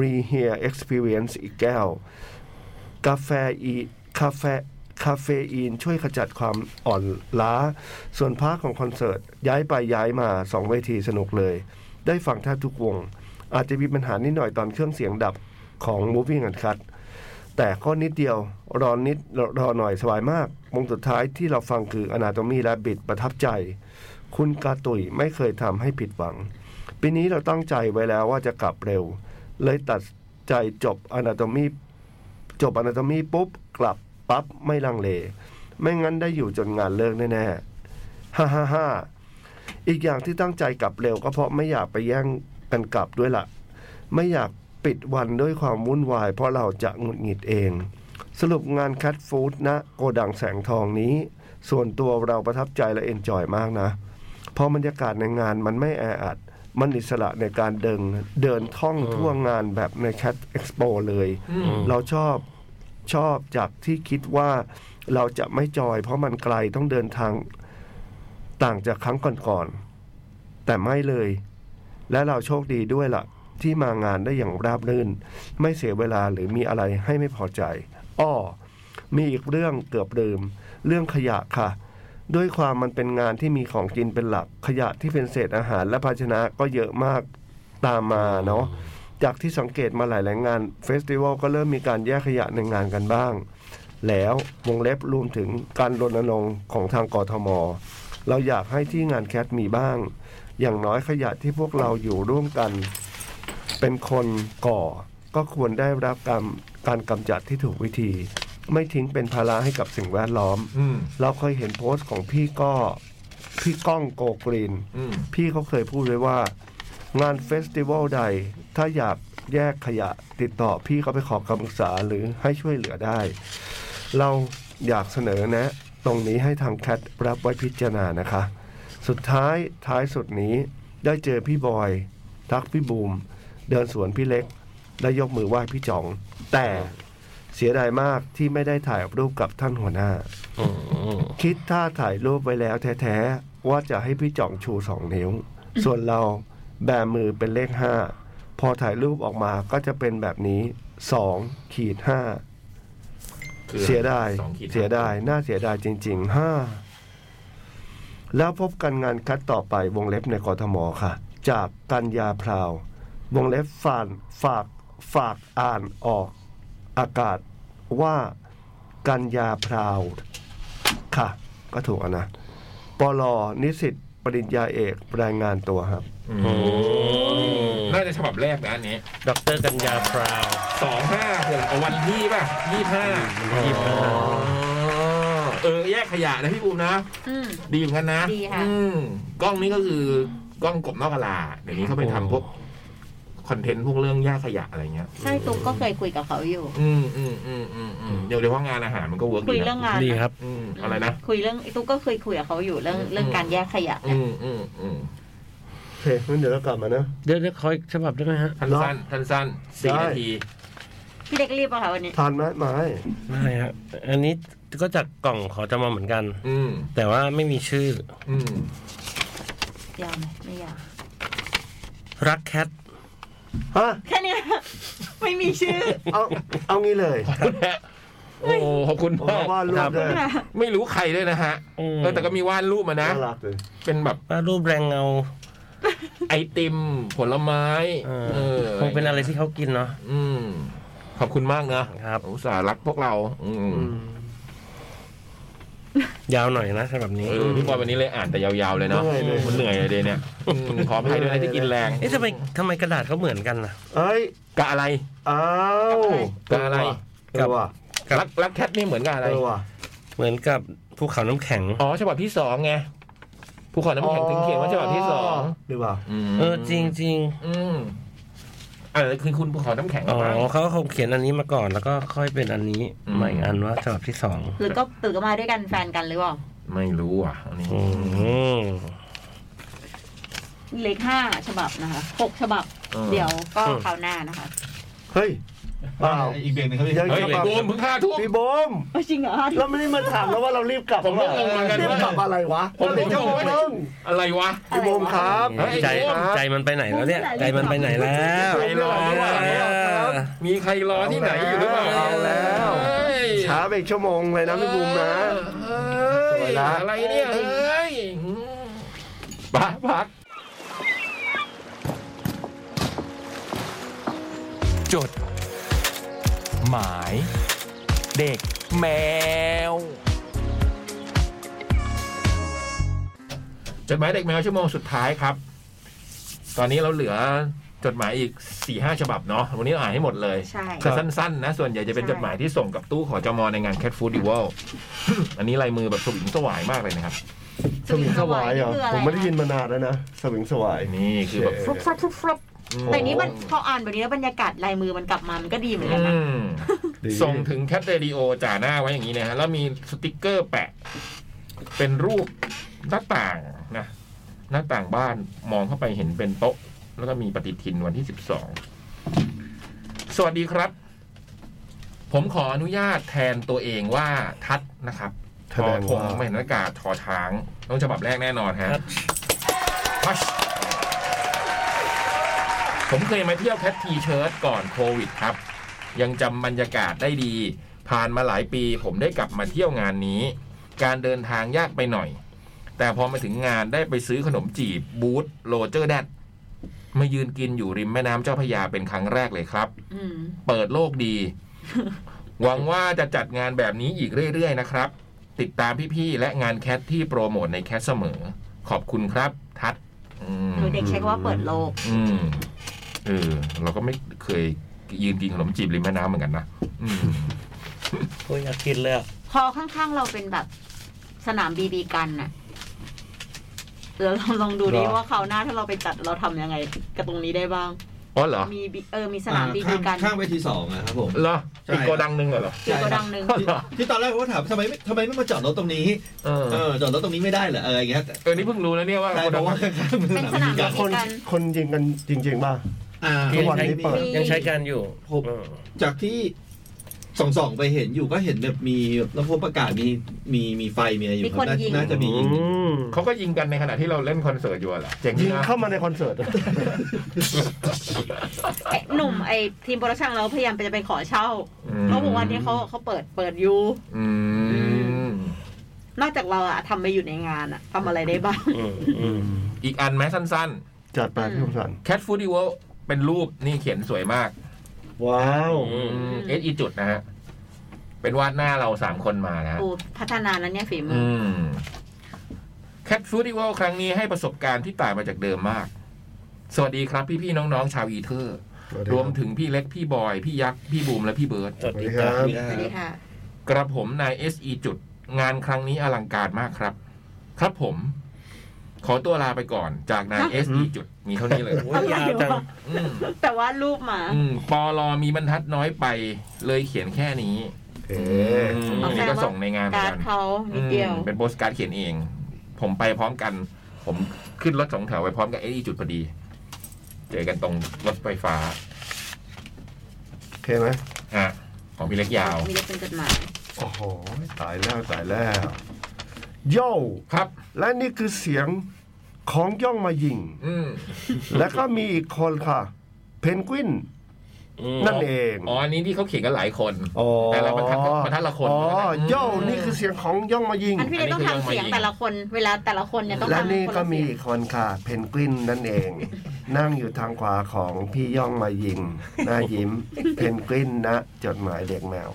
Speaker 2: r e h e r Experience อีกแก้ว กาแฟอี คาเฟ คาเฟอีนช่วยขจัดความอ่อนล้า ส่วนพาร์ทของคอนเสิร์ต ย้ายไปย้ายมาสองเวทีสนุกเลย ได้ฟังแทบทุกวง อาจจะมีปัญหานิดหน่อยตอนเครื่องเสียงดับของ Moving and Cut แต่ก็นิดเดียวรอนิดรอหน่อยสบายมากวงสุดท้ายที่เราฟังคือ Anatomy และบิดประทับใจ คุณกาตุยไม่เคยทำให้ผิดหวัง ปีนี้เราตั้งใจไว้แล้วว่าจะกลับเร็ว เลยตัดใจจบ Anatomy จบ Anatomy ปุ๊บ กลับปั๊บไม่ลังเล ไม่งั้นได้อยู่จนงานเลิกแน่ๆ ฮ่าฮ่าฮ่าอีกอย่างที่ตั้งใจกลับเร็วก็เพราะไม่อยากไปแย่งกันกลับด้วยล่ะ ไม่อยากปิดวันด้วยความวุ่นวาย เพราะเราจะหงุดหงิดเอง สรุปงานคัดฟู้ดนะโกดังแสงทองนี้ ส่วนตัวเราประทับใจและเอนจอยมากนะเพอบรรยากาศในงานมันไม่แออัด มันอิสระในการเดินเดินท่องทั่วงานแบบในแคดเอ็กซ์โปเลย
Speaker 1: อืม
Speaker 2: เราชอบชอบจากที่คิดว่าเราจะไม่จอย เพราะมันไกลต้องเดินทางต่างจากครั้งก่อนๆแต่ไม่เลย และเราโชคดีด้วยล่ะ ที่มางานได้อย่างราบรื่น ไม่เสียเวลาหรือมีอะไรให้ไม่พอใจ อ้อ มีอีกเรื่องเกือบลืม เรื่องขยะค่ะ ด้วยความมันเป็นงานที่มีของกินเป็นหลัก ขยะที่เป็นเศษอาหารและภาชนะก็เยอะมากตามมาเนาะ จากที่สังเกตมาหลายแหล่งงานเฟสติวัลก็เริ่มมีการแยกขยะในงานกันบ้าง แล้ววงเล็บรวมถึงการรณรงค์ของทางกทม เราอยากให้ที่งานแคทมีบ้าง อย่างน้อยขยะที่พวกเราอยู่ร่วมกัน เป็นคนก่อ ก็ควรได้รับการการกำจัดที่ถูกวิธี ไม่ทิ้งเป็นภาระให้กับสิ่งแวดล้อม
Speaker 1: อืม
Speaker 2: เราเคยเห็นโพสต์ของพี่ก็พี่ก้องโกกรีน
Speaker 1: อืม
Speaker 2: พี่เขาเคยพูดไว้ว่า งานเฟสติวัลใด ถ้าอยากแยกขยะติดต่อพี่เขาไปขอคำปรึกษาหรือให้ช่วยเหลือได้ เราอยากเสนอแนะ ตรงนี้ให้ทางแคทรับไว้พิจารณานะคะ สุดท้ายท้ายสุดนี้ได้เจอพี่บอย ทักพี่บูม เดินสวนพี่เล็ก และยกมือไหว้พี่จ๋อง แต่เสียดายมากที่ไม่ได้ถ่ายรูปกับท่านหัวหน้า
Speaker 5: อืม
Speaker 2: คิดท่าถ่ายรูปไว้แล้วแท้ๆ ว่าจะให้พี่จ่องชูสองนิ้ว ส่วนเราแบมือเป็นเลขห้า พอถ่ายรูปออกมาก็จะเป็นแบบนี้สองขีดห้า
Speaker 1: คือ
Speaker 2: เสียดาย
Speaker 1: องขี
Speaker 2: เสียดาย น่าเสียดายจริงๆห้าแล้วพบกันงานคัดต่อไปวงเล็บในกทมค่ะ จากกัญญาพราว วงเล็บฝานฝากฝากอ่านออกอากาศว่ากัญญาพราว ค่ะ ก็ถูกอะนะปลอนิสิตปริญญาเอกรายงานตัวครับ
Speaker 1: อืมน่าจะฉบับแรกนะอันนี้
Speaker 5: ดอกเตอรกัญญาพราว
Speaker 1: สองห้าผมเอาวันที่ป่ะยี่ห้าเออ แยกขยะนะพี่บูมนะ
Speaker 3: อืม
Speaker 1: ดีเหมือนกันนะ
Speaker 3: ดีค่ะ
Speaker 1: อืมกล้องนี้ก็คือกล้องกบนอกกะลาเดี๋ยวนี้เขาไปทำพวกคอนเทนต์พวกเรื่องแยกขยะอะไรเงี้ย
Speaker 3: ใช่ตุ๊กก็เคยคุยกับเขาอยู่
Speaker 1: อืมอืมอืมอืมอืมเดี๋ยวเดี๋ยวว่างานอาหารมันก็เวิร์ก
Speaker 3: คุย
Speaker 1: ดี
Speaker 3: เรื่อง
Speaker 1: นะ
Speaker 3: งาน
Speaker 5: ดีครับ
Speaker 1: อืมอะไรนะ
Speaker 3: คุยเรื่องไอ้ตุ๊กก็เคยคุยกับเขาอยู่เรื่อง
Speaker 1: อืม
Speaker 3: เรื่องการแยกขยะ
Speaker 1: อื
Speaker 3: เนี่ย
Speaker 1: มอืมอืม
Speaker 2: โอเคงั้นเดี๋ยวเรากลับมานะ
Speaker 5: เดี๋ยวเดี๋ยวขออีกฉบับได้ไหมฮะ
Speaker 1: ทันสั้นทันสั้นสี่นาที
Speaker 3: พี่เล็กรีบป่ะคะวันนี้
Speaker 2: ทานไหมไม้
Speaker 5: ไม่ครับ อันนี้ก็จากกล่องขอจะมาเหมือนกัน
Speaker 1: อืม
Speaker 5: แต่ว่าไม่มีชื่อ
Speaker 1: อืม
Speaker 3: ยาวไหมไม่ยาว
Speaker 5: รักแคท
Speaker 2: ฮะ
Speaker 3: แค่เนี้ย ไม่มีชื่อ
Speaker 2: เอา เอางี้เลย
Speaker 1: โอ้ขอบคุณ
Speaker 2: ผม
Speaker 1: มาก
Speaker 2: ว่ารู
Speaker 5: ครั
Speaker 2: ป
Speaker 5: บ
Speaker 2: เลย
Speaker 3: ค่ะ
Speaker 1: ไม่รู้ใครด้วยนะฮะ
Speaker 5: อืม
Speaker 1: เออแต่ก็มีวาดรูปมานะ
Speaker 2: น่ารักเลย
Speaker 1: เป็นแบบ
Speaker 5: ว่ารูปแรงเงา
Speaker 1: ไอติมผลไม้
Speaker 5: เอ
Speaker 1: เอ
Speaker 5: อ
Speaker 1: อ
Speaker 5: คงเป็นอะไรที่เขากินเนาะ
Speaker 1: อืมขอบคุณมากนะครับ อุตส่าห์รักพวกเรา อืม
Speaker 5: ยาวหน่อยนะฉบับนี้
Speaker 1: เออพี่บอยวันนี้เลยอ่านแต่ยาวๆเลยเนาะ
Speaker 2: เหนื่อยเลย
Speaker 1: มันเหนื่อยเลยเนี่ยอืมขออภัยด้วยนะที่กินแรง
Speaker 5: เอ๊ะทำไมทำไมกระดาษเขาเหมือนกันนะ
Speaker 2: เอ้ย
Speaker 1: กะอะไร
Speaker 2: อ้าว
Speaker 1: กับอะไร
Speaker 2: เออว่ะ
Speaker 5: กับ
Speaker 1: รักรักแคทนี่เหมือนกับอะไร
Speaker 2: เออว่ะ
Speaker 5: เหมือนกับภูเขาน้ำแข็ง
Speaker 1: อ๋อฉบับที่สองไงภูเขาน้ำแข็งถึงเขียนว่าฉบับที่สอง
Speaker 2: หรือเปล่า
Speaker 5: เออจริงจริง
Speaker 1: อืมอะไรคือคุณภูเขาน้ำแข็ง
Speaker 5: ๆอ๋อเขาคงเขียนอันนี้มาก่อนแล้วก็ค่อยเป็นอันนี้ใหม่อันว่าฉบับที่สอง
Speaker 3: หรือก็ตื่นก็มาด้วยกันแฟนกันหรือเปล่า
Speaker 1: ไม่รู้อ่ะอันนี้
Speaker 5: อืม
Speaker 3: เล็กห้าฉบับนะคะหกฉบับ
Speaker 1: ออ
Speaker 3: เดี๋ยวก็คราวหน้านะคะ
Speaker 2: เฮ้ย เปล่า
Speaker 4: อีกเบรกหนึ่งครับพี่
Speaker 2: ยัง
Speaker 1: เฮ้ย
Speaker 2: ฉบับ
Speaker 1: โดนเพิ่งห้าทุ่ม
Speaker 2: พี่บอม
Speaker 3: เอ้ยจริงเหรอ
Speaker 2: เราไม่ได้มาถามแล้วว่าเรารีบกลับ
Speaker 1: ผมก็งงเหมือนกัน
Speaker 2: รีบกลับอะไรวะ
Speaker 1: ผมก็งง
Speaker 2: เฮ้ย
Speaker 1: อะไรวะ
Speaker 2: พี่บอมครับ
Speaker 1: เฮ้ย
Speaker 5: ใจใจมันไปไหนแล้วเนี่ย ใจมันไปไหนแล้ว
Speaker 1: ใครรอระ
Speaker 5: เอ
Speaker 1: หว่างเนี้ย
Speaker 5: อ
Speaker 1: มีใครรอที่ไหนอยู่หรือเปล่า
Speaker 2: เอาแล้ว
Speaker 1: เฮ้ย
Speaker 2: ช้าไปอีกชั่วโมงเลยนะพี่บูมนะ
Speaker 1: เฮ้
Speaker 2: สวย
Speaker 1: ย
Speaker 2: ละ
Speaker 1: อะไรเนี่ยเฮ้ยปักปัก
Speaker 6: จด หมาย เด็กแมว
Speaker 1: จดหมายเด็กแมวชั่วโมงสุดท้ายครับ ตอนนี้เราเหลือจดหมายอีกสี่ห้าฉบับเนาะวันนี้เราอ่านให้หมดเลย
Speaker 3: ใช่
Speaker 1: แต่สั้นๆนะ ส่วนใหญ่จะเป็น
Speaker 3: ใช่
Speaker 1: จดหมายที่ส่งกับตู้ขอจมในงาน Cat Food Duel อันนี้ลายมือแบบสวิงสวายมากเลยนะครับ
Speaker 2: สวิงสวายเหรอ
Speaker 3: คืออะ
Speaker 2: ผ
Speaker 3: ร
Speaker 2: มไม่ได้ยินมานานแล้วนะสวิงสวาย
Speaker 1: นี่คือแบบ
Speaker 3: ฟรุบฟรุบฟรุบฟรุบ
Speaker 1: อืม
Speaker 3: แต่นี้มันพออ่านแบบนี้แล้วบรรยากาศลายมือมันกลับมามันก็ดีเหมือนกันนะ
Speaker 1: อืม
Speaker 2: ดี
Speaker 1: ส่งถึงแคทเรดิโอจ่าหน้าไว้อย่างนี้นะฮะแล้วมีสติกเกอร์แปะ เป็นรูปหน้าต่างนะ หน้าต่างบ้านมองเข้าไปเห็นเป็นโต๊ะ แล้วก็มีปฏิทินวันที่สิบสองสวัสดีครับ ผมขออนุญาตแทนตัวเองว่าทัศน์นะครับ ท
Speaker 2: แส
Speaker 1: อ
Speaker 2: ดง
Speaker 1: ทง
Speaker 2: ว่า
Speaker 1: ไม่เห็นอากาศทอช้าง ต้องฉบับแรกแน่นอนฮะ
Speaker 5: ครับ
Speaker 1: Touch ผมเคยมาเที่ยวแคททีเชิร์ตก่อนโควิดครับ ยังจำบรรยากาศได้ดี ผ่านมาหลายปี ผมได้กลับมาเที่ยวงานนี้ การเดินทางยากไปหน่อย แต่พอมาถึงงานได้ไปซื้อขนมจีบบูธโรเจอร์แดดมายืนกินอยู่ริมแม่น้ำเจ้าพระยาเป็นครั้งแรกเลยครับ
Speaker 3: อืม
Speaker 1: เปิดโลกดี หวังว่าจะจัดงานแบบนี้อีกเรื่อย ๆ นะครับ ติดตามพี่ ๆ และงานแคทที่โปรโมทในแคทเสมอ ขอบคุณครับ ทัดอืม
Speaker 3: หนูเด็กใช้คำว่าเปิดโลก
Speaker 1: อืมเออเราก็ไม่เคยยืนกินขนมจีบริมแม่น้ำเหมือนกันนะอืม
Speaker 5: โอ้ยอยากกินเลยอะ
Speaker 3: พอข้างๆเราเป็นแบบสนามบีบีกันน่ะเดี๋ยวลองลองดูดิ
Speaker 2: หรอ
Speaker 3: ว่าคราวหน้าถ้าเราไปจัดเราทำยังไงกับตรงนี้ได้บ้าง
Speaker 1: อ๋อเหรอ
Speaker 3: มี B- เออมีสนามบีบี
Speaker 4: ข้าง
Speaker 3: กัน
Speaker 4: ข้างเวทีสองอะครับผม
Speaker 1: เหรอ
Speaker 4: ใช่
Speaker 1: อีกโกดังหนึ่งเหรอ
Speaker 3: มีโกดังหนึ่ง
Speaker 4: ที่ที่ตอนแรกผมก็ถามทำไมไม่ทำไมไม่มาจอดรถตรงนี้
Speaker 1: เออ
Speaker 4: เออจอดรถตรงนี้ไม่ได้เหรอเอออย่างเงี้ยแต่
Speaker 1: เออนี่เพิ่งรู้นะเนี่ยว่า
Speaker 4: ใช่
Speaker 1: โกดัง
Speaker 4: เพราะว่าข้างๆ
Speaker 3: เป็นสนาม
Speaker 4: กั
Speaker 3: บี
Speaker 4: น
Speaker 2: ค
Speaker 3: บี
Speaker 2: น
Speaker 3: กัน
Speaker 2: คนยิงกันจริง ๆ ป่ะ
Speaker 4: อ่า
Speaker 2: ทุกวันนี้เปิด
Speaker 3: มี
Speaker 5: ยังใช้การอยู่
Speaker 4: ผม
Speaker 5: เออ
Speaker 4: จากที่ส่องๆไปเห็นอยู่ก็เห็นแบบมีแล้วพบประกาศมีมีมีไฟมีอะไรอยู่
Speaker 3: มี
Speaker 4: ค
Speaker 3: ค
Speaker 4: รั
Speaker 3: น
Speaker 4: บน่า
Speaker 3: ยิง
Speaker 4: น่าจะมียิง
Speaker 2: อืม
Speaker 1: เขาก็ยิงกันในขณะที่เราเล่นคอนเสิร์ตอยู่อะเหรอเจ๋ง
Speaker 2: ยิ
Speaker 1: ดี
Speaker 2: ง
Speaker 1: นะ
Speaker 2: เข้ามาในคอนเสิร์ต
Speaker 3: ไอ้หนุ่มไอ้ทีมโปรดักชั่นเราพยายามไปจะไปขอเช่า
Speaker 1: อืม
Speaker 3: เพราะบอกวันนี้เขาเขาเปิดเปิดอยู่
Speaker 1: อืม
Speaker 3: นอกจากเราอะทำไปอยู่ในงานอะทำอะไรได้บ้าง
Speaker 5: อืม
Speaker 2: อืม
Speaker 1: อีกอันไหมสั้นๆ
Speaker 2: จัดไปพี่คมสันต์
Speaker 1: แคทฟูด d ี w o r l d เป็นรูปนี่เขียนสวยมาก
Speaker 2: ว้าว
Speaker 3: ม
Speaker 1: เอสอีจุดนะฮะ เป็นวาดหน้าเราสามคนมานะฮะ
Speaker 3: โอ้พัฒนาแล้วเนี่ยฝีมื
Speaker 1: อื
Speaker 3: อ
Speaker 1: มแคทฟูด d ี w o r l d ครั้งนี้ให้ประสบการณ์ที่ต่างมาจากเดิมมาก สวัสดีครับพี่พี่ๆน้องๆ ชาวอีเทอร์ รวมถึงพี่เล็กพี่บอย พี่ยักษ์ พี่บูมและพี่เบิร์ด
Speaker 5: สวัส
Speaker 2: สวัส
Speaker 5: ดี
Speaker 2: ดี
Speaker 5: ค
Speaker 2: ค
Speaker 5: รั
Speaker 2: รับ บ
Speaker 4: มีอะ
Speaker 3: ส
Speaker 4: ไร
Speaker 3: วัสดีค่ะ
Speaker 1: กระผมนายเอสอีจุด งานครั้งนี้อลังการมากครับ ครับผม ขอตัวลาไปก่อนจากนายเอสอีจุด มีเท่านี้เลย
Speaker 5: โอ้ยยาวจัง
Speaker 1: อืม
Speaker 3: แต่ว่ารูปหมา
Speaker 1: อืมปอลอมีบรรทัดน้อยไป เลยเขียนแค่นี้
Speaker 2: เอ๊ะ
Speaker 1: อืม
Speaker 3: เอาแซว
Speaker 1: นี่ก็ส่งในงานเหมือ
Speaker 3: การ
Speaker 1: นกั
Speaker 3: ด
Speaker 1: น
Speaker 3: เขานิดเดียว
Speaker 1: อืมเป็นโปสการ์ดเขียนเอง ผมไปพร้อมกัน ผมขึ้นรถสองแถวไปพร้อมกับไอ้จุดพอดี เจอกันตรงรถไฟฟ้า
Speaker 2: โอเคไหม
Speaker 1: อ่ะของพี่เล็กยาว
Speaker 3: มีเล็กเป็นจดหมาย
Speaker 2: โอ้โหตายแล้วตายแล้วโย่
Speaker 1: ครับ
Speaker 2: และนี่คือเสียงของย่องมายิง
Speaker 1: อืม
Speaker 2: และก็มีอีกคนค่ะ เพนกวิน นั่นเอง
Speaker 1: อ๋ออันนี้ที่เขาเขียนกันหลายคน
Speaker 2: อ๋อ
Speaker 1: แต่ละบรรทัดก็บรรทัดละคน
Speaker 2: อ๋อ
Speaker 1: อืม
Speaker 2: โย่นี่คือเสียงของย่องมายิง
Speaker 3: อันพี่เล็กต้องทำเสียงแต่ละคน เวลาแต่ละคนเนี่ยต้อง
Speaker 2: และ
Speaker 3: ทำ
Speaker 2: นี่
Speaker 3: คน
Speaker 2: ก็
Speaker 3: ละ
Speaker 2: มี
Speaker 3: เสียง
Speaker 2: อีกคนค่ะ เพนกวินนั่นเอง นั่งอยู่ทางขวาของพี่ย่องมายิง หน้ายิ้ม เพนกวินนะ จดหมายเด็กแมว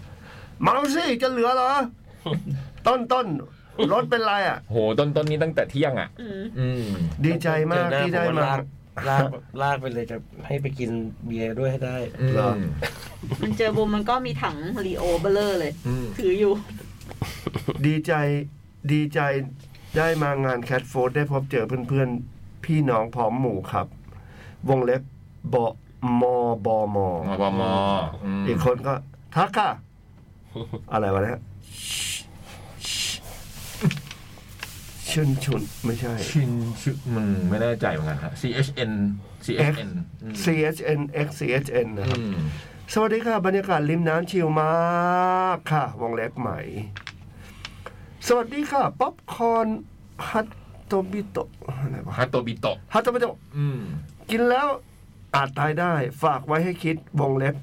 Speaker 2: เมาสิจะเหลือเหรอ ต้นต้นรถเป็นไรอ่ะ
Speaker 1: โหต้นต้นนี้ตั้งแต่เที่ยงอ่ะ
Speaker 3: อืม
Speaker 1: อืม
Speaker 2: ดีใจมากที่ได้มา
Speaker 5: ลากลากไปเลยจะให้ไปกินเบียร์ด้วยให้ได้
Speaker 1: อืม
Speaker 2: เหรอ
Speaker 3: มันเจอบูมมันก็มีถังรีโอเบลเลอร์เลย
Speaker 1: อืม
Speaker 3: ถืออยู่
Speaker 2: ดีใจดีใจได้มางานแคทโฟร์ได้พบเจอเพื่อนๆ พี่น้องพร้อมหมู่ครับ วงเล็บบอมอบอมอ
Speaker 1: มบมอืม
Speaker 2: อีกคนก็ทักค่ะ อะไรวะเนี่ยชุนชุนไม่ใช่
Speaker 1: ชินชุมึงไม่แน่ใจเหมือนกันฮะ C H N C H N
Speaker 2: C H N X C H N นะครับ
Speaker 1: อืม
Speaker 2: สวัสดีค่ะ บรรยากาศริมน้ำชิลมากค่ะ วงเล็บใหม่ สวัสดีค่ะ ป๊อปคอร์นฮัตโตบิโตะอะไรวะ
Speaker 1: ฮาโตบิโตะ
Speaker 2: ฮัตโตบิโตะ
Speaker 1: อืม
Speaker 2: กินแล้วอาจตายได้ ฝากไว้ให้คิดวงเล็บ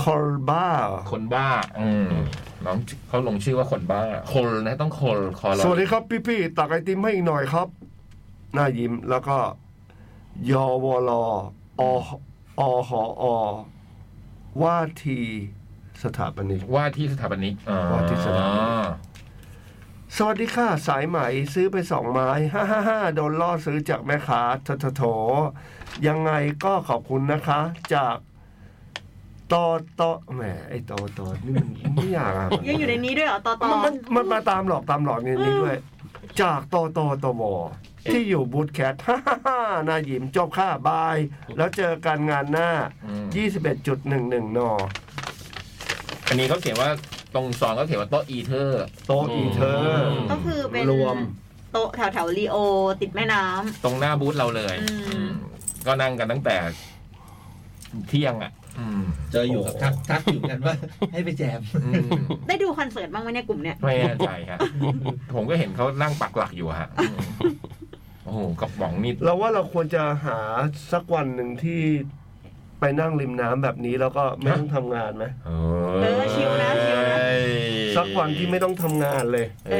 Speaker 2: คอลบ้า
Speaker 1: คนบ้า อืมน้องเขาลงชื่อว่าคนบ้าคนนะต้องคนคอลอ
Speaker 2: สวัสดีครับพี่พี่ๆตักไอติมให้อีกหน่อยครับ หน้ายิ้มแล้วก็ ยอวลอออหออว่าทีสถาปนิก
Speaker 1: ว่าที่สถาปนิกอ๋อ
Speaker 2: ว่าที่สถาปนิก สวัสดีค่ะ สายไหมซื้อไปสองไม้ ฮ่าฮ่าฮ่าโดนล่อซื้อจากแม่ค้าทะทะโถ ยังไงก็ขอบคุณนะคะ จากตอตอแหมไอตอตอนี่มันไม่อยากอ่ะ
Speaker 3: ยังอยู่ในนี้ด้วยเหรอต่อต่อ
Speaker 2: มันมันมันมาตามหลอกตามหลอกเนี่ยนี้ด้วย จากตอตอตวที่อยู่บูธแคท ฮ่าฮ่าฮ่านาหยิมจบค่าบาย แล้วเจอกันงานหน้า
Speaker 1: อืม
Speaker 2: 21.11 น
Speaker 1: อันนี้เขาเขียนว่าตรงซองก็เขียนว่าโต๊ะอีเทอร์
Speaker 2: โต๊ะอีเทอร์
Speaker 3: ก็คือเป็น
Speaker 2: รวม
Speaker 3: โต๊ะแถวแถวรีโอติดแม่น้ำ
Speaker 1: ตรงหน้าบูธเราเลย
Speaker 3: อืม
Speaker 1: อืมก็นั่งกันตั้งแต่ เที่ยงอ่ะ อืม
Speaker 4: เจออยู่ครับทักทักอยู่กันว่า ให้ไปแจม
Speaker 1: อืม
Speaker 3: ได้ดูคอนเสิร์ตบ้างไหมในยกลุ่มเนี่ย
Speaker 1: ไม่แน่ใจฮะผมก็เห็นเขานั่งปักหลักอยู่ฮะอืมโอ้โหกระป๋องนี่
Speaker 2: เราว่าเราควรจะหาสักวันหนึ่งที่ไปนั่งริมน้ำแบบนี้แล้วก็ไม่ต้องทำงานไหม
Speaker 1: เอ
Speaker 3: เออชิลนะชิลนะ
Speaker 1: เอ้ย
Speaker 2: สักวันที่ไม่ต้องทำงานเลย
Speaker 1: เอ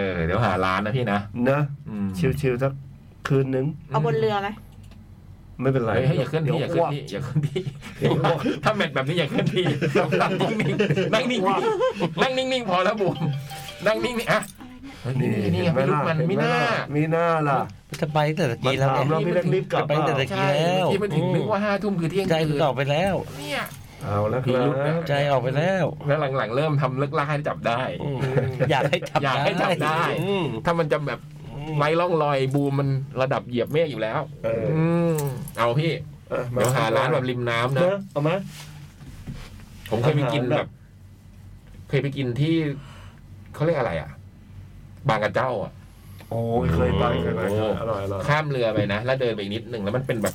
Speaker 1: อเดี๋ยวหาร้านนะพี่นะ
Speaker 2: นะ
Speaker 1: อืม
Speaker 2: ชิลๆสักคืนนึง
Speaker 3: เอาบนเรือไหม
Speaker 2: ไม่เป็นไร
Speaker 1: เฮ้ยอย่าเคลื่อนที่อย่าเคลื่อนที่อย่าเคลื่อนที่ถ้าแมทแบบนี้อย่าเคลื่อนที่นั่งนิ่งๆนั่งนิ่งๆนั่งนิ่งๆพอแล้วบุ๋มนั่งนิ่งๆอ่ะเฮ้ยนี่
Speaker 2: นี่
Speaker 1: นี่
Speaker 2: เห็นไหม
Speaker 1: ไม่ลุก
Speaker 2: ล่ะ
Speaker 1: มัน
Speaker 2: เห็
Speaker 1: ไม่
Speaker 2: ห
Speaker 1: น่า
Speaker 2: มีหน้าล่ะ
Speaker 5: จะไปตั้งแต่ตะ
Speaker 2: มัน
Speaker 5: กี้แล้ว
Speaker 2: ถาม
Speaker 5: เนี่
Speaker 2: เรา
Speaker 5: ย
Speaker 2: พี่เล็กรีบกลับ
Speaker 5: ไป
Speaker 2: เปล่า
Speaker 5: แต่ตะกี้
Speaker 1: ใช่เมื่อกี้มันถึงนึกว่าห้าทุ่มคือเที่ยง
Speaker 5: ใจ
Speaker 1: คื
Speaker 5: มัน
Speaker 1: น
Speaker 5: ออกไปแล้ว
Speaker 1: เนี่ย
Speaker 2: เอาแล้วค
Speaker 1: มี
Speaker 2: รั
Speaker 1: ลูกนะ
Speaker 2: บ
Speaker 5: ใจออกไปแล้ว
Speaker 1: แล้วหลังๆเริ่มทำเลิกล่าให้จับได้
Speaker 5: อืมอยากให้จับ
Speaker 1: อยากให้จับได้
Speaker 5: อืม
Speaker 1: ถ้ามันจะแบบไร้ร่องรอยบูมมันระดับเหยียบเมฆอยู่แล้ว
Speaker 2: เอออื
Speaker 1: มเอาพี่
Speaker 2: อ่ะม
Speaker 1: เดี๋ยวหาร้านแบบริมน้ำนะ
Speaker 2: นะเอามา
Speaker 1: ผมเคยไปกิน
Speaker 2: อาหาร
Speaker 1: แบ
Speaker 2: แบบ บ
Speaker 1: เคยไปกินที่เขาเรียกอะไรอ่ะ บางกระเจ้าอ่ะ
Speaker 2: โอ้ยเคยไปเคยไป
Speaker 1: โอ้
Speaker 2: เคยอร่อยอร่อย
Speaker 1: ข้ามเรือไปนะ แล้วเดินไปอีกนิดหนึ่งแล้วมันเป็นแบบ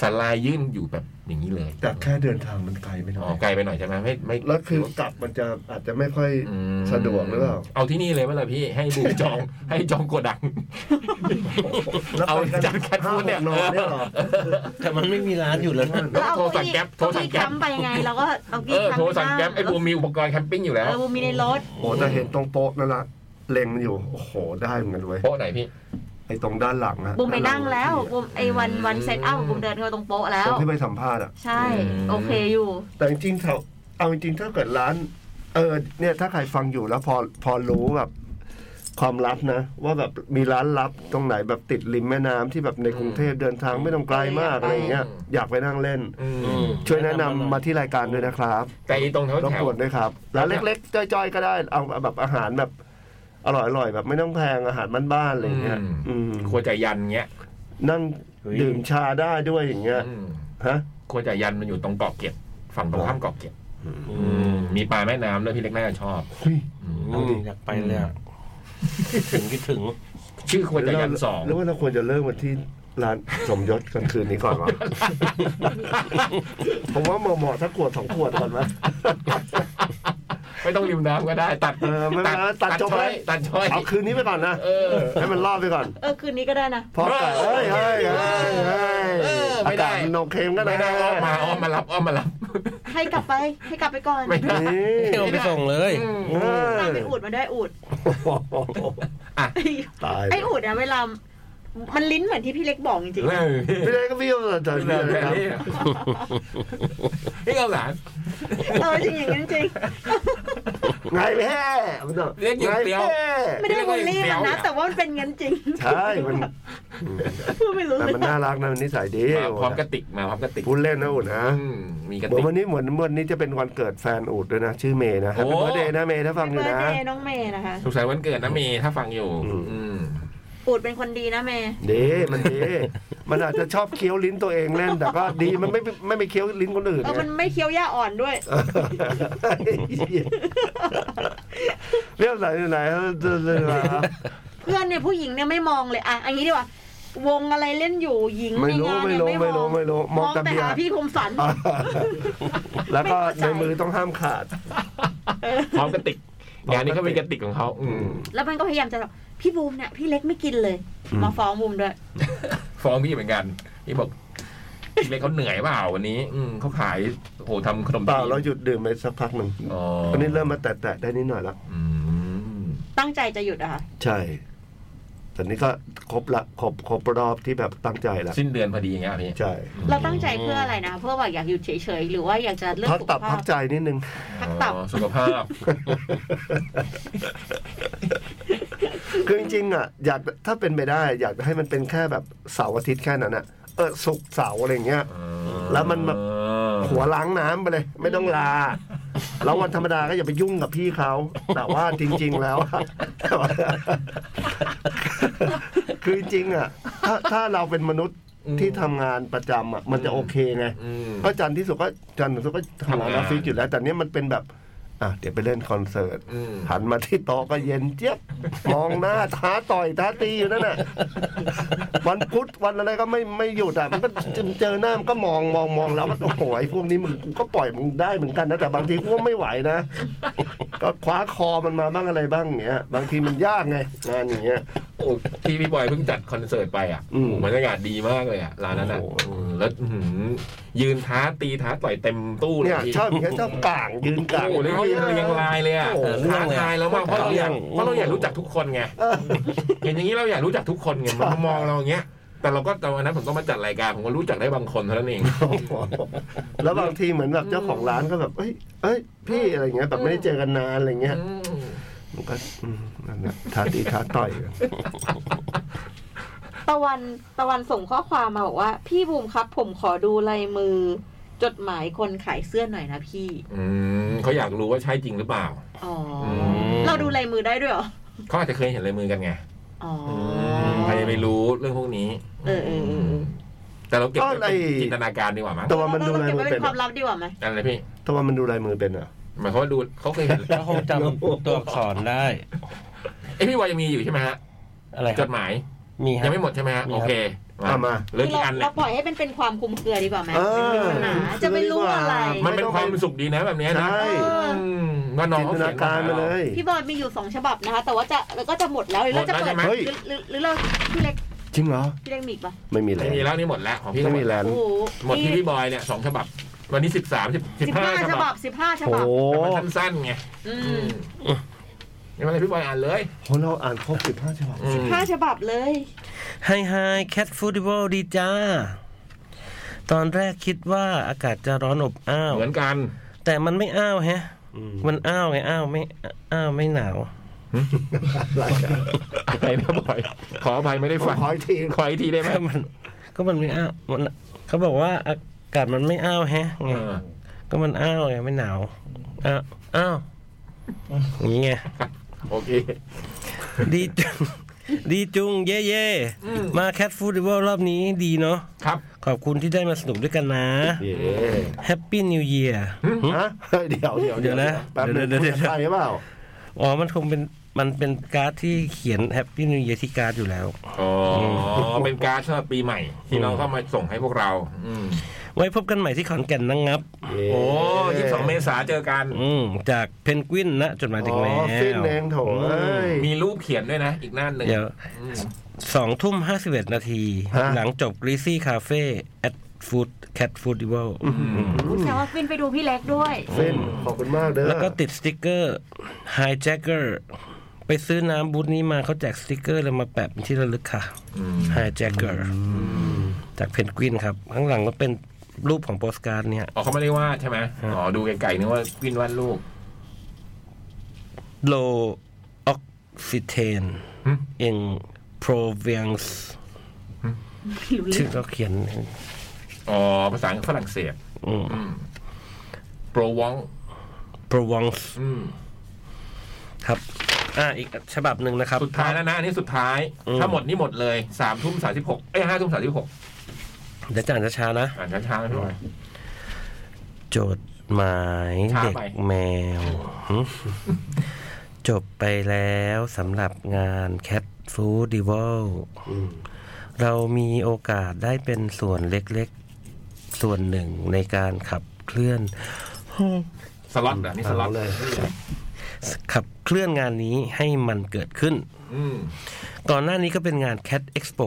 Speaker 1: สลายยื่นอยู่แบบอย่างนี้เลย
Speaker 2: แต่แค่เดินทางมันไกลไปหน่
Speaker 1: อ๋
Speaker 2: อ
Speaker 1: อยไกลไปหน่อยใช่ไหมไม่ไม่
Speaker 2: แล้วคือกลับมันจะอาจจะไม่ค่อย
Speaker 1: อืม
Speaker 2: สะดวกหรือเปล่า
Speaker 1: เอาที่นี่เลยไหมล่ะพี่ ให้บุกจอง ให้จองโกดัง
Speaker 2: แล้ว
Speaker 1: เอา
Speaker 2: ไปกัน
Speaker 1: จากแคทฟู้ดเนี่ย
Speaker 2: ห้าหกนอนเนี่ยเหรอ
Speaker 5: แต่มันไม่มีร้านอยู่แล้วนะ
Speaker 1: แล้วโทรสั่งแก๊ปโทร
Speaker 3: เอา
Speaker 1: สั่ง
Speaker 3: กี้
Speaker 1: แก๊ป
Speaker 3: ค้ำไปไงเราก็เอา
Speaker 1: เอ
Speaker 3: กี้
Speaker 1: อ
Speaker 3: ค้ำ
Speaker 1: โทรสั่งแก๊ปไอ้บูมมีอุปกรณ์แคมปิ้งอยู่แล้ว
Speaker 3: เออบูมมีในรถ
Speaker 2: โอ้แต่เห็นตรงโป๊ะนั่นละเล็งอยู่ โอ้โห ได้เหมือนกันเว้ย
Speaker 1: โป๊ะไหนพี่
Speaker 2: ไอ้ตรงด้านหลังอะ
Speaker 3: บูมไปนั่งแล้ว
Speaker 2: ด้านห
Speaker 3: บูมไอ้วันวันเซตอัพบูมเดินเข้าตรงโป๊ะแล้
Speaker 2: งตร
Speaker 3: ว
Speaker 2: งที่ไปสัมภาษณ์อะ
Speaker 3: ใช่ โอเคอยู่
Speaker 2: แต่จริงๆเขาเอาจริงๆถ้าเกิดร้าน เออ เนี่ยถ้าใครฟังอยู่แล้วพอพอรู้แบบ ความลับนะ ว่าแบบมีร้านลับตรงไหนแบบติดริมแม่น้ำที่แบบในกรุงเทพเดินทางไม่ต้องไกลมากอะไรอย่างเงี้ยอยากไปนั่งเล่น
Speaker 1: อืม
Speaker 5: อืม
Speaker 2: ช่วยแนะนำมาที่รายการด้วยนะครับ
Speaker 1: แต่อีตรงแถว
Speaker 2: รบ
Speaker 1: แถว
Speaker 2: กวนด้วยครับ ร้านเล็กๆจ้อยๆก็ได้ เอาแบบอาหารแบบ อร่อยๆแบบไม่ต้องแพงอาหารบ้านๆอะไรอย่างเงี้ย
Speaker 1: อืม
Speaker 2: อืม
Speaker 1: ครัวจ่ายยันเงี้ย
Speaker 2: นั่งดื่มชาได้ด้วยอย่างเงี้ย
Speaker 1: อืม
Speaker 2: ฮะ
Speaker 1: ครัวจ่ายยันมันอยู่ตรงเกาะเกร็ดฝั่งตรงข้ามเกาะเกร็ด
Speaker 5: อื
Speaker 1: อื
Speaker 5: ม
Speaker 1: มมีปลาแม่น้ำด้วยพี่เล็กน่าจะชอบ
Speaker 2: เฮ้ย
Speaker 1: อืม
Speaker 5: อืมอยากไปเลยอะถึงคิดถึง
Speaker 1: ชื่อครัวจ่ายยันสอง
Speaker 2: หรือว่าเราควรจะเริ่มวันที่ร้านสมยศกันคืนนี้ก่อน วะ ผมว่าเหมาะๆสักขวดสองขวดก่อนไหม
Speaker 1: ไม่ต้องริมน้ำก็ได้ ตัด
Speaker 2: เออไม่เป็นไรตัดจบ
Speaker 1: ช้อย
Speaker 2: เลย
Speaker 1: ตัดช้อย
Speaker 2: เอาคืนนี้ไปก่อนนะ
Speaker 1: เออ
Speaker 2: ให้มันรอบไปก่อน
Speaker 3: เออ คืนนี้ก็ได้นะ
Speaker 2: พอแต่เฮ้ยเฮ้ยเฮ้ยเฮ้ย
Speaker 1: เออไม่
Speaker 2: อา
Speaker 1: ได้
Speaker 2: กาศมันโอเคมนก็
Speaker 1: ไม่ได้อ้อมมาอ้อมมารับอ้อมมารับ
Speaker 3: ให้กลับไป ให้กลับไปก่อน
Speaker 1: ไม่ได้
Speaker 2: นี่
Speaker 5: เที่ยวไปส่งเลย
Speaker 1: อืม
Speaker 2: เออ
Speaker 3: ตามไปอูดมาด้วยอูด
Speaker 1: อ่ะ
Speaker 2: ตาย
Speaker 3: ไอ้อูดอะเวลา มันลิ้นเหมือนที่พี่เล็กบอกจริงๆ
Speaker 1: เอ
Speaker 3: นะ
Speaker 1: อ
Speaker 2: ไม่ได้ก็พี่ก็จะ
Speaker 1: ไม่
Speaker 2: เรี
Speaker 1: ได้แบบ
Speaker 2: ยนครับ
Speaker 1: นี้นี่เอาหลาน
Speaker 3: เออจริงอย่างนั้นจริง
Speaker 2: ไงแม่ไม่ต้อง
Speaker 1: เรียกอย่างเดียว
Speaker 2: ไงแม่
Speaker 3: ไม่ได้บูลลี่มันนะ แต่ว่ามันเป็นงั้นจริง
Speaker 2: ใช่มัน
Speaker 3: พูดไม่รู้
Speaker 2: แต่มันน่ารักนะมันนิสัยดี
Speaker 1: มาพร้อมกระติกมาพร้อมกระติก
Speaker 2: พูดเล่นนะอุ่นนะ
Speaker 1: อืมมีกระ
Speaker 2: เหมือ
Speaker 1: ติก
Speaker 2: นวันนี้เหมือนวันนี้จะเป็นวันเกิดแฟนอูดด้วยนะ ชื่อเมย์นะ
Speaker 1: โอ้
Speaker 2: Happy b เ r t h d a y นะเมย์ถ้าฟังอ
Speaker 3: เบ
Speaker 2: ยู่
Speaker 3: อร์
Speaker 2: นะ
Speaker 3: เดย์น้องเมย์นะคะ
Speaker 1: สุขสันต์วันเกิดนะเมย์ถ้าฟังอยู่
Speaker 2: อืม
Speaker 1: อืม
Speaker 3: อูดเป็นคนดีนะเมย์
Speaker 2: ดีมันดีมันอาจจะชอบเคี้ยวลิ้นตัวเองเล่นแต่ก็ดีมันไม่ไม่ไปเคี้ยวลิ้นคนอื่น
Speaker 3: เออ
Speaker 2: ไง
Speaker 3: มันไม่เคี้ยวหญ้าอ่อนด้วย
Speaker 2: เรียบไหนไหนเรื่องอะไรฮะ
Speaker 3: เพื่อนเนี่ยผู้หญิงเนี่ยไม่มองเลยอ่ะอันนี้ดีกว่า วงอะไรเล่นอยู่หญิง
Speaker 2: ไม่
Speaker 3: ใน
Speaker 2: รู้
Speaker 3: งาน
Speaker 2: ไม่
Speaker 3: เนี่ย
Speaker 2: รู้
Speaker 3: ไม่
Speaker 2: ไม่
Speaker 3: ม
Speaker 2: รู้
Speaker 3: อง
Speaker 2: ไม่รู้ม
Speaker 3: ม
Speaker 2: อง
Speaker 3: อง
Speaker 2: แต่
Speaker 3: แต่
Speaker 2: เบียร์
Speaker 3: หาพี่คมสัน
Speaker 2: แล้วก็
Speaker 3: ไม่
Speaker 2: ใน
Speaker 3: เข้าใจ
Speaker 2: มือต้องห้ามขาด
Speaker 1: พร้อมกระติกงานนี้ก็เป็นกระติกของเขาอืม
Speaker 3: แล้วมันก็พยายามจะแบบพี่บูมเนี่ยพี่เล็กไม่กินเลย
Speaker 2: อืม
Speaker 3: มาฟ้องบูมด้วย
Speaker 1: ฟ้องพี่เหมือนกันพี่บอก พี่เล็กเขาเหนื่อยเปล่าวันนี้ อืมเขาขายโอ้โหทำขนม
Speaker 2: เปล่า
Speaker 1: จีน
Speaker 2: เราหยุดดื่มไปสักพักหนึ่ง
Speaker 1: อ๋อ
Speaker 2: ตอนนี้เริ่มมาแตะๆได้นิดหน่อยแล้ว
Speaker 1: อืม
Speaker 3: ตั้งใจจะหยุดอะค่ะ
Speaker 2: ใช่ตอนนี้ก็ครบละครบครบรอบที่แบบตั้งใจละ
Speaker 1: สิ้นเดือนพอดีอย่างเงี้ยพี่
Speaker 2: ใช่
Speaker 3: เราตั้งใจเพื่ออะไรนะ เพื่อว่าอยากหยุดเฉยๆ หรือว่าอยากจะเลือก
Speaker 2: พัก
Speaker 3: สุข
Speaker 2: ตับ
Speaker 3: ภา
Speaker 2: พั
Speaker 3: พ
Speaker 2: กใจนิดนึง
Speaker 3: พักตับ
Speaker 1: อ๋อสุขภาพ
Speaker 2: คือจริงๆอ่ะอยากถ้าเป็นไปได้ อยากให้มันเป็นแค่แบบเสาร์อาทิตย์แค่นั้นอ่ะเออศุกร์เสาร์อะไรอย่างเงี้ย แล้วมันแบบ
Speaker 1: เออ
Speaker 2: หัวล้างน้ำไปเลย ไม่ต้องลา แล้ววันธรรมดาก็อย่าไปยุ่งกับพี่เขา แต่ว่าจริง ๆ แล้วอะ คือจริงๆอ่ะถ้าถ้าเราเป็นมนุษย์ที่ทำงานประจำอ่ะมันจะโอเคไง
Speaker 1: อืม
Speaker 2: ก็จันทร์ที่สุดก็จันทร์ที่สุดก็ทำงาน
Speaker 1: ทำงาน
Speaker 2: ออฟฟิศอยู่แล้ว แต่เนี้ยมันเป็นแบบ อ่ะเดี๋ยวไปเล่นคอนเสิร์ต
Speaker 1: อืม
Speaker 2: หันมาที่โต๊ะก็เย็นเจี๊ยบ มองหน้าท้าต่อยท้าตีอยู่นั่นน่ะ วันพุธวันอะไรก็ไม่ไม่หยุดอ่ะมันก็เจอหน้ามันก็มองมองมองแล้วมันโอ้โหไอ้พวกนี้มึงกูก็ปล่อยมึงได้เหมือนกันนะแต่บางทีกูก็ไม่ไหวนะ ก็คว้าคอมันมาบ้างอะไรบ้างอย่างเงี้ย บางทีมันยากไงงานอย่างเงี้ย
Speaker 1: โอ้ที่พี่บอยเพิ่งจัดคอนเสิร์ตไปอ่ะ
Speaker 2: อืม
Speaker 1: บรรยากาศดีมากเลยอ่ะร้านนั้นอ่ะ
Speaker 2: โอ้โห
Speaker 1: อืมแล้วอื้อหือยืนท้าตีท้าต่อยเต็มตู้เลย
Speaker 2: เนี่ย
Speaker 1: พี่
Speaker 2: ชอบอย่างเงี้ยชอบกลางยืนกลาง
Speaker 1: โอ้โหแล้วพี่ยังลายเลยอ่ะ
Speaker 2: โอ้โห
Speaker 1: ท้าทายแล้วว่าเพราะเราอยากเพราะเราอยากรู้จักทุกคนไง
Speaker 2: เออ
Speaker 1: เห็นอย่างนี้เราอยากรู้จักทุกคนไงมันมองเราอย่างเงี้ย แต่เราก็ตอนนั้นผมก็มาจัดรายการผมก็รู้จักได้บางคนเท่านั้นเอง
Speaker 2: แล้วบางทีเหมือนแบบเจ้าของร้านก็แบบ เอ้ย เอ้ย พี่อะไรเงี้ย แบบไม่ได้เจอกันนานอะไรเงี้ย มันก็อืมนั่นแหละท้าตีท้าต่อยกัน
Speaker 3: ตะวันตะวันส่งข้อความมาบอกว่า พี่บูมครับ ผมขอดูลายมือ จดหมายคนขายเสื้อหน่อยนะพี่
Speaker 1: อืมเขาอยากรู้ว่าใช่จริงหรือเปล่า
Speaker 3: อ๋ออ
Speaker 5: ม
Speaker 3: เราดูลายมือได้ด้วยเหรอ
Speaker 1: เขาอาจจะเคยเห็นลายมือกันไง
Speaker 3: อ๋ออ
Speaker 1: ใครจะไปรู้เรื่องพวกนี้
Speaker 3: เออเออเออเออ
Speaker 1: แต่เราเก็บ
Speaker 2: ก็
Speaker 1: ไว้
Speaker 2: ไอ้
Speaker 1: เป็นจินตนาการดีกว่ามั้ง
Speaker 2: ตะวันมันดูลาย
Speaker 3: เเก็บ
Speaker 2: มือ
Speaker 3: ไว้
Speaker 2: เป็
Speaker 3: เป็น น
Speaker 2: เห
Speaker 3: ค
Speaker 2: ร
Speaker 3: วาม
Speaker 2: อ
Speaker 3: ลับดีกว่าไหม
Speaker 1: อะไรพี่
Speaker 2: ตะวันมันดูลายมือเป็นเหรอ่ะ
Speaker 1: หมายความว่าดูเขาเคยเห็น
Speaker 5: ก็คงจำตัวอักษรได้
Speaker 1: ไอยพี่วอยยังมีอยู่ใช่ไหมฮะ
Speaker 5: อะไรค
Speaker 1: จ
Speaker 5: รับ
Speaker 1: ดหมาย
Speaker 5: มีฮะ
Speaker 1: ยังไม่หมดใช่ไหมฮะ
Speaker 5: มีครับ
Speaker 1: โอเค
Speaker 2: เอามา
Speaker 1: เหลือ
Speaker 3: คือ
Speaker 1: กี่
Speaker 3: เรา
Speaker 1: อันเนี่
Speaker 3: เรา
Speaker 1: ย
Speaker 3: ปล่อยให้เป็นเป็นความคลุมเครือดีกว่าไหม
Speaker 2: เอ
Speaker 3: ไม่มี
Speaker 2: อ
Speaker 3: ปัญหาจะไปรู้อะไร
Speaker 1: มันเป็นความสุขดีนะแบบเนี้ยนะ
Speaker 2: ใช่
Speaker 1: อืมว่าน้อง
Speaker 2: จิน
Speaker 1: เขาเขี
Speaker 2: ตนาย
Speaker 1: น
Speaker 2: การ
Speaker 1: ม
Speaker 2: มา
Speaker 1: ห
Speaker 2: เล
Speaker 1: ร
Speaker 2: ย
Speaker 3: พี่บอยมีอยู่สองฉบับนะคะ แต่ว่าจะแล้วก็จะหมดแล้วหรือเราจะ
Speaker 1: หมดแล้วใช่
Speaker 3: เปิด
Speaker 1: ไหม
Speaker 2: เฮ้ย
Speaker 3: หรือหรือหรือเราพี่เล็ก
Speaker 2: จริงเหรอ
Speaker 3: พี่เล็กมีอีกปะ
Speaker 2: ไม่มี
Speaker 1: ไม่
Speaker 2: แล้ว
Speaker 1: มีแล้วนี่หมดแล้วของพี่
Speaker 2: ไม่มีแล้ว
Speaker 3: โอ้โห
Speaker 1: หมดที่พี่บอยเนี่ยสองฉบับ วันนี้สิบสามสิบสิบ
Speaker 3: สิบ
Speaker 1: ห้า
Speaker 3: ห้า
Speaker 1: ฉ
Speaker 3: ฉ
Speaker 1: บั
Speaker 3: บั
Speaker 1: บบ
Speaker 3: สิบห้าฉ
Speaker 2: โอ้
Speaker 3: บับ
Speaker 2: โห
Speaker 1: แต่มันสั้นๆไง
Speaker 3: อื
Speaker 1: อื
Speaker 3: ม
Speaker 1: มไม่เป็นไรพี่บอยอ่านเลย
Speaker 2: โหเราอ่านครบสิบห้าฉบับ
Speaker 1: อืม
Speaker 3: ห้าฉบับเลย
Speaker 5: ไฮไฮแคทฟูดิวลดีจ้า ตอนแรกคิดว่าอากาศจะร้อนอบอ้าว
Speaker 1: เหมือนกัน
Speaker 5: แต่มันไม่อ้าวแฮะ
Speaker 2: อืม
Speaker 5: มันอ้าวไงอ้าวไม่อ้าวไม่หนาว
Speaker 2: อะไรอ่ะ
Speaker 1: อะไรนะบอย ขออภัยไม่ได้ฟัง
Speaker 2: ขออีกที
Speaker 1: ขออีกทีได้ไหม
Speaker 5: ก็มันก็มันไม่อ้าวมันเขาบอกว่าอากาศมันไม่อ้าวแฮะไง
Speaker 1: เออ
Speaker 5: ก็มันอ้าวไงไม่หนาวอ้าวอ้าวอย่างงี้ไง
Speaker 1: โอเค
Speaker 5: ดี จุงดีจุงเย่เย่มาแคทฟูดิวลรอบนี้ดีเนาะ
Speaker 1: ครับ
Speaker 5: ขอบคุณที่ได้มาสนุกด้วยกันนะ
Speaker 2: เย้
Speaker 5: แฮปปี้นิวเยียร์
Speaker 2: ฮะเฮ้ยเดี๋ยวเดี๋ยว
Speaker 5: เดี๋ยวนะ
Speaker 2: แป๊บนึง
Speaker 5: เดี๋ยวเดี๋ยว
Speaker 2: ใช่หรือเปล่า
Speaker 5: อ๋อ มันคงเป็น มันเป็นการ์ดที่เขียนแฮปปี้นิวเยียที่การ์ดอยู่แล้ว
Speaker 1: อ๋อเป็นการดสำหรับปีใหม่ ที่น้องเข้ามาส่งให้พวกเรา อืม
Speaker 5: ไว้พบกันใหม่ที่ขอนแก่นนะงับ
Speaker 1: โอ้ยี่สองเมษาเจอกัน
Speaker 5: อืม จากเพนกวินนะจดหมายถึงแม
Speaker 2: อ๋อ
Speaker 5: ว
Speaker 2: สิ้นเองโถเอ้ย
Speaker 1: มีรูปเขียนด้วยนะ อีกหน้าหนึ่ง
Speaker 5: เดี๋ยวสองทุ่มห้าสิบเอ็ดนาที
Speaker 2: ฮะ
Speaker 5: หลังจบกรีซี่คาเฟ่แอดฟูดแคทฟูดิวล
Speaker 3: คุณแซวว่าฟินไปดูพี่เล็ก ด้วย
Speaker 2: สิ้นขอบคุณมากเด้อ
Speaker 5: แล้วก็ติดสติกเกอร์ไฮแจ็คเกอร์ไปซื้อน้ำบูธนี้มาเขาแจกสติกเกอร์เลยมาแปะเป็นที่ระลึกค่ะไฮแจ็คเกอร์จากเพนกวินครับ ข้างหลังก็เป็นรูปของโปสการ์ดเนี่ย
Speaker 1: อ๋อเขาไม่ได้วาดใช่ไหมอ๋อ ดูไกลๆนึกว่าวินวาดรูป
Speaker 5: โลออกซิเทน
Speaker 1: หึ
Speaker 5: เองโปรเวียงส์ชื่อเขาเขียน
Speaker 1: อ๋อ ภาษาฝรั่งเศสโปรวอง
Speaker 5: โปรวองส์
Speaker 1: อืม
Speaker 5: ครับ อ่าอีกฉบับหนึ่งนะครับ
Speaker 1: สุดท้ายแล้วนะอันนี้สุดท้าย
Speaker 5: อืม
Speaker 1: ถ้าหมดนี่หมดเลยสามทุ่มสามสิบหกเอ้ยห้าทุ่มสามสิบหก
Speaker 5: เดี๋ยวจะอ่านช้าๆนะ
Speaker 1: อ่านช้าๆนะพี่บอย
Speaker 5: จดหมาย
Speaker 1: ช้า
Speaker 5: เด็ก
Speaker 1: ไป
Speaker 5: แมวหึจบไปแล้วสำหรับงานแคทฟูดิวลเรามีโอกาสได้เป็นส่วนเล็กๆ ส่วนหนึ่งในการขับเคลื่อน
Speaker 1: สล็อตเหรอนี่สล็อต
Speaker 2: เอาเลย
Speaker 5: ขับเคลื่อนงานนี้ให้มันเกิดขึ้น
Speaker 1: อืม
Speaker 5: ก่อนหน้านี้ก็เป็นงาน Cat Expo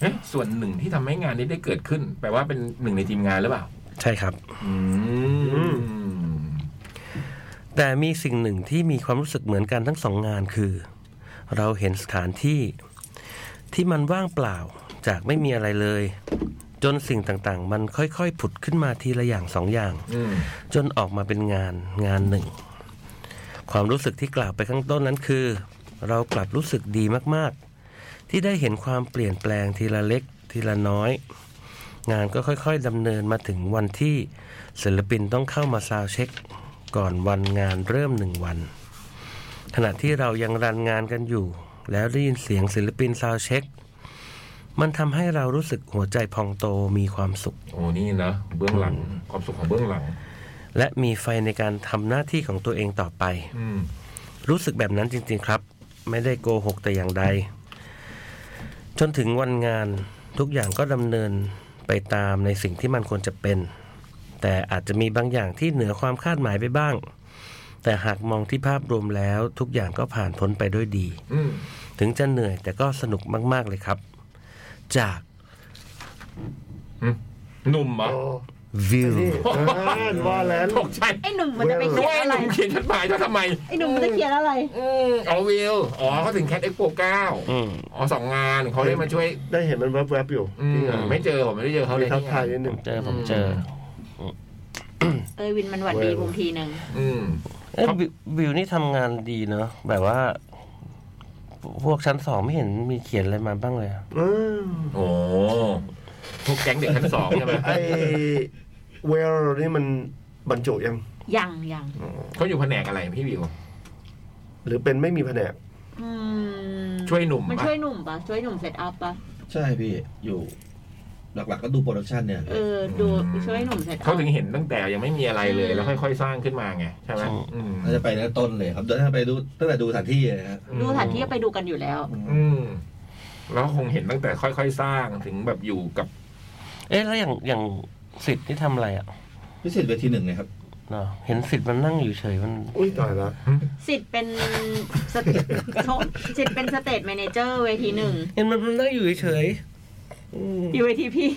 Speaker 1: เอ๊ะส่วนหนึ่งที่ทำให้งานนี้ได้เกิดขึ้น แปลว่าเป็นหนึ่งในทีมงานหรือเปล่า
Speaker 5: 9 ใช่ครับ
Speaker 1: อืม
Speaker 5: แต่มีสิ่งหนึ่งที่มีความรู้สึกเหมือนกันทั้งสองงานคือ เราเห็นสถานที่ ที่มันว่างเปล่าจากไม่มีอะไรเลย จนสิ่งต่างๆ มันค่อยๆ ผุดขึ้นมาทีละอย่างสองอย่าง
Speaker 1: อืม
Speaker 5: จนออกมาเป็นงานงานหนึ่ง ความรู้สึกที่กล่าวไปข้างต้นนั้นคือ เรากลับรู้สึกดีมากๆ ที่ได้เห็นความเปลี่ยนแปลงทีละเล็กทีละน้อย งานก็ค่อยๆดำเนินมาถึงวันที่ศิลปินต้องเข้ามาซาวด์เช็ค ก่อนวันงานเริ่มหนึ่งวัน ขณะที่เรายังรันงานกันอยู่ แล้วได้ยินเสียงศิลปินซาวด์เช็ค มันทำให้เรารู้สึกหัวใจพองโตมีความสุข
Speaker 1: โอ้ นี่นะ เบื้องหลัง ความสุขของเบื้องหลัง
Speaker 5: และมีไฟในการทำหน้าที่ของตัวเองต่อไป
Speaker 1: อืม
Speaker 5: รู้สึกแบบนั้นจริงๆครับ ไม่ได้โกหกแต่อย่างใด จนถึงวันงานทุกอย่างก็ดำเนินไปตามในสิ่งที่มันควรจะเป็น แต่อาจจะมีบางอย่างที่เหนือความคาดหมายไปบ้าง แต่หากมองที่ภาพรวมแล้วทุกอย่างก็ผ่านพ้นไปด้วยดี
Speaker 1: อืม
Speaker 5: ถึงจะเหนื่อยแต่ก็สนุกมากๆเลยครับ จาก
Speaker 1: หนุ่มเหรอ
Speaker 2: โอ้
Speaker 5: วิว
Speaker 2: นี่อ่านว่าแล้ว
Speaker 1: ตกใจ
Speaker 3: ไอ้หนุ่มมันจะไป
Speaker 1: ด้
Speaker 3: เขีย
Speaker 1: วย
Speaker 3: นอะ
Speaker 1: ห
Speaker 3: ไร
Speaker 1: นุ่มเขียนจดหมายจะทำไม
Speaker 3: ไอ้หนุ่มมันจะเขียนอะไร
Speaker 1: อืมเอาวิว อ๋อเขาถึงแคทเอ็กโปเก้า
Speaker 5: อืม
Speaker 1: อ๋อสองงานเขาได้มาช่วย
Speaker 2: ได้เห็นมันแวบๆอยู่
Speaker 1: อืม
Speaker 2: ที่งาน
Speaker 1: ไม่เจอ ผมไม่ได้เจอเขาเล
Speaker 2: มี
Speaker 1: ย
Speaker 2: ทัก
Speaker 1: ที่งา
Speaker 2: ทาย
Speaker 1: น
Speaker 2: นิดหนึ่ง
Speaker 5: เจอผมเจอ
Speaker 3: เอยวินมันหวัดดีบุมทีหนึ่ง
Speaker 1: อืม
Speaker 5: เอ้ยวิววิวนี่ทำงานดีเนอะแบบว่า พวกชั้นสองไม่เห็นมีเขียนอะไรมาบ้างเลยอะ
Speaker 2: อืม
Speaker 1: โอ้พวกแก๊งเด็กชั้นสองใช่ไหม
Speaker 2: ไอเวลนี่มันบรรจุยัง
Speaker 3: ยังยัง
Speaker 1: เขาอยู่แผนกอะไรพี่วิว
Speaker 2: หรือเป็นไม่มีแผนก
Speaker 3: อืม
Speaker 1: ช่วยหนุ่ม
Speaker 3: มัน
Speaker 1: ปะ
Speaker 3: ช่วยหนุ่มปะช่วยหนุ่มเซตอัพปะ
Speaker 4: ใช่พี่อยู่ หลักๆก็ดูโปรดักชันเนี่ย
Speaker 3: เออดูช่วยหนุ่มเซตอัพ
Speaker 1: เขาถึงเห็นตั้งแต่ยังไม่มีอะไรเลย แล้วค่อย ๆ สร้างขึ้นมาไง ใช่ไหม
Speaker 5: ใช่
Speaker 1: อืม
Speaker 4: น่าจะไปตั้งแต่ต้นเลยครับถ้าไปดูตั้งแต่ดูสถานที่เลยครับ
Speaker 3: ดูสถานที่ก็ไปดูกันอยู่แล้ว
Speaker 1: อืม แล้วคงเห็นตั้งแต่ค่อยๆ สร้างถึงแบบอยู่กับ
Speaker 5: เอ๊ะแล้วอย่างอย่างสิทธิ์ที่ทำอะไรอ่ะ
Speaker 4: พิเศษเวทีหนึ่งเลยครับ
Speaker 5: เนอะเห็นสิทธิ์มันนั่งอยู่เฉยมัน
Speaker 2: อุ้ยตายละ
Speaker 3: สิทธิ์เป็นสเตโทษสิทธิ์เป็นสเตทแมเนเจอร์เวทีหนึ่ง
Speaker 5: เห็นมันนั่งอยู่เฉย
Speaker 3: อยู่เวทีพี่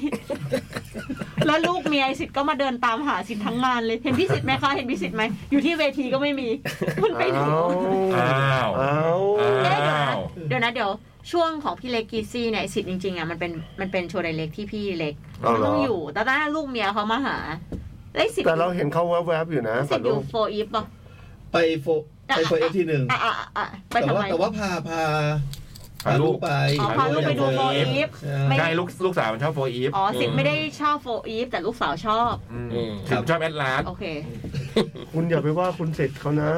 Speaker 3: แล้วลูกเมียไอ้สิทธิ์ก็มาเดินตามหาสิทธิ์ทั้งงานเลย เห็นพี่สิทธิ์ไหมคะเห็นพี่สิทธิ์ไหมอยู่ที่เวทีก็ไม่มี มันไปไหนหมด
Speaker 1: อ้าว
Speaker 2: อ้าว
Speaker 3: เอ๊ะ
Speaker 1: อ้าว
Speaker 3: เดี๋ยวนะเดี๋ยวนะเดี๋ยวช่วงของพี่เล็กกีซี่เนี่ยไอ้สิทธิ์จริงๆอ่ะมันเป็นมันเป็นโชว์ไดเล็กที่พี่เล็ก
Speaker 2: เอา
Speaker 3: มัน
Speaker 2: เหรอ
Speaker 3: ต้องอยู่แต่ตอนนั้นลูกเมียเขามาหาไอ้สิทธิ์
Speaker 2: แต่เราเห็นเขาแวบๆอยู่นะ
Speaker 3: สิ
Speaker 2: กั
Speaker 3: ทธิ์
Speaker 2: บ
Speaker 3: อ
Speaker 2: ลู
Speaker 3: ยู่
Speaker 2: ก
Speaker 3: โฟอีฟป่ะ
Speaker 4: ไปโฟไปโฟเอฟทีหนึ่ง
Speaker 3: อ่ะอ่ะอ่ะอ่ะไป
Speaker 4: แต่
Speaker 3: ทำ
Speaker 4: ว่า
Speaker 3: ไม
Speaker 4: แต่ว่าพาพา
Speaker 1: พาลูก
Speaker 4: ไป
Speaker 3: อ๋อพาลูกไปดูโฟร์อีฟ
Speaker 4: ใช่
Speaker 3: ไม่
Speaker 1: ใช่ลูกลูกสาวมันชอบโฟอีฟ
Speaker 3: อ๋อสิทธิ์ไม่ได้ชอบโฟอีฟแต่ลูกสาวชอบ
Speaker 1: ถึงชอบแอดลาส
Speaker 3: โอเค
Speaker 2: คุณอย่าไปว่าคุณเสร็จเขานะ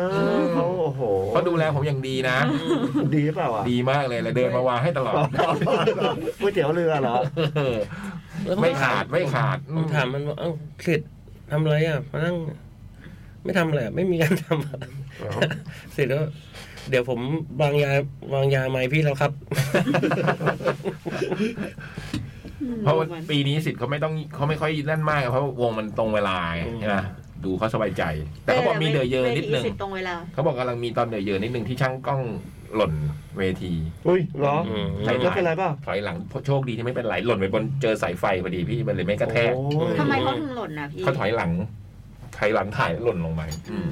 Speaker 2: เขาโอ้โห
Speaker 1: เขาดูแลผมอย่างดีนะ
Speaker 2: ดีหรือเปล่าอ่ะ
Speaker 1: ดีมากเลยเลยเดินมาวางให้ตลอด
Speaker 2: ก๋วยเตี๋ยวเรือเหรอ
Speaker 5: ๆ
Speaker 1: ไม่ขาดไม่ขาด
Speaker 5: ผมถามมันว่าเอ้าสิทธิ์ทำอะไรอ่ะมานั่ง ไม่ทำอะไรอะไม่มีการทำอะสิทธิ์ก็เดี๋ยวผมวางยาวางยาไหมพี่แล้วครับ
Speaker 1: เพราะว่าปีนี้สิทธิ์เขาไม่ต้องเขาไม่ค่อยนั่นมากเพราะวงมันตรงเวลาไง
Speaker 5: อืม
Speaker 1: ใช่ไหมดูเขาสบายใจ แต่เขาบอกมีเดอเยอนิดนึง
Speaker 3: สิบตรงเวลา
Speaker 1: เขาบอกกำลังมีตอนเดอเยอนิดนึงที่ช่างกล้องหล่นเวที
Speaker 2: อุ้ยเหรอ
Speaker 5: อืม
Speaker 1: ใช่
Speaker 2: แล้วเป็นไรเปล่า
Speaker 1: ถอยหลังโชคดีที่ไม่เป็นไหลหล่นไปบนเจอสายไฟพอดีพี่มันเลยไม่กระแทก
Speaker 2: โอ้ย
Speaker 3: ทำไมเขาถึงหล่นนะพี่
Speaker 1: เขาถอยหลังถอยหลังถ่ายแล้วหล่นลงไป
Speaker 3: อืม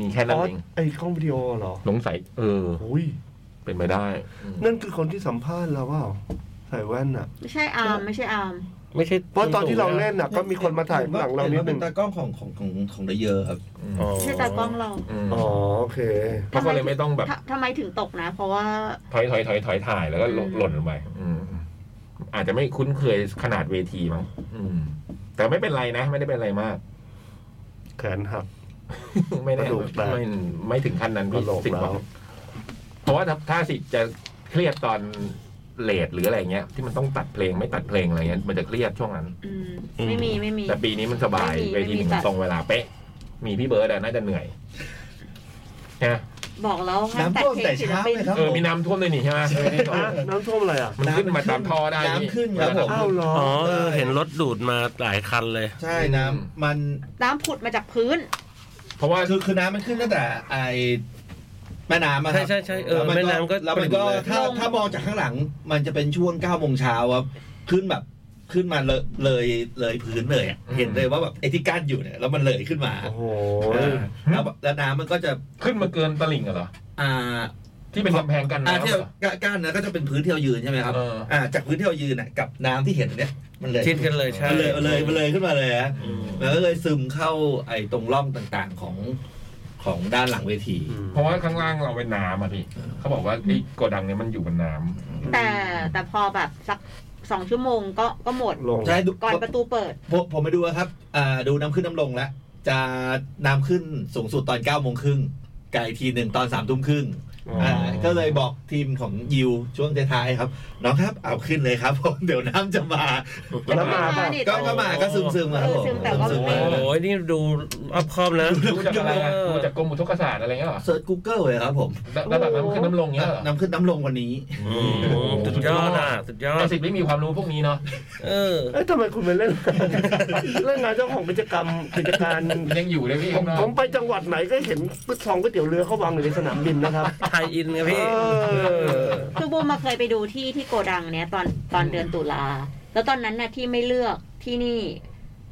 Speaker 1: มีแค่นั้
Speaker 2: อ๋
Speaker 1: น
Speaker 2: อ
Speaker 1: เอง
Speaker 2: ไอ้กล้องวิดีโอเหรอ
Speaker 1: สงสัยเออ
Speaker 2: อุ้ย
Speaker 1: เป็นไปได้
Speaker 2: นั่นคือคนที่สัมภาษณ์เราเปล่าใส่แว่นอ่ะ
Speaker 3: ไม่ใช่อาร์มไม่ใช่อาร์ม
Speaker 5: ไม่ใช่
Speaker 2: เพราะตอนที่เราเล่นอ่ะก็มีคนมาถ่ายหลังเรานิดนึ
Speaker 4: เป็น
Speaker 2: ง
Speaker 4: ตากล้องของของของของเดเยอะครับ
Speaker 1: อืม
Speaker 5: อ๋อ
Speaker 3: ไม่ใช่ตากล้องเรา
Speaker 1: ม
Speaker 2: อ๋อโอเค
Speaker 1: เขาก็เลยไม่ต้องแบบ
Speaker 3: ทำทำไมถึงตกนะ เพราะว่า
Speaker 1: ถอยถอยถอยถอยถ่ายแล้วก็หล่น
Speaker 3: อืม
Speaker 1: หล่นลงไปอืมอาจจะไม่คุ้นเคยขนาดเวทีมั้งอืม แต่ไม่เป็นไรนะ ไม่ได้เป็นอะไรมาก
Speaker 2: แขนหัก
Speaker 1: ไม่ได้
Speaker 2: กระดูกแตก
Speaker 1: ไม่ไม่ถึงขั้นนั้น
Speaker 2: กระ
Speaker 1: พี่
Speaker 2: โหลก
Speaker 1: สิทธิ์บอ
Speaker 2: แล้ว
Speaker 1: กเพราะว่าถ้าถ้าสิทธิ์จะเครียดตอนเลดหรืออะไรเงี้ย ที่มันต้องตัดเพลงไม่ตัดเพลงอะไรเงี้ยมันจะเครียดช่วงนั้น
Speaker 3: อืมไม่มีไม่มี
Speaker 1: แต่ปีนี้มันสบาย
Speaker 3: ไม่มี
Speaker 1: เวที
Speaker 3: ไม่มี
Speaker 1: มัน
Speaker 3: ตัด
Speaker 1: ตรงเวลาเป๊ะ มีพี่เบิร์ดอะน่าจะเหนื่อยนะ
Speaker 3: บอกแล้วห้าม
Speaker 4: น้ำ
Speaker 3: ตัด
Speaker 4: ท่วม
Speaker 3: เพล
Speaker 4: แต่
Speaker 3: งศิล
Speaker 4: เช้า
Speaker 3: ปิน
Speaker 4: เลยครับ
Speaker 1: เออมีน้ำท่วมด้วยนี่ใช่ไหมเออนี่ก่อน
Speaker 2: อ่ะน้ำท่วมอะไรอ่ะ
Speaker 1: มันขึ้นมาตามท่อได้นี่
Speaker 4: น้ำขึ้นครับผม
Speaker 2: อ้าวเหรอ
Speaker 5: อ๋อเออเห็นรถดูดมาหลายคันเลย
Speaker 4: ใช่น้ำมัน
Speaker 3: น้ำผุดมาจากพื้น
Speaker 1: เพราะว่า
Speaker 4: คือคือน้ำมันขึ้นตั้งแต่ไอ แม่น้ำอะครับ
Speaker 5: ใช่ใช่ใช่เออ
Speaker 4: ล้ว
Speaker 5: แม่น้ำก็
Speaker 4: แล้วมันก็
Speaker 5: ปริ่มเลย
Speaker 4: ถ้าถ้ามองจากข้างหลัง มันจะเป็นช่วงเก้าโมงเช้าครับขึ้นแบบขึ้นมาเลยเลยเลยพื้นเลยอะ
Speaker 1: อืม
Speaker 4: เห็นเลยว่าแบบไอ้ที่กั้นอยู่เนี่ยแล้วมันเลยขึ้นมา
Speaker 2: โอ้โห
Speaker 4: เออแล้วแล้วน้ำมันก็จะ
Speaker 1: ขึ้นมาเกินตลิ่งเหรอ
Speaker 4: อ่า
Speaker 1: ที่เป็นกำแพงกัน
Speaker 4: อ่า
Speaker 1: น้ำ
Speaker 4: ที่
Speaker 1: เหร
Speaker 4: เรา
Speaker 1: อ
Speaker 4: กั้นนะก็จะเป็นพื้นที่เรายืนใช่ไหมครับ
Speaker 1: เอออ่
Speaker 4: ่าจากพื้นที่เรายืนน่ะกับน้ำที่เห็นเนี่ยมันเลย
Speaker 5: ชิดกันเลยใช่
Speaker 4: มันเลยมันเลยมันเลยขึ้นมาเลยฮะ
Speaker 5: อืม
Speaker 4: แล้วก็เลยซึมเข้าไอ้ตรงร่องต่างๆของของด้านหลังเวที
Speaker 1: เพราะว่าข้างล่างเราเป็นน้ำอ่ะพี่เขาบอกว่าไอ้โกดังเนี่ยมันอยู่บนน้
Speaker 3: แต่แต่พอแบบสักสองชั่วโมงก็ก็หมด
Speaker 2: ลง
Speaker 4: ใช่ดู
Speaker 3: ก่อนประตูเปิด
Speaker 4: ผมผมไปดูแล้วครับอ่าดูน้ำขึ้นน้ำลงแล้ว จะน้ำขึ้นสูงสุดตอน9ก้าโมงครึ่งไกลทีหนึ่งตอน3ามทุ่มครึ่ง
Speaker 2: อ๋ออ่
Speaker 4: าก็เลยบอกทีมของยิวช่วงท้ายๆครับ น้องครับเอาขึ้นเลยครับ ผมเดี๋ยวน้ำจะมา
Speaker 1: ำ
Speaker 2: แล้วมาป่ะ
Speaker 4: ก็ก็มาก็ซึมๆมาครับผ
Speaker 3: เออซึมแต่ก็
Speaker 4: มซึม
Speaker 5: โอ้
Speaker 4: ๆมา
Speaker 5: โหนี่ดูอัพคอมนะ
Speaker 1: ดูจากอะไรอ่ะดูจากกรมอุทกศาสตร์อะไรเงี้ยเหรอ
Speaker 4: เซิร์ช Google เลยครับผม
Speaker 1: ระดับน้ำขึ้นน้ำลงเงี้ยเหรอ
Speaker 4: น้ำขึ้นน้ำลงวันนี้
Speaker 5: สุดยอดอ่ะ สุดยอด
Speaker 1: เราสิทธิ์ไม่มีความรู้พวกนี้เนาะ
Speaker 5: เออ
Speaker 2: เอ้ยทำไมคุณไปเล่น เล่นงานเจ้าของกิจกรรมกิจการ
Speaker 1: ยังอยู่เลยพี่
Speaker 2: ผม
Speaker 1: ข้างนอก
Speaker 2: ผมไปจังหวัดไหนก็เห็นก๋วยซองก๋วยเตี๋ยวเรือเขาวางอยู่ในสนามบินนะครับ
Speaker 5: ไทยอินไงพี่
Speaker 2: เออ
Speaker 3: คือบูมมาเคยไปดูที่ที่โกดังเนี้ยตอนตอนเดือนตุลา แล้วตอนนั้นน่ะที่ไม่เลือกที่นี่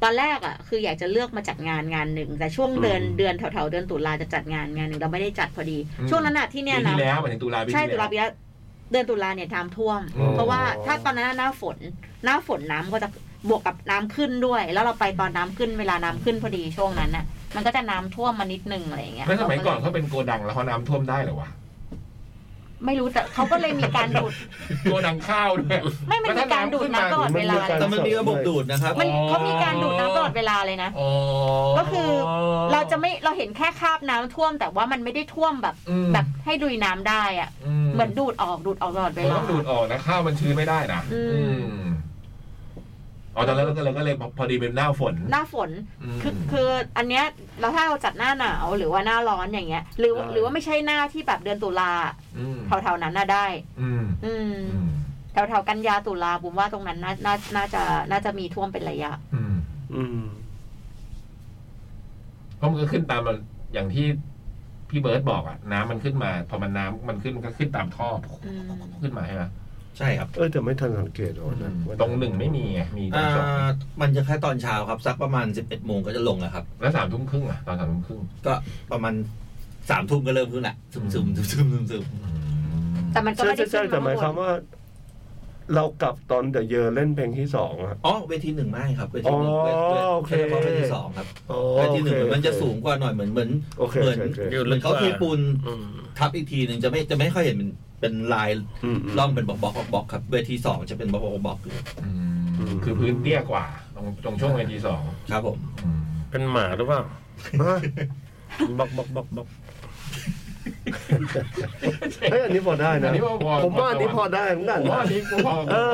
Speaker 3: ตอนแรกอ่ะคืออยากจะเลือกมาจัดงานงานหนึ่ง แต่ช่วงเดือน
Speaker 2: อืม
Speaker 3: เดือนแถวๆเดือนตุลาจะจัดงานงานหนึ่งเราไม่ได้จัดพอดี ช่วงนั้นน่ะที่
Speaker 1: ปี
Speaker 3: เนี่ย
Speaker 1: ที่
Speaker 3: นะ
Speaker 1: แล้วหมายถึงตุลาปีที่
Speaker 3: ใช่ตุลา
Speaker 1: แล้ว
Speaker 3: ปีแล้วเดือนตุลาเนี่ยน้ำท่วม
Speaker 1: อืม
Speaker 3: เพราะว่าถ้าตอนนั้นนะหน้าฝนหน้าฝนน้ำก็จะบวกกับน้ำขึ้นด้วย แล้วเราไปตอนน้ำขึ้นเวลาน้ำขึ้นพอดีช่วงนั้นน่ะ มันก็จะน้ำท่วมมานิดนึงอะไรอย่างเงี้ย
Speaker 1: แล้วสมัยก่อนเขาเป็นโกดังแล้วเขาน้ำท่วมได้เหรอวะ
Speaker 3: ไม่รู้แต่เขาก็เลยมีการดูด
Speaker 1: โกดังข้าวด้วย
Speaker 3: ไม่มันมีการดูดน้ำตลอดเวลา
Speaker 2: มันมีการ
Speaker 4: แต่มันมีระบบดูดนะครับ
Speaker 3: มัน
Speaker 1: อ๋อ
Speaker 3: เขามีการดูดน้ำตลอดเวลาเลยนะ
Speaker 1: อ๋อ
Speaker 3: ก็คือ เราจะไม่เราเห็นแค่คราบน้ำท่วม แต่ว่ามันไม่ได้ท่วมแบบ
Speaker 1: อืม
Speaker 3: แบบให้ดุยน้ำได้อะเหมือนดูดออกดูดออกตลอดเว
Speaker 1: มัน
Speaker 3: ลา
Speaker 1: ต้องดูดออกนะข้าวมันชื้นไม่ได้นะ
Speaker 3: อืม
Speaker 1: มอ๋อตอนนั้นเราก็เลยก็เลยพอดีเป็นหน้าฝน
Speaker 3: หน้าฝน
Speaker 1: ม
Speaker 3: คือคืออันเนี้ยเราถ้าเราจัดหน้าหนาวหรือว่าหน้าร้อนอย่างเงี้ย หรือ
Speaker 1: ได้
Speaker 3: หรือว่าไม่ใช่หน้าที่แบบเดือนตุลา
Speaker 1: ม
Speaker 3: แถวๆนั้นน่ะได้
Speaker 1: อืม
Speaker 3: อืม
Speaker 1: อืม
Speaker 3: แถวๆกันยาตุลาผมว่าตรงนั้นน่าน่าน่าจะน่าจะมีท่วมเป็นระยะ
Speaker 1: อืม
Speaker 2: อืม
Speaker 1: เพราะมันก็ขึ้นตามมันอย่างที่พี่เบิร์ตบอกอะน้ำมันขึ้นมา พอมันน้ำมันขึ้นมันก็ขึ้นตามท่อ
Speaker 3: อืม
Speaker 1: ขึ้นมาใช่ไหม
Speaker 4: ใช่ครับ
Speaker 2: เออแต่ไม่ทันสังเกตหรอกนะ
Speaker 1: ตรงหนึ่งไม่มีไงมีตร
Speaker 4: อ่
Speaker 1: งสอง
Speaker 4: ามันจะแค่ตอนเช้าครับ สักประมาณ 11โมงก็จะลงนะครับ
Speaker 1: แล้วสามทุ่มครึ่งอ่ะตอนสามทุ่มครึ่ง
Speaker 4: ก็ประมาณสามทุ่มก็เริ่มขึ้นแหละซึมซึมซึมซึมซึมซึม
Speaker 3: แต่มันก็
Speaker 2: ใช่
Speaker 3: ไม่ได้
Speaker 2: ใช่ใช่
Speaker 3: ขึ้น
Speaker 2: แต่หมาย
Speaker 3: ข้งบน
Speaker 2: ความว่า เรากลับตอนเดอะเยอเล่นเพลงที่สองอะ
Speaker 4: อ๋อเวทีหนึ่งไม่ครับเวทีหนึ่ง
Speaker 2: อ๋อ
Speaker 4: เวที
Speaker 2: โอเค
Speaker 4: เฉพาะเวทีสองครับ
Speaker 2: อ๋อ
Speaker 4: เวทีหนึ่ง
Speaker 2: โอเค
Speaker 4: มันจะสูงกว่าหน่อยเหมือนเหมือน
Speaker 2: โอเค
Speaker 4: เห
Speaker 2: โอ
Speaker 4: มือน
Speaker 2: เคโอเค
Speaker 5: อยู่
Speaker 4: เห
Speaker 5: ลึ
Speaker 4: มือก น
Speaker 5: ก
Speaker 4: เขา
Speaker 5: ว่า
Speaker 4: เทปูน
Speaker 5: อืม
Speaker 4: ทับอีกทีหนึ่งจะไม่จะไม่ค่อยเห็นเป็นเป็นลาย
Speaker 2: อืม
Speaker 4: ล่องเป็นบล็อกบล็อกบล็อกครับ เวทีสองจะเป็นบล็อกบล็อกบล็อกอยู่
Speaker 1: อืมคือพื้นเตี้ยกว่า ตรงตรงช่วงเวทีสอง
Speaker 4: ครับผม
Speaker 1: อืม
Speaker 5: เป็นหมาหรือเปล่าบอกบอกบอกบอก
Speaker 2: เฮ้ยอันนี้พอได้
Speaker 1: อั
Speaker 2: นะ
Speaker 1: นนี้ว่าพอ
Speaker 2: ผมว่าอันนี้พอได้เหมือนกัน
Speaker 1: ผมว่า
Speaker 2: นะ
Speaker 1: อันนี้พอ
Speaker 2: เออ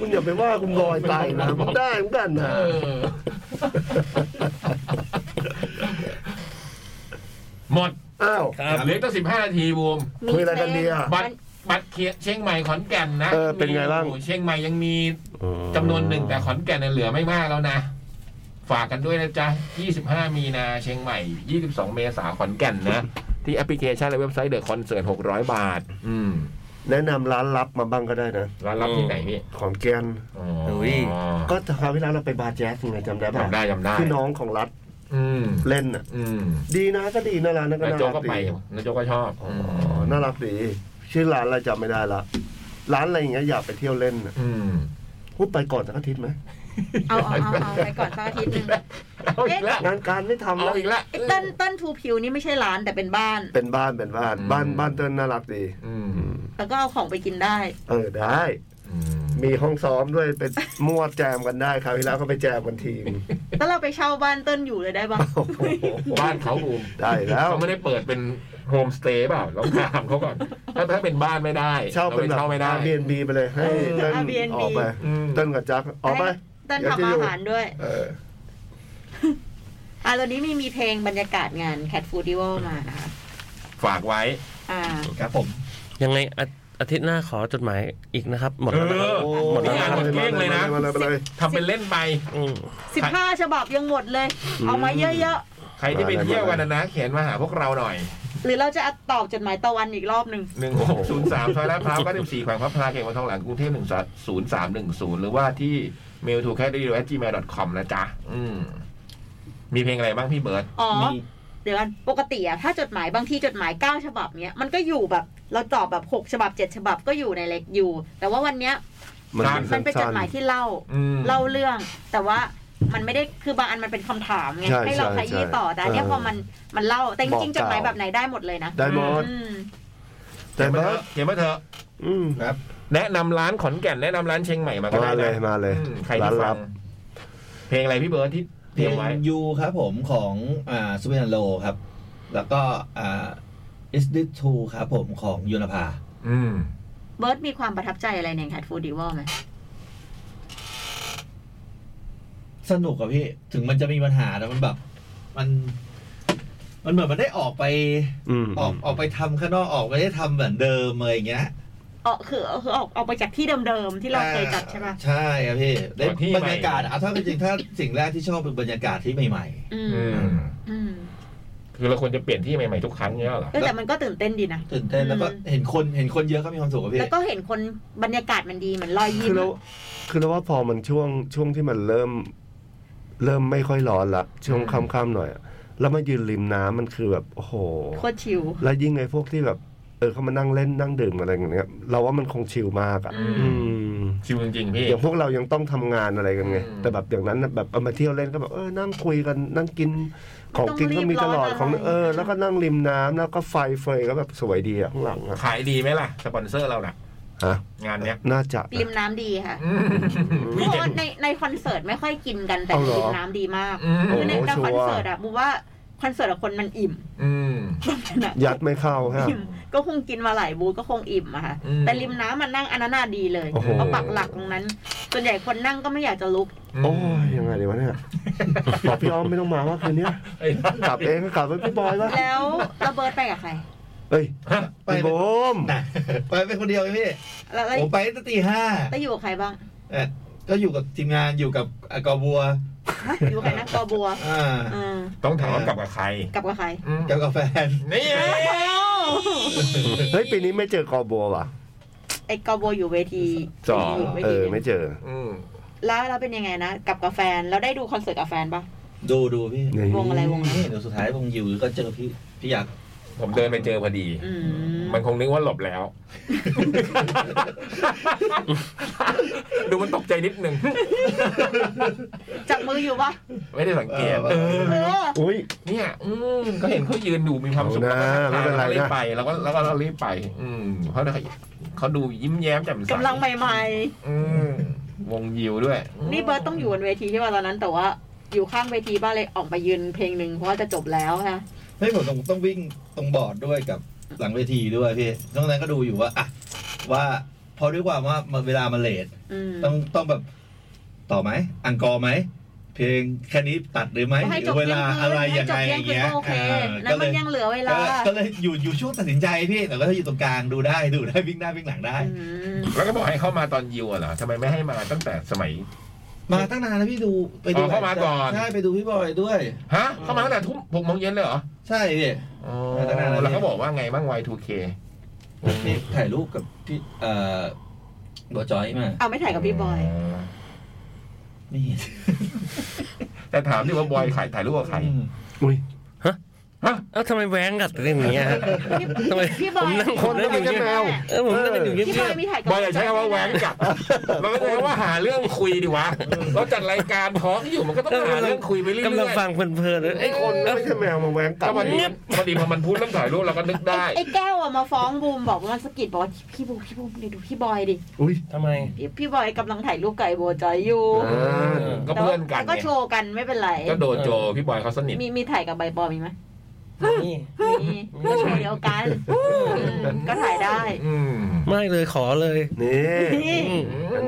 Speaker 2: คุณอย่าไปว่าคุณลอยตายนะผมได้เหมือนกันนะ
Speaker 1: เออหมด
Speaker 2: อ้าว
Speaker 5: ครับ
Speaker 1: เหลือตั้งสิบห้านาทีบูม
Speaker 2: คุยอะไรกันดีอะ
Speaker 1: บัตรบัตรเชียงใหม่ขอนแก่นนะ
Speaker 2: เออเป็นไงบ้าง
Speaker 1: มีอยู่เชียงใหม่ยังมีจำนวนหนึ่งแต่ขอนแก่นเนี่ยเหลือไม่มากแล้วนะ ฝากกันด้วยนะจ๊ะ 25 มีนาเชียงใหม่ 22 เมษาขอนแก่นนะ ที่แอปพลิเคชันและเว็บไซต์เดอะคอนเสิร์ต600 บาท อืม
Speaker 2: แนะนำร้านลับมาบ้างก็ได้นะ
Speaker 1: ร้านรับที่ไหนพี่
Speaker 2: ของแกน
Speaker 1: อ๋อ
Speaker 5: เฮ้ย
Speaker 2: ก็คราวที่แล้วเราไปบาร์แจ๊สยังไงจำได้ป่ะ
Speaker 1: จำได้จำได้
Speaker 2: คือน้องของรัฐ
Speaker 1: อืม
Speaker 2: เล่นอ่ะ
Speaker 1: อืม
Speaker 2: ดีนะก็ดีนะร้านนั้นก็
Speaker 1: นาย
Speaker 2: น่า
Speaker 1: โจ
Speaker 2: รั
Speaker 1: ก็
Speaker 2: ก
Speaker 1: ไป
Speaker 2: ดี
Speaker 1: นายโจก็ชอบ
Speaker 2: อ๋อน่ารักดีชื่อร้านอะไรจำไม่ได้ละร้านอะไรอย่างเงี้ยอยากไปเที่ยวเล่นน่ะ
Speaker 1: อืม
Speaker 2: พูดไปก่อนสักอาทิตย์ไหม
Speaker 3: เอาเอาเอาเอาไปก่อนสักอาทิตย์หนึ่ง
Speaker 1: เอาอีกแล้ว
Speaker 2: งานการไม่ทำ
Speaker 1: เอา
Speaker 2: แล้ว
Speaker 1: อีกแล้ว
Speaker 3: ไอ้เต้นเต้นทูพิวนี่ไม่ใช่ร้านแต่เป็นบ้าน
Speaker 2: เป็นบ้านเป็นบ้าน
Speaker 1: อืม
Speaker 2: บ้านบ้านเติ้ลน่ารักดี
Speaker 1: อืม
Speaker 3: แล้วก็เอาของไปกินได้
Speaker 2: เออได้
Speaker 1: อืม
Speaker 2: มีห้องซ้อมด้วยไปมั่วแจมกันได้คราวที่แล้วก็ไปแจมกันที ม
Speaker 3: แล้วเราไปเช่าบ้านเต้นอยู่เลยได้ปะ
Speaker 2: โอ้โห
Speaker 1: บ้านเขาบูม
Speaker 2: ได้แล้ว
Speaker 1: เขาไม่ได้เปิดเป็นโฮมสเตย์เปล่าเราถามเขาก่อนถ้าถ้าเป็นบ้านไม่ได้
Speaker 2: เช่า
Speaker 1: เรา
Speaker 2: เป็น
Speaker 1: ไป
Speaker 2: แบบ
Speaker 1: เช่าไม่ได้
Speaker 2: Airbnb ไปเลยให้เติ้ลออกไป
Speaker 1: อืม
Speaker 2: เติ้ลกับจักออกไป
Speaker 3: เต้น
Speaker 2: เดี๋ยวจะ
Speaker 3: ทำ
Speaker 2: อยู่
Speaker 3: อาหารด้วย
Speaker 2: เออ
Speaker 3: อ่ะตอนนี้มีมีเพลงบรรยากาศงาน Cat Food d i v a l มานะคะ
Speaker 1: ฝากไว้
Speaker 3: อ่า
Speaker 4: ครับผม
Speaker 5: ยังไงอาอาทิตย์หน้าขอจดหมายอีกนะครับ หมดแล้วนะค
Speaker 1: เอ
Speaker 5: รับ
Speaker 1: อ
Speaker 2: โอ้
Speaker 5: หมดแล้ว
Speaker 2: มา
Speaker 5: นะครับ
Speaker 2: เลยมาเลยมาเลยมาเลย
Speaker 1: ทำเป็นเล่นไป
Speaker 5: ม
Speaker 3: 15 ฉบับยังหมดเลย เอามาเยอะ
Speaker 1: ใครที่ไปเที่ยวกันนะนะเขียนมาหาพวกเราหน่อย
Speaker 3: หรือเราจะตอบจดหมายตะวันอีกรอบหนึ่ง
Speaker 1: หนึ่งหกศูนย์สามซอยลาดพร้าวเก้าสิบสี่แขวงพระพลาเขตวังทองหลังกรุงเทพหนึ่งศูนย์สามหนึ่งศูนย์หรือว่าที่ mail to cat radio gmail com นะจ๊ะ อืม มีเพลงอะไรบ้างพี่เบิร์ต
Speaker 3: อ๋อ
Speaker 4: มี
Speaker 3: เดี๋ยวกันปกติอะถ้าจดหมายบางที่จดหมาย 9 ฉบับเนี้ยมันก็อยู่แบบเราตอบแบบ 6 ฉบับ 7 ฉบับก็อยู่ในเล็กอยู่ แต่ว่าวันเนี้ย
Speaker 2: มัน
Speaker 3: มันเป็นจ
Speaker 2: สั้
Speaker 3: ด
Speaker 2: น
Speaker 3: หมายที่เล่า
Speaker 1: อืม
Speaker 3: เล่าเรื่อง แต่ว่ามันไม่ได้คือบางอันมันเป็นคำถามไง
Speaker 2: ใช่
Speaker 3: ให้เรา
Speaker 2: ใช่
Speaker 3: ขยี้ต่อแต่อันเนี้ย
Speaker 2: ใช่
Speaker 3: พอมันมันเล่าแต่จริงๆ
Speaker 2: บอก
Speaker 3: จ
Speaker 2: กล่า
Speaker 3: ด
Speaker 2: ว
Speaker 3: หมายแบบไหนได้หมดเลยนะ
Speaker 2: ได้หมด
Speaker 3: อืม
Speaker 2: แต่
Speaker 1: เขียนมา
Speaker 2: เบิ
Speaker 1: เถ
Speaker 2: ร์ด
Speaker 1: อะเขียนมาเถอะ
Speaker 2: อืม
Speaker 4: ครับ
Speaker 1: แนะนำร้านขอนแก่นแนะนำร้านเชียงใหม่มาก็
Speaker 2: มา
Speaker 1: ได้
Speaker 2: เลย
Speaker 1: นะ
Speaker 2: มาเลย
Speaker 1: อืมใคร
Speaker 2: ร้า
Speaker 1: ที่
Speaker 2: น
Speaker 1: ฟั
Speaker 2: ลั
Speaker 1: ง
Speaker 2: บ
Speaker 1: เพลงอะไรพี่เบิร์ตที่เตรียมไว้
Speaker 4: ยูครับผมของอ่าซูเปอร์โลครับ แล้วก็อ่า is this true ครับผมของยูนภา
Speaker 1: อืม
Speaker 3: เบิร์ดมีความประทับใจอะไรในแคทฟูดีวอลไหม
Speaker 4: สนุกอะพี่ ถึงมันจะมีปัญหาแต่มันแบบ มัน มันเหมือนมันได้ออกไป
Speaker 2: อืม
Speaker 4: ออกออกไปทำข้างนอกออกไปได้ทำเหมือนเดิมเลยอย่างเงี้ย
Speaker 3: อ๋อคือคือออกออกไปจากที่เดิมๆที่เราเคยจัดใช่ปะ
Speaker 4: ใช่ครับพี่ได้
Speaker 1: ออกที่
Speaker 4: บรรยากาศ
Speaker 1: ใหม่
Speaker 4: อะถ้าเป็นจริงถ้าสิ่งแรกที่ชอบเป็นบรรยากาศที่ใหม่
Speaker 3: อืม
Speaker 1: อืม
Speaker 3: อืม
Speaker 1: คือเราควรจะเปลี่ยนที่ใหม่ๆทุกครั้งเนี้ยเหรอ
Speaker 3: เออแต่มันก็ตื่นเต้นดีนะ
Speaker 4: ๆ ตื่นเต้นแล้วก็
Speaker 3: อืม
Speaker 4: เห็นคนเห็นคนเยอะก็มีความสุขอะพี่
Speaker 3: แล้วก็เห็นคนบรรยากาศมันดีเหมือนรอยยิ้
Speaker 2: คือ
Speaker 3: ม
Speaker 2: เราคือเราว่าพอมันช่วงช่วงที่มันเริ่ม เริ่มไม่ค่อยร้อนละช่วงค่ำๆหน่อยอะแล้วมายืนริมน้ำมันคือแบบโอ้โห
Speaker 3: โคตรชิว
Speaker 2: แล้วยิ่งไอ้พวกที่แบบ เออเขามานั่งเล่นนั่งดื่มอะไรอย่างเงี้ยเราว่ามันคงชิลมากอ่ะ
Speaker 3: อืม
Speaker 2: อืม
Speaker 1: ชิวจริงๆพี่
Speaker 2: อย่างพวกเรายังต้องทำงานอะไรกันไง
Speaker 1: อืม
Speaker 2: แต่แบบอย่างนั้นน่ะแบบเอามาเที่ยวเล่นก็แบบเออนั่งคุยกันนั่งกิน ของกินก็มีตลอด
Speaker 3: ไม่ต้องรีบร้อน
Speaker 2: ของ
Speaker 3: อะไร
Speaker 2: เออ แล้วก็นั่งริมน้ำแล้วก็ไฟเฟยก็แบบสวยดีอ่ะข้างหลังอ่ะ
Speaker 1: ขายดีไหมล่ะ สปอนเซอร์เราน่ะ
Speaker 2: ฮะ
Speaker 1: งานเนี้ย
Speaker 2: น่าจะ
Speaker 3: ริ
Speaker 2: นะ
Speaker 3: มน้ำดีค่ะ
Speaker 1: อืม
Speaker 3: เพ
Speaker 1: พี่
Speaker 3: ราะ
Speaker 1: เห็
Speaker 3: ว่าน ในในคอนเสิร์ตไม่ค่อยกินกันแต่
Speaker 2: เอาเหรอ
Speaker 3: ริมน้ำดีมาก
Speaker 1: อืม
Speaker 3: คือใน
Speaker 2: โอ้โห
Speaker 3: ใน
Speaker 2: ชัว
Speaker 3: ค
Speaker 2: ร์
Speaker 3: อนเสิร์ตอะบูว่าคอนเสิร์ตอะคนมันอิ่ม
Speaker 1: อืม
Speaker 3: นะ
Speaker 2: ยัดไม่เข้าฮะ
Speaker 3: อิ่มก็คงกินมาหลายบูธก็คงอิ่มอะค่ะ
Speaker 1: อืม
Speaker 3: แต่ริมน้ำมันนั่งอันนั้นนาดีเลย
Speaker 2: โอ้โห
Speaker 3: เขาปักหลักตรงนั้นส่วนใหญ่คนนั่งก็ไม่อยากจะลุก
Speaker 2: โอ้ยยังไงดีวะเนี่ยบอกพี่อ้อมไม่ต้องมาว่าคืนเนี้ยกลับเองก็กลับไปพี่บอยวะ
Speaker 3: แล้วระเบิดไปกับใคร
Speaker 2: เอ้ย
Speaker 1: ฮะ
Speaker 4: ไป
Speaker 2: พี่
Speaker 4: ไป
Speaker 2: โบม
Speaker 4: นะ ไปเป็นคนเดียวไงพี่
Speaker 3: แล้วแล้ว
Speaker 4: ผมไปตั้งแต่ตีห้า
Speaker 3: แล้วอยู่กับใครบ้าง
Speaker 4: เอ่อก็อยู่กับทีมงานอยู่กับอากอบัว
Speaker 3: ฮะอยู่กับใครนะกอบัว
Speaker 4: อ่า
Speaker 3: อืม
Speaker 1: ต้องถามว่ากลับกับใคร
Speaker 3: กลับกับใคร
Speaker 1: อืม
Speaker 4: กับกาแฟน
Speaker 1: นี่ไง
Speaker 2: เฮ้ยปีนี้ไม่เจอกอบัวว่ะ
Speaker 3: ไอ้กอบัวอยู่เวที
Speaker 2: สอง
Speaker 3: ยู่ว
Speaker 2: เอ
Speaker 3: ทีห
Speaker 2: อ
Speaker 3: นึ่ง
Speaker 2: ไม่เจอ
Speaker 1: อืม
Speaker 3: แล้วเราเป็นยังไงนะกับกับแฟนแล้วได้ดูคอนเสิร์ตกับแฟนปะ
Speaker 4: ดูดูพี่
Speaker 2: นี่
Speaker 3: วงอะไรวง
Speaker 4: นี่เดี๋ยวสุดท้ายวงยูก็เจอพี่พี่อยาก
Speaker 1: ผมเดินไปเจอพอดี
Speaker 3: อื
Speaker 1: มันคงนึกว่าหลบแล้ว ดูมันตกใจนิดนึง
Speaker 3: จับมืออยู่ปะ
Speaker 1: ไม่ได้สังเกต
Speaker 4: เออ
Speaker 1: เออ
Speaker 3: เออ
Speaker 2: อุ้ย
Speaker 1: เนี่ย อืมก็เห็นเขายืนดูมีความสุข
Speaker 2: เอานะ
Speaker 1: แล้วก็
Speaker 2: ไม่เป็นไร
Speaker 1: รีบ
Speaker 2: นะ
Speaker 1: ไปแล้วก็แล้วก็รีบไป อืมเพราะเขาดูยิ้มแย้มแจ่มใส
Speaker 3: กำลังใหม่
Speaker 1: อืมวงยิวด้วยอืม
Speaker 3: ๆ นี่เบิร์ตต้องอยู่บนเวทีใช่ป่ะตอนนั้น แต่ว่าอยู่ข้างเวทีบ้างเลยออกไปยืนเพลงหนึ่งเพราะว่าจะจบแล้วนะ
Speaker 4: เฮ้ยผมต้องต้องวิ่งตรงบอร์ดด้วยกับหลังเวทีด้วยพี่ตรงนั้นก็ดูอยู่ว่าอ่ะว่าเพอด้วยความว่ามันเวลามันเลท
Speaker 3: อืม
Speaker 4: ต้องต้องแบบ ต่อไหม อังกอร์ไหม เพลงแค่นี้ตัดหรือไหม
Speaker 3: ให้
Speaker 4: ห
Speaker 3: จ
Speaker 4: รื
Speaker 3: บ
Speaker 4: อเวลาอะไร
Speaker 3: ให้
Speaker 4: ยัง
Speaker 3: จบ
Speaker 4: ไง
Speaker 3: เที่ง
Speaker 4: อย
Speaker 3: คืน
Speaker 4: ย่างเงี้ย
Speaker 3: ก็โอเค
Speaker 4: อ่า
Speaker 3: นั้นมันยังเหลือเวลา
Speaker 4: ก็ก็เลยอยู่อยู่ช่วงตัดสินใจพี่แต่ก็ถ้าอยู่ตรงกลางดูได้ดูได้วิ่งหน้าวิ่งหลังได้
Speaker 3: อืม
Speaker 1: แล้วก็บอกให้เข้ามาตอนยิวอะเหรอทำไมไม่ให้มาตั้งแต่สมัย
Speaker 4: มาตั้งนานแล้วพี่ดูไปดู
Speaker 1: อ๋อเข้ามาก่อน
Speaker 4: ใช่ไปดูพี่บอยด้วย
Speaker 1: ฮะ เข้ามาตั้งแต่ทุ่มหกโมงเย็นเลยเหรอ
Speaker 4: ใช่พี่
Speaker 1: อ๋อ
Speaker 4: มาตั้งนานแล้ว
Speaker 1: แล้วเขาบอกว่าไงบ้าง Y2K
Speaker 4: พี่ถ่ายรูปกับพี่เอ่อบัวจอยมา
Speaker 3: เอาไม่ถ่ายกับพี่บอย
Speaker 4: นี่
Speaker 1: แต่ถามดิว่าบอยขายถ่ายรูปกับใคร
Speaker 4: อืม
Speaker 2: อุ้ย
Speaker 5: เอ้าทำไมแหวงกัดเรื่องนี้ฮะทำไม
Speaker 3: พี่บอย
Speaker 5: ผมนั่ง
Speaker 2: คน
Speaker 5: นั่
Speaker 2: ก็
Speaker 5: งอ
Speaker 2: เป็น
Speaker 5: ยู่
Speaker 2: แค่
Speaker 5: เงีย
Speaker 2: แม
Speaker 5: บ
Speaker 2: ว
Speaker 5: เออผมนั่งกันอยู่เงี
Speaker 3: พี่บอย ย
Speaker 5: บ
Speaker 3: มีถ่ายกับบ
Speaker 1: อยอย่าใช้คำว่าแหวงกัดเราก็ใช้คำว่าหาเรื่องคุยดิวะเราจัดรายการท้องอยู่มันก็ต้องหาเรื่องคุยไปเรื่อย
Speaker 5: กำลัง
Speaker 1: ๆ
Speaker 5: ฟังเพลินๆเลย
Speaker 1: ไอ้
Speaker 5: เอ้ย
Speaker 1: คน
Speaker 2: ไม่ใช่แมวมาแหวงกั
Speaker 1: ก็
Speaker 2: ด
Speaker 1: พอดีพอดีพอมันพูดเรื่องถ่ายรูปเราก็นึกได้
Speaker 3: ไอ้แก้วอะมาฟ้องบูมบอกว่ามันสะกิดบอกว่าพี่บูมพี่บูมเดี๋ยวดูพี่บอยดิ
Speaker 2: อุ้ย
Speaker 5: ทำไม
Speaker 3: พี่พี่บอยกำลังถ่ายรูปกับไอ้โบจอยอยู่
Speaker 2: อ่า
Speaker 1: ก็เพื่อนกัน
Speaker 3: แต่
Speaker 1: ไง
Speaker 3: ว่าก็โชว์กันไม่เป็นไร
Speaker 1: ก็โดนโจพี่บอยเขาสนิท
Speaker 3: มีมีถ่ายกับใบปอมีไหม
Speaker 5: นี่
Speaker 3: มีก็โชว์เดียวกันอืมก็ถ่ายได้
Speaker 1: อืม
Speaker 5: ไม่เลยขอเลย
Speaker 2: นี่
Speaker 3: นี่
Speaker 5: อืม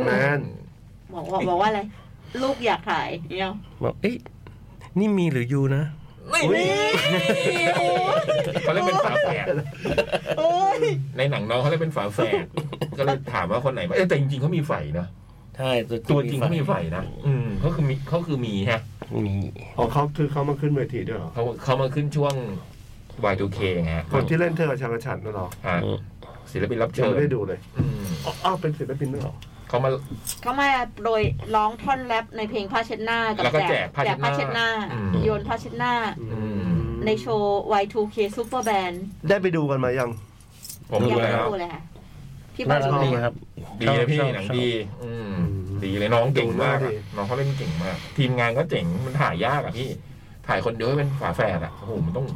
Speaker 2: แมน
Speaker 3: บอกว่าบอกว่าอะไร ลูกอยากถ่ายเนี่ย
Speaker 5: บอกเอ้ยนี่มีหรือยูนะ
Speaker 1: นี่เขาเรียกเป็นฝาแฝด
Speaker 3: โอ้ย
Speaker 1: ในหนังน้องเขาเลยเป็นฝาแฝด ก็เลยถามว่าคนไหนบ้างเอ้ยแต่จริงๆเขามีไฟนะ
Speaker 5: ใช่
Speaker 1: ตัวจริงเขามีไฟนะอืมเขาคือมีเขาคือมีฮะ
Speaker 5: มี
Speaker 2: อ๋อเขาคือเขามาขึ้นเวทีด้วยเหรอ
Speaker 1: เขาเขามาขึ้นช่วง Y2K ไงฮะ
Speaker 2: คนที่เล่นเธอกับชางกระฉันนั่นหรอ
Speaker 1: อ่ะศิลปินรับ
Speaker 2: ยัง
Speaker 1: เชิญ
Speaker 2: ไม่ได้ดูเลย
Speaker 1: อืม
Speaker 2: อ๋ออ้าวเป็นศิลปินนั่นหรอ
Speaker 1: เขามา
Speaker 3: เขามาโดยร้องท่อนแรปในเพลงผ้าเช็ดหน้ากับ
Speaker 1: แล้วก็แจกผ้า
Speaker 3: แจกผ้า
Speaker 1: เช็
Speaker 3: เช็
Speaker 1: ด
Speaker 3: ด
Speaker 1: ห
Speaker 3: ห
Speaker 1: น้า
Speaker 3: น้า
Speaker 1: อืม
Speaker 3: โยนผ้าเช็ดหน้า
Speaker 2: อืม
Speaker 3: ในโชว์ Y2K Super Band
Speaker 2: ได้ไปดูกันมายัง
Speaker 1: ผม
Speaker 3: ยั
Speaker 1: ดู
Speaker 3: ไม่
Speaker 1: แล้ว
Speaker 3: ดูเลยค่ะพี่บ
Speaker 5: น่า
Speaker 3: อย
Speaker 5: รัก
Speaker 3: ดู
Speaker 5: ดี
Speaker 3: ไหม
Speaker 5: ครับ
Speaker 1: ดีเลยพี่
Speaker 5: ชอบ
Speaker 1: หนัง
Speaker 5: ชอบ
Speaker 1: ดีอืมดีเลยน้องเก่งมากอะน้องเขาเล่นเก่งมาก ทีมงานก็เจ๋งมันถ่ายยากอะพี่ ถ่ายคนเดียวให้เป็นฝาแฝดอะโอ้โหมันต้อง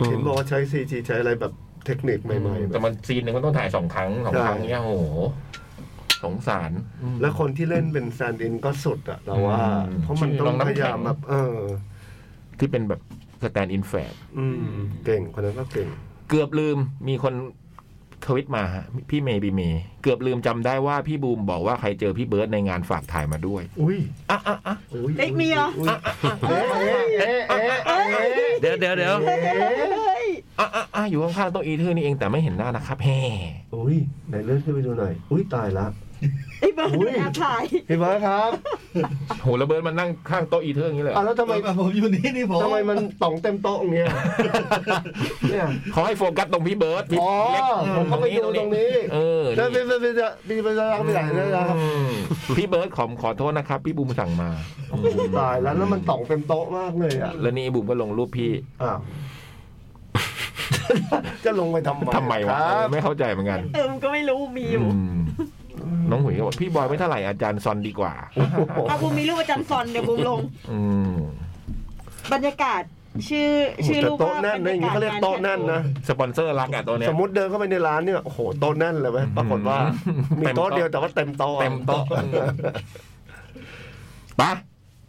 Speaker 5: อืม
Speaker 2: เห็นบอกว่าใช้ CG ใช้อะไรแบบเทคนิคใหม่ๆแบ
Speaker 1: แต่
Speaker 2: บ
Speaker 1: มันซีนหนึ่งมันต้องถ่ายสองครั้งสอง
Speaker 2: ใช่
Speaker 1: ครั้งเนี้ยโอ้โหสงสารอืม
Speaker 2: แล้วคนที่เล่นเป็นแซนดินก็สุดอะเราว่า
Speaker 1: อืม
Speaker 2: เพราะมัน
Speaker 1: ชื่อ
Speaker 2: ต้
Speaker 1: น้
Speaker 2: อ
Speaker 1: องง
Speaker 2: พ
Speaker 1: น้ำแข็ง
Speaker 2: ยายามแบบเออ
Speaker 1: ที่เป็นแบบสแตนด์อินแฟด
Speaker 2: อืม เก่งคนนั้นก็เก่ง
Speaker 1: เกือบลืมมีคนทวิตมาฮะพี่เมย์บีเมย์เกือบลืมจำได้ว่าพี่บูมบอกว่าใครเจอพี่เบิร์ดในงานฝากถ่ายมาด้วย
Speaker 2: อุ้ย
Speaker 1: อ่ะอ่ะอ่ะ
Speaker 2: อุ้ย
Speaker 3: เอ้ยมีเหรอ
Speaker 2: อุ้ยเอ๊ะเอ๊ะเอ๊ะ
Speaker 5: เดี๋ยวเดี๋ยวเดี๋ยว
Speaker 1: อ่ะอ่ะอ่ะอยู่ข้างๆโต๊ะอีเทอร์นี่เองแต่ไม่เห็นหน้านะครับแฮ่
Speaker 2: อุ้ยไหนเลื่อนขึ้นไปดูหน่อย อุ้ยตายละ
Speaker 3: ไอ้เบิร์ด
Speaker 2: อุ้ย
Speaker 3: แอบถ่าย
Speaker 2: พี่เบิร์ดครับ
Speaker 1: โหแล้วเบิร์ดมันนั่งข้างโต๊ะอีเทอร์อย่างนี้เลยเหรอ
Speaker 2: อ่ะแล้วทำไม
Speaker 4: ผมอยู่นี่นี่ผม
Speaker 2: ทำไมมันต่องเต็มโต๊ะอย่างเงี้ยเนี่ย
Speaker 1: เขาให้โฟกัสตรงพี่เบิร์ตพี่
Speaker 2: อ๋อ
Speaker 1: เล็ก
Speaker 2: ผมก็ไปดูตรงนี้
Speaker 1: เออ
Speaker 2: แล้ว
Speaker 1: นี่
Speaker 2: พี่พี่พี่จะพี่พี่จะรักไปไหนเลยนะครับ
Speaker 1: อืมพี่เบิร์ตขอขอโทษนะครับ พี่บูมสั่งมา
Speaker 2: ตายแล้วแล้วมันต่องเต็มโต๊ะมากเลยอ่ะ
Speaker 1: แล้วนี่ไอ้บูมก็ลงรูปพี่
Speaker 2: อ้าวจะลงไปทำไม
Speaker 1: ทำไมวะ
Speaker 2: ค
Speaker 1: เอ
Speaker 2: รั
Speaker 1: อบ ไม่เข้าใจเหมือนกัน
Speaker 3: เออมันก็ไม่รู้มีอยู่
Speaker 1: อืมน้องหุยก็บอกพี่บอยไม่เท่าไหร่อาจารย์ซอนดีกว่า
Speaker 3: เอาบูมมีรูปประจำซอนเดี๋ยวบูมลง
Speaker 1: อืม
Speaker 3: บรรยากาศชื่อชื่อ
Speaker 2: แต่
Speaker 3: รูป
Speaker 2: โต๊ะ
Speaker 3: ว่า
Speaker 2: แน่นนะอย่างนี้เขาเรียกโต๊ะแน่นนะ
Speaker 1: สปอนเซอร์รักอ่ะตัวเนี้
Speaker 2: ส
Speaker 1: ย
Speaker 2: มมติเดินเข้าไปในร้านเนี่ย โอ้โห โต๊ะแน่นเลยไหมปรากฏว่า
Speaker 1: ม
Speaker 2: มีโต๊ะ
Speaker 1: เต็มโต๊ะ
Speaker 2: เดียวแต่ว่าเต็มโต๊ะ
Speaker 1: เต็มโต๊ะไปะ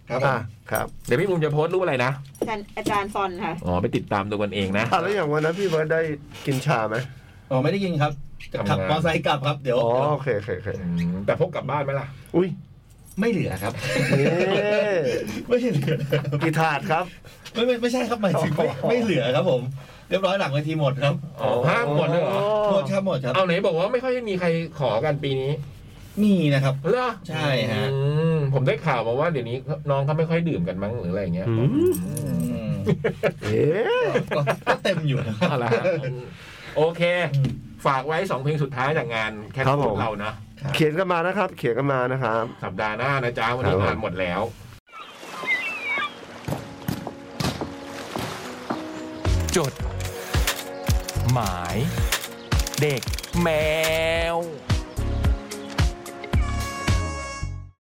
Speaker 4: ครับ
Speaker 2: อ่ะครับ
Speaker 1: เดี๋ยวพี่บูมจะโพสต์รูปอะไรนะ
Speaker 3: อาจารย์อาจารย์ซอนค่ะ
Speaker 1: อ๋อไปติดตามดูกันเองนะ
Speaker 2: อ่ะแล้วอย่างวันนั้นพี่เบิร์ดได้กินชาไหม
Speaker 4: อ๋อไม่ได้ยินครับ
Speaker 1: ทำงาน
Speaker 4: ขับมอเตอร์ไซค์กลับครับเดี๋ยว
Speaker 2: อ๋อ
Speaker 4: เดี๋ยว
Speaker 2: โอเคโอเคโอเค
Speaker 1: อืมแต่พกกลับบ้านไหมล่ะ
Speaker 2: อุ้ย
Speaker 4: ไม่เหลือครับ
Speaker 2: นี่
Speaker 4: ไม่เหลือครับ
Speaker 2: กี่ถาดครับ
Speaker 4: ไม่ไม่ไม่ใช่ครับหมายถึงไม่ไม่เหลือครับผม เรียบร้อยหลังเวทีหมดครับ
Speaker 1: อ๋อห้ามหมดเลยเหรอ
Speaker 4: โทษครับหมดครับ
Speaker 1: เอาไหนบอกว่าไม่ค่อยมีใครขอกันปีนี้
Speaker 4: มีนะครับ
Speaker 1: เหรอ
Speaker 4: ใช่ฮะ
Speaker 1: อืมผมได้ข่าวมาว่าเดี๋ยวนี้น้องเขาไม่ค่อยดื่มกันมั้งหรืออะไรอย่างเงี้ย
Speaker 2: อืม
Speaker 4: อืม
Speaker 2: เอ๊ะ
Speaker 4: ก็ก็เต็มอยู่นะ
Speaker 1: เอาละฮะโอเค ฝากไว้สองเพลงสุดท้ายจากงานแค่พวกเรานะ
Speaker 2: เขียนกันมานะครับ เขียนกันมานะครับ
Speaker 1: สัปดาห์หน้านะจ๊ะวันนี้
Speaker 2: ครับผม
Speaker 1: งานหมดแล้ว
Speaker 6: จด หมาย เด็กแมว